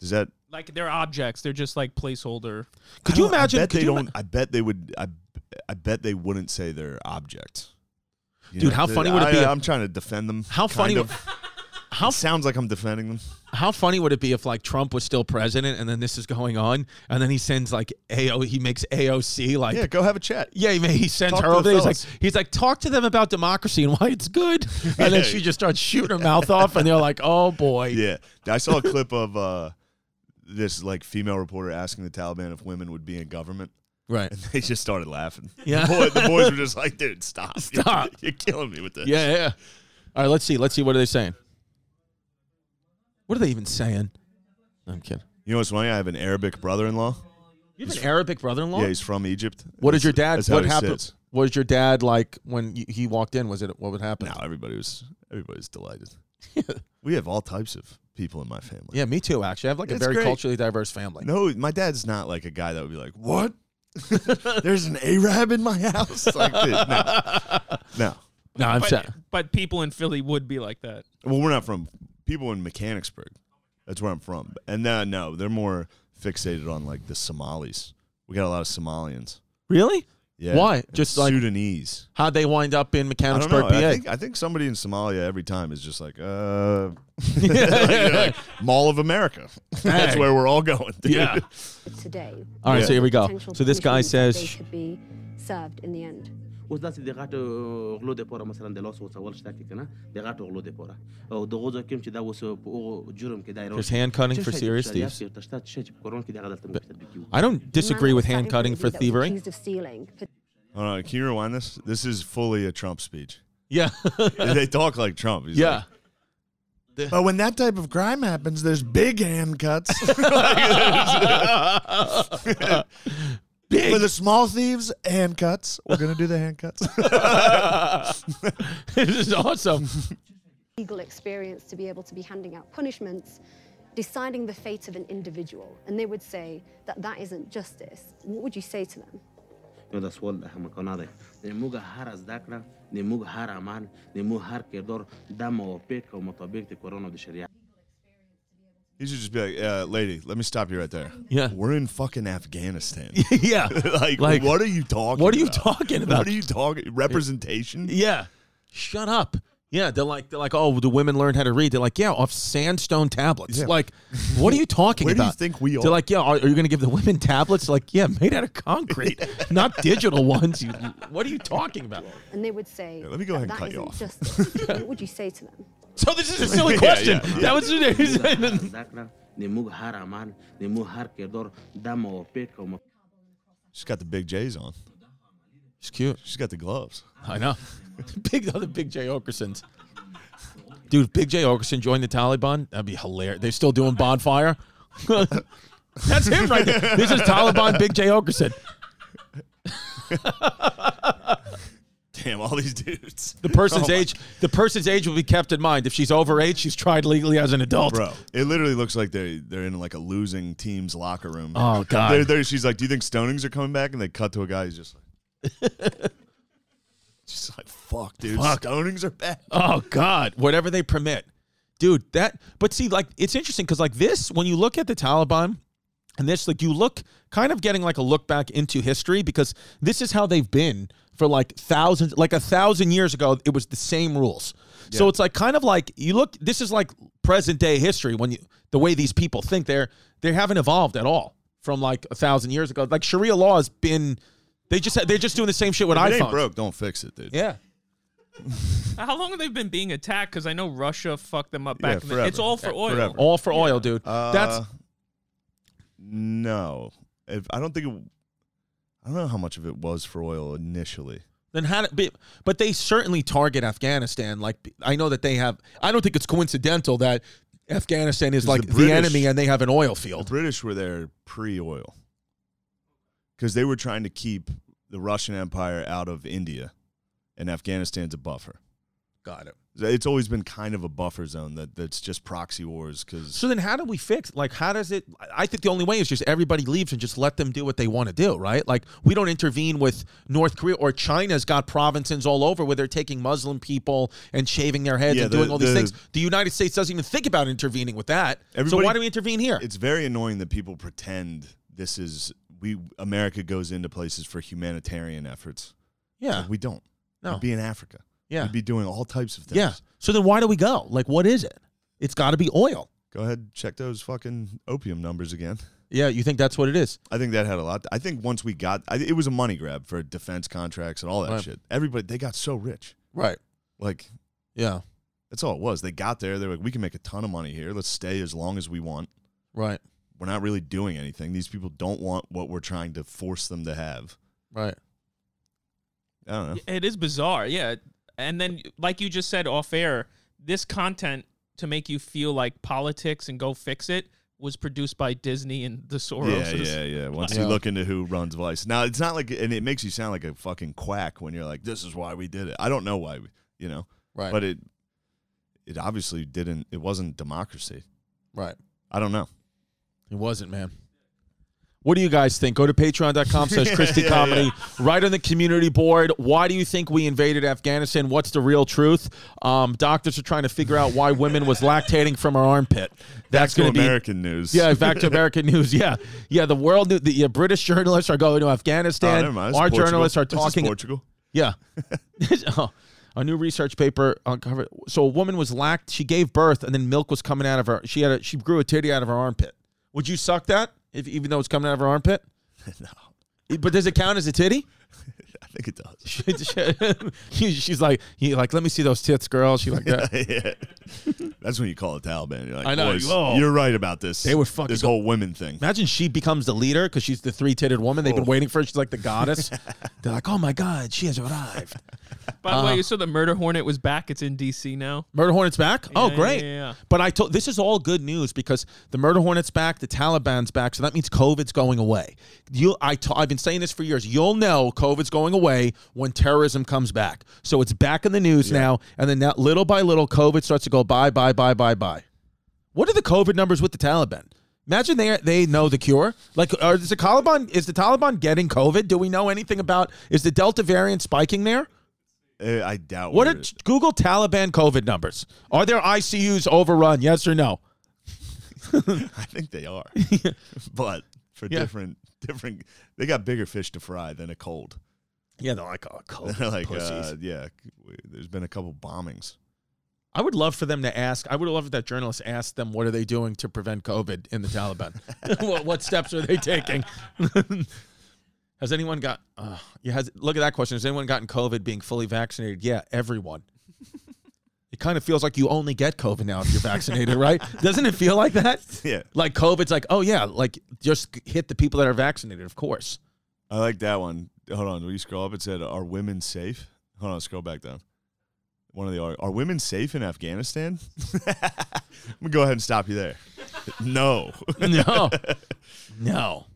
[SPEAKER 2] Does that?
[SPEAKER 3] Like they're objects. They're just like placeholder.
[SPEAKER 1] Could
[SPEAKER 2] I
[SPEAKER 1] you
[SPEAKER 2] don't-
[SPEAKER 1] imagine?
[SPEAKER 2] I bet
[SPEAKER 1] could
[SPEAKER 2] they
[SPEAKER 1] you
[SPEAKER 2] don't.
[SPEAKER 1] ima-
[SPEAKER 2] I bet they would. I. I bet they wouldn't say they're objects. You
[SPEAKER 1] Dude, how
[SPEAKER 2] they-
[SPEAKER 1] funny would it
[SPEAKER 2] I-
[SPEAKER 1] be if-
[SPEAKER 2] I'm trying to defend them.
[SPEAKER 1] How
[SPEAKER 2] kind
[SPEAKER 1] funny?
[SPEAKER 2] of.
[SPEAKER 1] would- [LAUGHS] How
[SPEAKER 2] It sounds like I'm defending them.
[SPEAKER 1] how funny would it be if like Trump was still president and then this is going on and then he sends like AO he makes AOC like
[SPEAKER 2] Yeah, go have a chat.
[SPEAKER 1] Yeah, he, ma- he sends
[SPEAKER 2] Talk
[SPEAKER 1] her
[SPEAKER 2] to the
[SPEAKER 1] over there. He's like,
[SPEAKER 2] fellas.
[SPEAKER 1] he's like, talk to them about democracy and why it's
[SPEAKER 2] [LAUGHS]
[SPEAKER 1] good. And then she just starts shooting her mouth off, and they're like, oh boy.
[SPEAKER 2] Yeah, I saw a clip of uh, this like female reporter asking the Taliban if women would be in government, [LAUGHS]
[SPEAKER 1] Right.
[SPEAKER 2] and they just started laughing.
[SPEAKER 1] Yeah.
[SPEAKER 2] the, boy, the boys were just like, "Dude, stop!
[SPEAKER 1] [LAUGHS]
[SPEAKER 2] You're-
[SPEAKER 1] Stop.
[SPEAKER 2] [LAUGHS] You're, killing me with this."
[SPEAKER 1] Yeah, yeah. All right, let's see. Let's see. What are they saying? What are they even saying? I'm kidding.
[SPEAKER 2] You know what's funny? I have an Arabic brother-in-law.
[SPEAKER 1] You have an Arabic brother-in-law.
[SPEAKER 2] Yeah, he's from Egypt.
[SPEAKER 1] what did
[SPEAKER 2] That's-
[SPEAKER 1] your dad?
[SPEAKER 2] That's how
[SPEAKER 1] What
[SPEAKER 2] he
[SPEAKER 1] happened?
[SPEAKER 2] sits.
[SPEAKER 1] Was your dad like when y- he walked in? Was it what would happen?
[SPEAKER 2] No, everybody was everybody
[SPEAKER 1] [LAUGHS]
[SPEAKER 2] was delighted. we have all types of people in my family.
[SPEAKER 1] Yeah, me too. Actually, I have like a
[SPEAKER 2] It's
[SPEAKER 1] very
[SPEAKER 2] great.
[SPEAKER 1] culturally diverse family.
[SPEAKER 2] No, my dad's not like a guy that would be like,
[SPEAKER 1] [LAUGHS]
[SPEAKER 2] "What? [LAUGHS] There's an Arab in my house." [LAUGHS] Like, dude, no,
[SPEAKER 1] [LAUGHS]
[SPEAKER 2] no.
[SPEAKER 1] No, I'm
[SPEAKER 3] But,
[SPEAKER 1] sorry.
[SPEAKER 3] but people in Philly would be like that.
[SPEAKER 2] Well, we're not from people in Mechanicsburg. That's where I'm from. And uh, no, they're more fixated on like the Somalis. We got a lot of Somalians.
[SPEAKER 1] Really?
[SPEAKER 2] Yeah.
[SPEAKER 1] Why?
[SPEAKER 2] and
[SPEAKER 1] Just like-
[SPEAKER 2] Sudanese.
[SPEAKER 1] How'd they wind up in
[SPEAKER 2] I don't know.
[SPEAKER 1] Mechanicsburg, PA?
[SPEAKER 2] I think, I think somebody in Somalia every time is just like,
[SPEAKER 1] [LAUGHS]
[SPEAKER 2] uh, [LAUGHS] like, Mall of America. [LAUGHS] That's
[SPEAKER 1] Dang.
[SPEAKER 2] where we're all going. Dude. [LAUGHS]
[SPEAKER 1] Yeah.
[SPEAKER 5] today.
[SPEAKER 1] All right,
[SPEAKER 2] Yeah.
[SPEAKER 1] so here we go.
[SPEAKER 5] Potential
[SPEAKER 1] So this guy
[SPEAKER 5] punishments that
[SPEAKER 1] says,
[SPEAKER 5] they could be served in the end. والناس اللي غاتو غلو ديبورا مثلا دي لوس ولا شتاكي كنا دي غاتو غلو ديبورا او دوغوزو كيمشي داوس بو جرم كده
[SPEAKER 1] There's hand cutting for serious thieves. I don't disagree with hand cutting for thievery.
[SPEAKER 6] Accused of stealing.
[SPEAKER 2] Hold on, can you rewind this? This is fully a Trump
[SPEAKER 1] [LAUGHS]
[SPEAKER 2] speech.
[SPEAKER 1] Yeah.
[SPEAKER 2] they talk like Trump. He's
[SPEAKER 1] yeah. [LAUGHS]
[SPEAKER 2] like,
[SPEAKER 7] But when that type of crime happens, there's big hand [LAUGHS] cuts. For the small thieves, hand cuts. We're gonna do the hand cuts.
[SPEAKER 1] this is awesome. [LAUGHS]
[SPEAKER 6] legal experience to be able to be handing out punishments, deciding the fate of an individual. And they would say that that isn't justice. What would you say to them?
[SPEAKER 5] نو دا سوال ده هم کناده نموږ هر زده کړه نموږ هر عمل نموږ هر کردار دا موافق او مطابق د قرآن او د
[SPEAKER 1] [LAUGHS]
[SPEAKER 5] شریعت
[SPEAKER 2] you should just be like, uh, lady, let me stop you right there.
[SPEAKER 1] Yeah.
[SPEAKER 2] We're in fucking Afghanistan.
[SPEAKER 1] [LAUGHS]
[SPEAKER 2] [LAUGHS]
[SPEAKER 1] yeah.
[SPEAKER 2] like,
[SPEAKER 1] Like,
[SPEAKER 2] what are you talking
[SPEAKER 1] what are you
[SPEAKER 2] about?
[SPEAKER 1] talking about?
[SPEAKER 2] What are you talking Representation?
[SPEAKER 1] Yeah. Shut up. Yeah, they're like they're like, oh, the women learn how to read. They're like, yeah, off sandstone tablets.
[SPEAKER 2] Yeah.
[SPEAKER 1] Like, what are you talking
[SPEAKER 2] Where do you
[SPEAKER 1] about?
[SPEAKER 2] think we
[SPEAKER 1] They're
[SPEAKER 2] are?
[SPEAKER 1] like, yeah, are, are you going to give the women tablets? Like, yeah, made out of
[SPEAKER 2] [LAUGHS]
[SPEAKER 1] concrete, not digital ones. You, what are you talking about?
[SPEAKER 6] And they would say,
[SPEAKER 2] let me go
[SPEAKER 6] that
[SPEAKER 2] ahead and
[SPEAKER 6] that
[SPEAKER 2] cut you
[SPEAKER 6] isn't
[SPEAKER 2] off.
[SPEAKER 6] justice. what would you say to them?
[SPEAKER 1] So this is a silly
[SPEAKER 2] [LAUGHS] Yeah,
[SPEAKER 1] question.
[SPEAKER 2] yeah, yeah.
[SPEAKER 1] That was
[SPEAKER 5] هر
[SPEAKER 1] [LAUGHS]
[SPEAKER 5] زده کړه نموږ هر عمل نموږ هر کردار دا موافق او مطابق
[SPEAKER 2] She's got the big J's on.
[SPEAKER 1] She's cute.
[SPEAKER 2] She's got the gloves. [LAUGHS]
[SPEAKER 1] I know. [LAUGHS] Big other Big J Okersons. Dude, Big J Okerson joined the Taliban. That'd be hilarious. They're still doing bonfire. [LAUGHS] That's him right there. This is Taliban Big J Okerson.
[SPEAKER 2] Damn, all these dudes.
[SPEAKER 1] The person's
[SPEAKER 2] [LAUGHS] Oh my-
[SPEAKER 1] age, the person's age will be kept in mind. If she's over age, she's tried legally as an adult.
[SPEAKER 2] Bro, it literally looks like they they're in like a losing team's locker room.
[SPEAKER 1] Oh, God.
[SPEAKER 2] They're, they're- she's like, "Do you think stonings are coming back?" And they cut to a guy who's just like,
[SPEAKER 1] [LAUGHS]
[SPEAKER 2] "She's like, fuck, dude, stonings are back."
[SPEAKER 1] Oh God, whatever they permit, dude. That, but see, like it's interesting because like this, when you look at the Taliban and this, like you look kind of getting like a look back into history because this is how they've been for like thousands, like a thousand years ago. It was the same rules, so it's like kind of like you look. This is like present day history when you the way these people think they're they haven't evolved at all from like a thousand years ago. Like Sharia law has been. They just they're just doing the same shit with
[SPEAKER 2] If it
[SPEAKER 1] iPhones.
[SPEAKER 2] ain't broke, don't fix it, dude.
[SPEAKER 1] Yeah.
[SPEAKER 3] How long have they been being attacked? Because I know Russia fucked them up
[SPEAKER 2] Yeah,
[SPEAKER 3] back in the
[SPEAKER 2] forever.
[SPEAKER 3] It's all for oil.
[SPEAKER 2] forever.
[SPEAKER 1] All for oil, dude. That's
[SPEAKER 2] Uh, no. If I don't think it, I don't know how much of it was for oil initially.
[SPEAKER 1] Then how? To, but- but they certainly target Afghanistan. Like I know that they have. I don't think it's coincidental that Afghanistan is
[SPEAKER 2] Is
[SPEAKER 1] like
[SPEAKER 2] the
[SPEAKER 1] the,
[SPEAKER 2] British-
[SPEAKER 1] enemy and they have an oil
[SPEAKER 2] The
[SPEAKER 1] field.
[SPEAKER 2] British were there pre-oil because they were trying to keep the Russian Empire out of India, and Afghanistan's a buffer.
[SPEAKER 1] Got it.
[SPEAKER 2] It's always been kind of a buffer zone that that's just proxy wars because
[SPEAKER 1] So then, how do we fix? Like, how does it? I- I think the only way is just everybody leaves and just let them do what they want to do, right? Like, we don't intervene with North Korea or China's got provinces all over where they're taking Muslim people and shaving their heads
[SPEAKER 2] Yeah,
[SPEAKER 1] and
[SPEAKER 2] the-
[SPEAKER 1] doing all these
[SPEAKER 2] the-
[SPEAKER 1] things. The United States doesn't even think about intervening with that. So
[SPEAKER 2] Everybody-
[SPEAKER 1] why do we intervene here?
[SPEAKER 2] it's very annoying that people pretend this is we America goes into places for humanitarian efforts.
[SPEAKER 1] Yeah.
[SPEAKER 2] We don't.
[SPEAKER 1] No.
[SPEAKER 2] We'd be in Africa.
[SPEAKER 1] Yeah.
[SPEAKER 2] We'd be doing all types of things.
[SPEAKER 1] Yeah. So then, why do we go? Like, what is it? It's got to be oil.
[SPEAKER 2] Go ahead, and check those fucking opium numbers again.
[SPEAKER 1] Yeah, you think that's what it is?
[SPEAKER 2] I think that had a lot. I think once we got, I, it was a money grab for defense contracts and all that
[SPEAKER 1] Right.
[SPEAKER 2] shit. Everybody, they got so rich.
[SPEAKER 1] Right.
[SPEAKER 2] Like,
[SPEAKER 1] Yeah.
[SPEAKER 2] that's all it was. They got there. They're like, we can make a ton of money here. Let's stay as long as we want.
[SPEAKER 1] Right.
[SPEAKER 2] We're not really doing anything. These people don't want what we're trying to force them to have.
[SPEAKER 1] Right.
[SPEAKER 2] I don't know.
[SPEAKER 3] It is bizarre, yeah. And then, like you just said off air, this content to make you feel like politics and go fix it was produced by Disney and the
[SPEAKER 2] Yeah,
[SPEAKER 3] Soroses.
[SPEAKER 2] yeah, yeah. Once
[SPEAKER 1] Yeah.
[SPEAKER 2] you look into who runs Vice, now it's not like, and it makes you sound like a fucking quack when you're like, "This is why we did it." I don't know why, we, you know,
[SPEAKER 1] Right.
[SPEAKER 2] but it, it obviously didn't. It wasn't democracy.
[SPEAKER 1] right.
[SPEAKER 2] I don't know.
[SPEAKER 1] It wasn't, man. What do you guys think? Go to patreon.com [LAUGHS] slash Christy Comedy. Right on the community board. Why do you think we invaded Afghanistan? What's the real truth? Um, doctors are trying to figure out why women was lactating from her armpit. That's
[SPEAKER 2] To
[SPEAKER 1] going to be
[SPEAKER 2] American news.
[SPEAKER 1] Yeah, back to American news. Yeah, yeah. The world, knew- the yeah, British journalists are going to
[SPEAKER 2] Oh,
[SPEAKER 1] Afghanistan.
[SPEAKER 2] never mind. This is
[SPEAKER 1] Our
[SPEAKER 2] Portugal.
[SPEAKER 1] journalists are
[SPEAKER 2] This is
[SPEAKER 1] talking
[SPEAKER 2] Portugal. [LAUGHS]
[SPEAKER 1] Yeah. [LAUGHS] Oh, a new research paper uncovered. So a woman was lact. She gave birth, and then milk was coming out of her. She had a, she grew a titty out of her armpit. Would you suck that if even though it's coming out of her armpit? no. But does it count as a titty? [LAUGHS]
[SPEAKER 2] I think it does.
[SPEAKER 1] She- she's like, he like, let me see those tits, girl. She like that.
[SPEAKER 2] Yeah. That's when you call a Taliban. You're like,
[SPEAKER 1] I know,
[SPEAKER 2] Boys,
[SPEAKER 1] you- oh.
[SPEAKER 2] you're right about this.
[SPEAKER 1] They would fucking
[SPEAKER 2] this
[SPEAKER 1] go-
[SPEAKER 2] whole women thing.
[SPEAKER 1] Imagine she becomes the leader because she's the three-titted woman they've been waiting for. She's like the goddess. They're like, oh my god, she has arrived.
[SPEAKER 3] By the way, you saw the Murder Hornet was back. It's in D.C. now.
[SPEAKER 1] Murder Hornet's back. oh,
[SPEAKER 3] yeah,
[SPEAKER 1] great.
[SPEAKER 3] yeah, yeah.
[SPEAKER 1] But I told this is all good news because the Murder Hornet's back, the Taliban's back, so that means COVID's going away. You, I, t- I've been saying this for years. You'll know COVID's going away when terrorism comes back. So it's back in the news now, and then now, little by little, COVID starts to go bye, bye, bye, bye, bye. What are the COVID numbers with the Taliban? Imagine they they know the cure. Like, are, is the Taliban is the Taliban getting COVID? Do we know anything about? Is the Delta variant spiking there?
[SPEAKER 2] Uh, I doubt.
[SPEAKER 1] What
[SPEAKER 2] we're-
[SPEAKER 1] are Google Taliban COVID numbers? Are their ICUs overrun? Yes or no?
[SPEAKER 2] [LAUGHS]
[SPEAKER 1] [LAUGHS]
[SPEAKER 2] I think they are, but for different different, they got bigger fish to fry than a cold. [LAUGHS]
[SPEAKER 1] Yeah, they're like, oh,
[SPEAKER 2] They're
[SPEAKER 1] COVID
[SPEAKER 2] like,
[SPEAKER 1] pussies.
[SPEAKER 2] uh, yeah, we- there's been a couple bombings.
[SPEAKER 1] I would love for them to ask. I would love if that journalist asked them, what are they doing to prevent COVID in the
[SPEAKER 2] [LAUGHS]
[SPEAKER 1] Taliban? [LAUGHS] what, what steps are they taking? [LAUGHS] has anyone got? Uh, yeah, has look at that question. Has anyone gotten COVID being fully vaccinated? Yeah, everyone. It kind of feels like you only get COVID now if you're vaccinated,
[SPEAKER 2] [LAUGHS]
[SPEAKER 1] right? Doesn't it feel like that?
[SPEAKER 2] Yeah.
[SPEAKER 1] Like COVID's like, oh yeah, like just hit the people that are vaccinated, of course.
[SPEAKER 2] I like that one. Hold on, will you scroll up? It said, "Are women safe?" Hold on, scroll back down. One of the are, are women safe in Afghanistan? [LAUGHS] I'm gonna go ahead and stop you there. [LAUGHS] No,
[SPEAKER 1] No. no.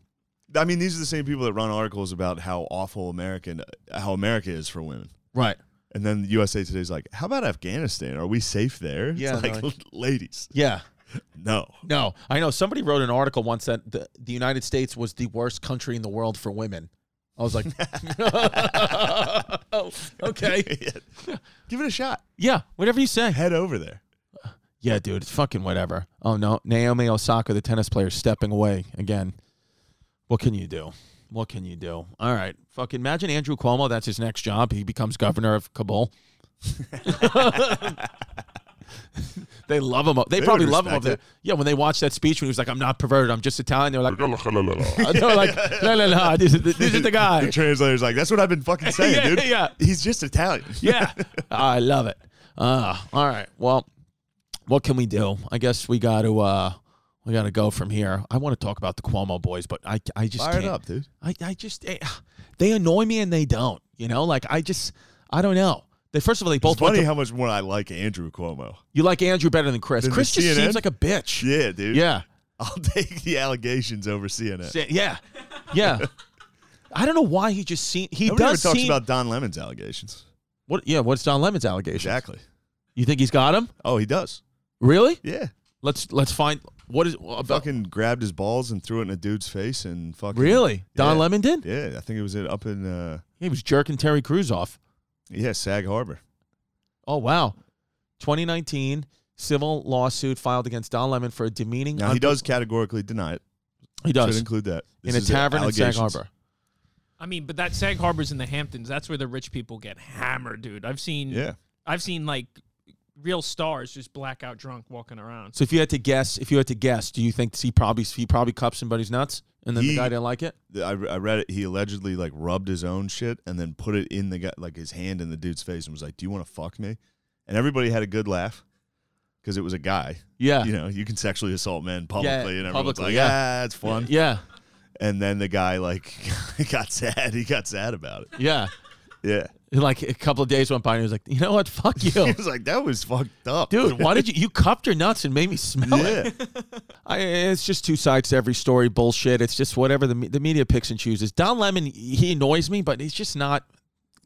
[SPEAKER 2] I mean these are the same people that run articles about how awful American, how America is for women.
[SPEAKER 1] Right.
[SPEAKER 2] And then USA Today's like, "How about Afghanistan? Are we safe there?" It's
[SPEAKER 1] Yeah,
[SPEAKER 2] like,
[SPEAKER 1] no.
[SPEAKER 2] [LAUGHS] ladies,
[SPEAKER 1] Yeah. [LAUGHS]
[SPEAKER 2] no.
[SPEAKER 1] No. I know somebody wrote an article once that the, the United States was the worst country in the world for women. I was like, [LAUGHS] oh, okay.
[SPEAKER 2] Give it a shot.
[SPEAKER 1] Yeah, whatever you say.
[SPEAKER 2] Head over there.
[SPEAKER 1] Yeah, dude, it's fucking whatever. Oh, no. Naomi Osaka, the tennis player, stepping away again. What can you do? What can you do? All right. Fucking imagine Andrew Cuomo. That's his next job. He becomes governor of Kabul. [LAUGHS] they love him. up- They,
[SPEAKER 2] They
[SPEAKER 1] probably
[SPEAKER 2] would
[SPEAKER 1] love him.
[SPEAKER 2] respect
[SPEAKER 1] Over there.
[SPEAKER 2] it.
[SPEAKER 1] Yeah, when they watched that speech when he was like, I'm not perverted. I'm just Italian. They were like, [LAUGHS] they were like, la, la, la, this, is the, this is the guy.
[SPEAKER 2] [LAUGHS] The translator's like, "That's what I've been
[SPEAKER 1] [LAUGHS]
[SPEAKER 2] fucking saying,
[SPEAKER 1] Yeah,
[SPEAKER 2] dude.
[SPEAKER 1] yeah.
[SPEAKER 2] He's just Italian."
[SPEAKER 1] yeah, [LAUGHS] I love it. Uh, all right. Well, what can we do? I guess we got to uh, we got to go from here. I want to talk about the Cuomo boys, but I I just
[SPEAKER 2] Fire it
[SPEAKER 1] can't.
[SPEAKER 2] up, dude.
[SPEAKER 1] I I just eh, they annoy me and they don't. You know, like I just I don't know. They first of all they both
[SPEAKER 2] It's funny
[SPEAKER 1] went to-
[SPEAKER 2] how much more I like Andrew Cuomo.
[SPEAKER 1] you like Andrew better than Chris.
[SPEAKER 2] Than the
[SPEAKER 1] Chris just
[SPEAKER 2] CNN?
[SPEAKER 1] seems like a bitch.
[SPEAKER 2] Yeah, dude.
[SPEAKER 1] Yeah.
[SPEAKER 2] I'll [LAUGHS] take the allegations over CNN.
[SPEAKER 1] Sa- Yeah.
[SPEAKER 2] [LAUGHS]
[SPEAKER 1] Yeah. I don't know why he just seem he
[SPEAKER 2] Nobody ever
[SPEAKER 1] does
[SPEAKER 2] talks
[SPEAKER 1] seem
[SPEAKER 2] about Don Lemon's allegations.
[SPEAKER 1] what yeah what's Don Lemon's allegation
[SPEAKER 2] Exactly.
[SPEAKER 1] you think he's got him
[SPEAKER 2] Oh, he does.
[SPEAKER 1] really
[SPEAKER 2] Yeah.
[SPEAKER 1] let's let's find what is about
[SPEAKER 2] Fucking grabbed his balls and threw it in a dude's face and fucking.
[SPEAKER 1] Really? Don
[SPEAKER 2] Yeah.
[SPEAKER 1] Lemon did?
[SPEAKER 2] Yeah, I think it was in, up in, uh,
[SPEAKER 1] He was jerking Terry Crews off.
[SPEAKER 2] yeah, Sag Harbor.
[SPEAKER 1] Oh, wow. 2019 civil lawsuit filed against Don Lemon for a demeaning.
[SPEAKER 2] Now, he does categorically deny it.
[SPEAKER 1] He
[SPEAKER 2] Should
[SPEAKER 1] does.
[SPEAKER 2] include that.
[SPEAKER 1] In
[SPEAKER 2] This
[SPEAKER 1] a
[SPEAKER 2] is
[SPEAKER 1] tavern in Sag
[SPEAKER 2] allegations.
[SPEAKER 1] Harbor.
[SPEAKER 3] I mean, but that Sag Harbor's in the Hamptons. That's where the rich people get hammered, dude. I've seen.
[SPEAKER 2] Yeah.
[SPEAKER 3] I've seen like real stars just blackout drunk walking around.
[SPEAKER 1] So if you had to guess, if you had to guess, do you think he probably he probably cupped somebody's nuts and then the
[SPEAKER 2] He-
[SPEAKER 1] guy didn't like it?
[SPEAKER 2] The- I, I read it. He allegedly like rubbed his own shit and then put it in the guy, like his hand in the dude's face and was like, Do you want to fuck me? And everybody had a good laugh because it was a guy.
[SPEAKER 1] Yeah.
[SPEAKER 2] you know, you can sexually assault men publicly, and everyone's
[SPEAKER 1] publicly,
[SPEAKER 2] like,
[SPEAKER 1] yeah.
[SPEAKER 2] "Ah, it's fun."
[SPEAKER 1] Yeah.
[SPEAKER 2] And then the guy like [LAUGHS] got sad. He got sad about it.
[SPEAKER 1] Yeah.
[SPEAKER 2] Yeah,
[SPEAKER 1] And, like a couple of days went by and he was like, you know what? Fuck
[SPEAKER 2] [LAUGHS] he
[SPEAKER 1] you.
[SPEAKER 2] was like, "That was fucked up, [LAUGHS]
[SPEAKER 1] Dude, why did you you cupped your nuts and made me smell it?
[SPEAKER 2] Yeah,
[SPEAKER 1] I, it's just two sides to every story bullshit. It's just whatever the me- the media picks and chooses. Don Lemon, he annoys me, but he's just not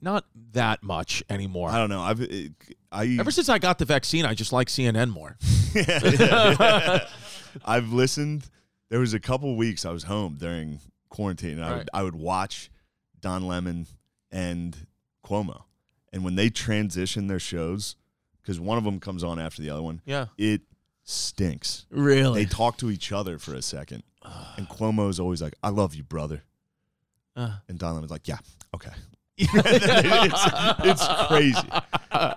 [SPEAKER 1] not that much anymore.
[SPEAKER 2] I don't know. I've it, I
[SPEAKER 1] Ever since I got the vaccine, I just like CNN more.
[SPEAKER 2] yeah, yeah, yeah. [LAUGHS] I've listened. There was a couple weeks I was home during quarantine, and I
[SPEAKER 1] Right.
[SPEAKER 2] would I would watch Don Lemon and Cuomo, and when they transition their shows, because one of them comes on after the other one,
[SPEAKER 1] Yeah,
[SPEAKER 2] it stinks.
[SPEAKER 1] really.
[SPEAKER 2] They talk to each other for
[SPEAKER 1] [SIGHS]
[SPEAKER 2] a second, and Cuomo's always like, "I love you, brother,"
[SPEAKER 1] Uh. [LAUGHS]
[SPEAKER 2] [LAUGHS] and Don Lemon's like, "Yeah, okay." it's, it's crazy.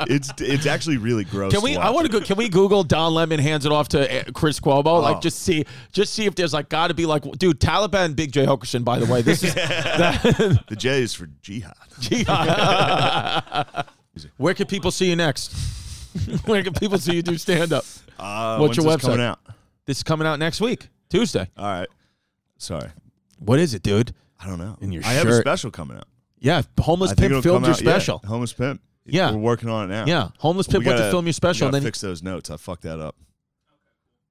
[SPEAKER 2] it's it's actually really gross.
[SPEAKER 1] Can we? I
[SPEAKER 2] watch.
[SPEAKER 1] want to go. Can we Google Don Lemon hands it off to uh, Chris Cuomo? Like, just see, just see if there's like got to be like, dude, Taliban, Big J Hokerson. By the way, this [LAUGHS] is
[SPEAKER 2] The J is for jihad.
[SPEAKER 1] where can people see you next? [LAUGHS] where can people see you do stand up?
[SPEAKER 2] Uh,
[SPEAKER 1] What's your
[SPEAKER 2] when's this
[SPEAKER 1] website?
[SPEAKER 2] coming out?
[SPEAKER 1] This is coming out next week, Tuesday.
[SPEAKER 2] All right. Sorry,
[SPEAKER 1] What is it, dude?
[SPEAKER 2] I don't know.
[SPEAKER 1] In your
[SPEAKER 2] I have a
[SPEAKER 1] shirt.
[SPEAKER 2] special coming out.
[SPEAKER 1] Yeah, homeless
[SPEAKER 2] I think
[SPEAKER 1] pimp
[SPEAKER 2] it'll come
[SPEAKER 1] filmed your
[SPEAKER 2] out. yeah,
[SPEAKER 1] special.
[SPEAKER 2] [LAUGHS]
[SPEAKER 1] Yeah,
[SPEAKER 2] Homeless pimp.
[SPEAKER 1] Yeah.
[SPEAKER 2] we're working on it now.
[SPEAKER 1] homeless
[SPEAKER 2] We
[SPEAKER 1] pimp went to
[SPEAKER 2] gotta-
[SPEAKER 1] film your special,
[SPEAKER 2] We
[SPEAKER 1] and
[SPEAKER 2] gotta
[SPEAKER 1] then
[SPEAKER 2] fix those notes. I fucked that up.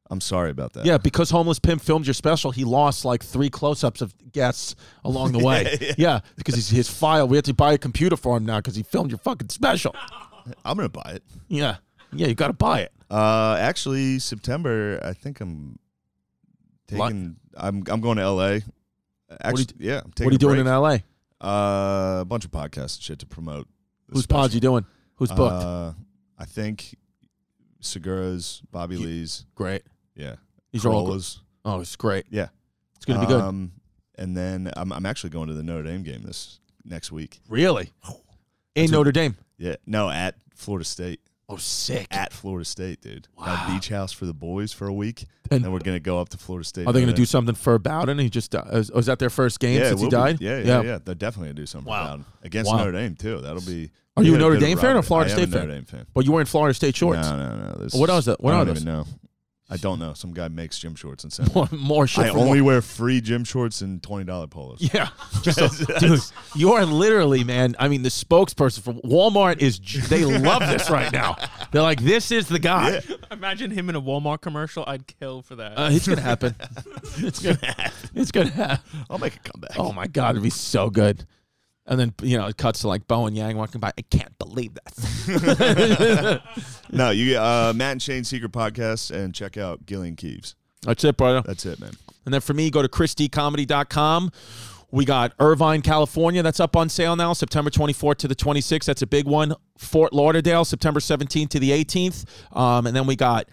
[SPEAKER 2] I'm sorry about that.
[SPEAKER 1] Yeah, because homeless pimp filmed your special, he lost like three close-ups of guests
[SPEAKER 2] [LAUGHS]
[SPEAKER 1] along the way. yeah, because he's, his file. We had to buy a computer for him now because he filmed your fucking special.
[SPEAKER 2] I'm gonna buy it.
[SPEAKER 1] Yeah, yeah, you got to buy it.
[SPEAKER 2] Uh, actually, September. I think I'm
[SPEAKER 1] Lot-
[SPEAKER 2] taking. I'm I'm going to L.A. Actually,
[SPEAKER 1] do
[SPEAKER 2] yeah. I'm taking
[SPEAKER 1] what are you
[SPEAKER 2] a
[SPEAKER 1] doing
[SPEAKER 2] break.
[SPEAKER 1] in L.A.?
[SPEAKER 2] Uh, a bunch of podcasts and shit to promote. the
[SPEAKER 1] Whose pods
[SPEAKER 2] special.
[SPEAKER 1] you doing? Who's booked?
[SPEAKER 2] Uh, I think Segura's, Bobby Lee's.
[SPEAKER 1] great.
[SPEAKER 2] Yeah.
[SPEAKER 1] These are all good.
[SPEAKER 2] Corolla's.
[SPEAKER 1] Oh, it's great.
[SPEAKER 2] Yeah.
[SPEAKER 1] It's gonna be good.
[SPEAKER 2] Um, and then I'm, I'm actually going to the Notre Dame game this next week.
[SPEAKER 1] really? In Notre Dame.
[SPEAKER 2] Yeah. No, at Florida State.
[SPEAKER 1] Oh, sick.
[SPEAKER 2] At Florida State, dude. Got a beach house for the boys for a week. And then we're going to go up to Florida State.
[SPEAKER 1] Are they
[SPEAKER 2] Notre
[SPEAKER 1] gonna do
[SPEAKER 2] Dame.
[SPEAKER 1] something for Bowden? He just di- was, was that their first game
[SPEAKER 2] it
[SPEAKER 1] since he
[SPEAKER 2] will be.
[SPEAKER 1] died?
[SPEAKER 2] Yeah, yeah, yeah, They're definitely going to do something
[SPEAKER 1] Wow.
[SPEAKER 2] about him. against
[SPEAKER 1] Wow.
[SPEAKER 2] Notre Dame, too. That'll be.
[SPEAKER 1] Are you
[SPEAKER 2] we
[SPEAKER 1] a
[SPEAKER 2] got
[SPEAKER 1] Notre
[SPEAKER 2] good
[SPEAKER 1] Dame fan or
[SPEAKER 2] rivalry.
[SPEAKER 1] Florida
[SPEAKER 2] I am
[SPEAKER 1] State
[SPEAKER 2] a
[SPEAKER 1] fan?
[SPEAKER 2] Notre Dame fan.
[SPEAKER 1] But you were in Florida State shorts.
[SPEAKER 2] No, no, no. This
[SPEAKER 1] What
[SPEAKER 2] is-
[SPEAKER 1] else- what
[SPEAKER 2] I
[SPEAKER 1] are
[SPEAKER 2] don't
[SPEAKER 1] those?
[SPEAKER 2] even know. I don't know. Some guy makes gym
[SPEAKER 1] [LAUGHS]
[SPEAKER 2] shorts and sends.
[SPEAKER 1] More, more shit.
[SPEAKER 2] I
[SPEAKER 1] for more-
[SPEAKER 2] only wear free gym shorts and twenty dollar polos.
[SPEAKER 1] [LAUGHS] Yeah, [LAUGHS] Just a- dude, you are literally, man. I mean, the spokesperson for Walmart is. j- They love this right now. They're like, this is the guy.
[SPEAKER 3] [LAUGHS] Imagine him in a Walmart commercial. I'd kill for that.
[SPEAKER 1] Uh, it's gonna [LAUGHS] happen. it's gonna happen. It's gonna happen.
[SPEAKER 2] I'll make a comeback.
[SPEAKER 1] Oh my god, it'd be so good. And then you know, it cuts to like Bo and Yang walking by. I can't believe that.
[SPEAKER 2] No, you uh, Matt and Shane Secret Podcast and check out Gillian Keeves.
[SPEAKER 1] That's it, brother.
[SPEAKER 2] That's it, man.
[SPEAKER 1] And then for me, go to ChristyComedy.com. We got Irvine, California. That's up on sale now, September 24th to the 26th. That's a big one. Fort Lauderdale, September 17th to the 18th. Um, and then we got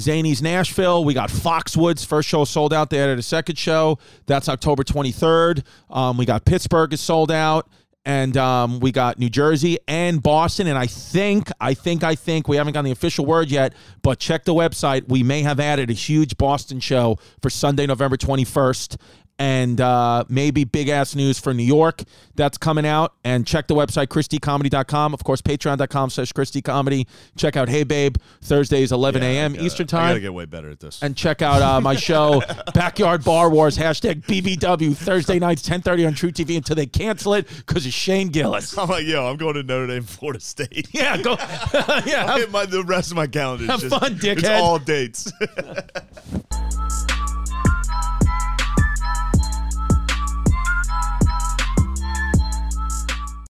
[SPEAKER 1] Zany's Nashville. We got Foxwoods. First show sold out. They added a second show. That's October 23rd. Um, we got Pittsburgh is sold out. And um, we got New Jersey and Boston. And I think, I think, I think we haven't gotten the official word yet, but check the website. We may have added a huge Boston show for Sunday, November 21st. And uh, maybe big ass news for New York that's coming out. And check the website, ChristyComedy.com. Of course, patreon.com slash Christy Comedy. Check out Hey Babe, Thursdays, 11 a.m.
[SPEAKER 2] Gotta-
[SPEAKER 1] Eastern
[SPEAKER 2] I gotta
[SPEAKER 1] Time
[SPEAKER 2] get way better at this.
[SPEAKER 1] and check out uh, my show backyard bar wars hashtag bbw thursday nights 10.30 on true tv until they cancel it because of shane gillis
[SPEAKER 2] [LAUGHS] I'm like, yo, I'm going to Notre Dame, Florida State.
[SPEAKER 1] yeah go [LAUGHS] yeah
[SPEAKER 2] [LAUGHS] I'll get my, the rest of my calendar. is
[SPEAKER 1] Have
[SPEAKER 2] just,
[SPEAKER 1] fun,
[SPEAKER 2] It's [LAUGHS]
[SPEAKER 1] dickhead.
[SPEAKER 2] all dates.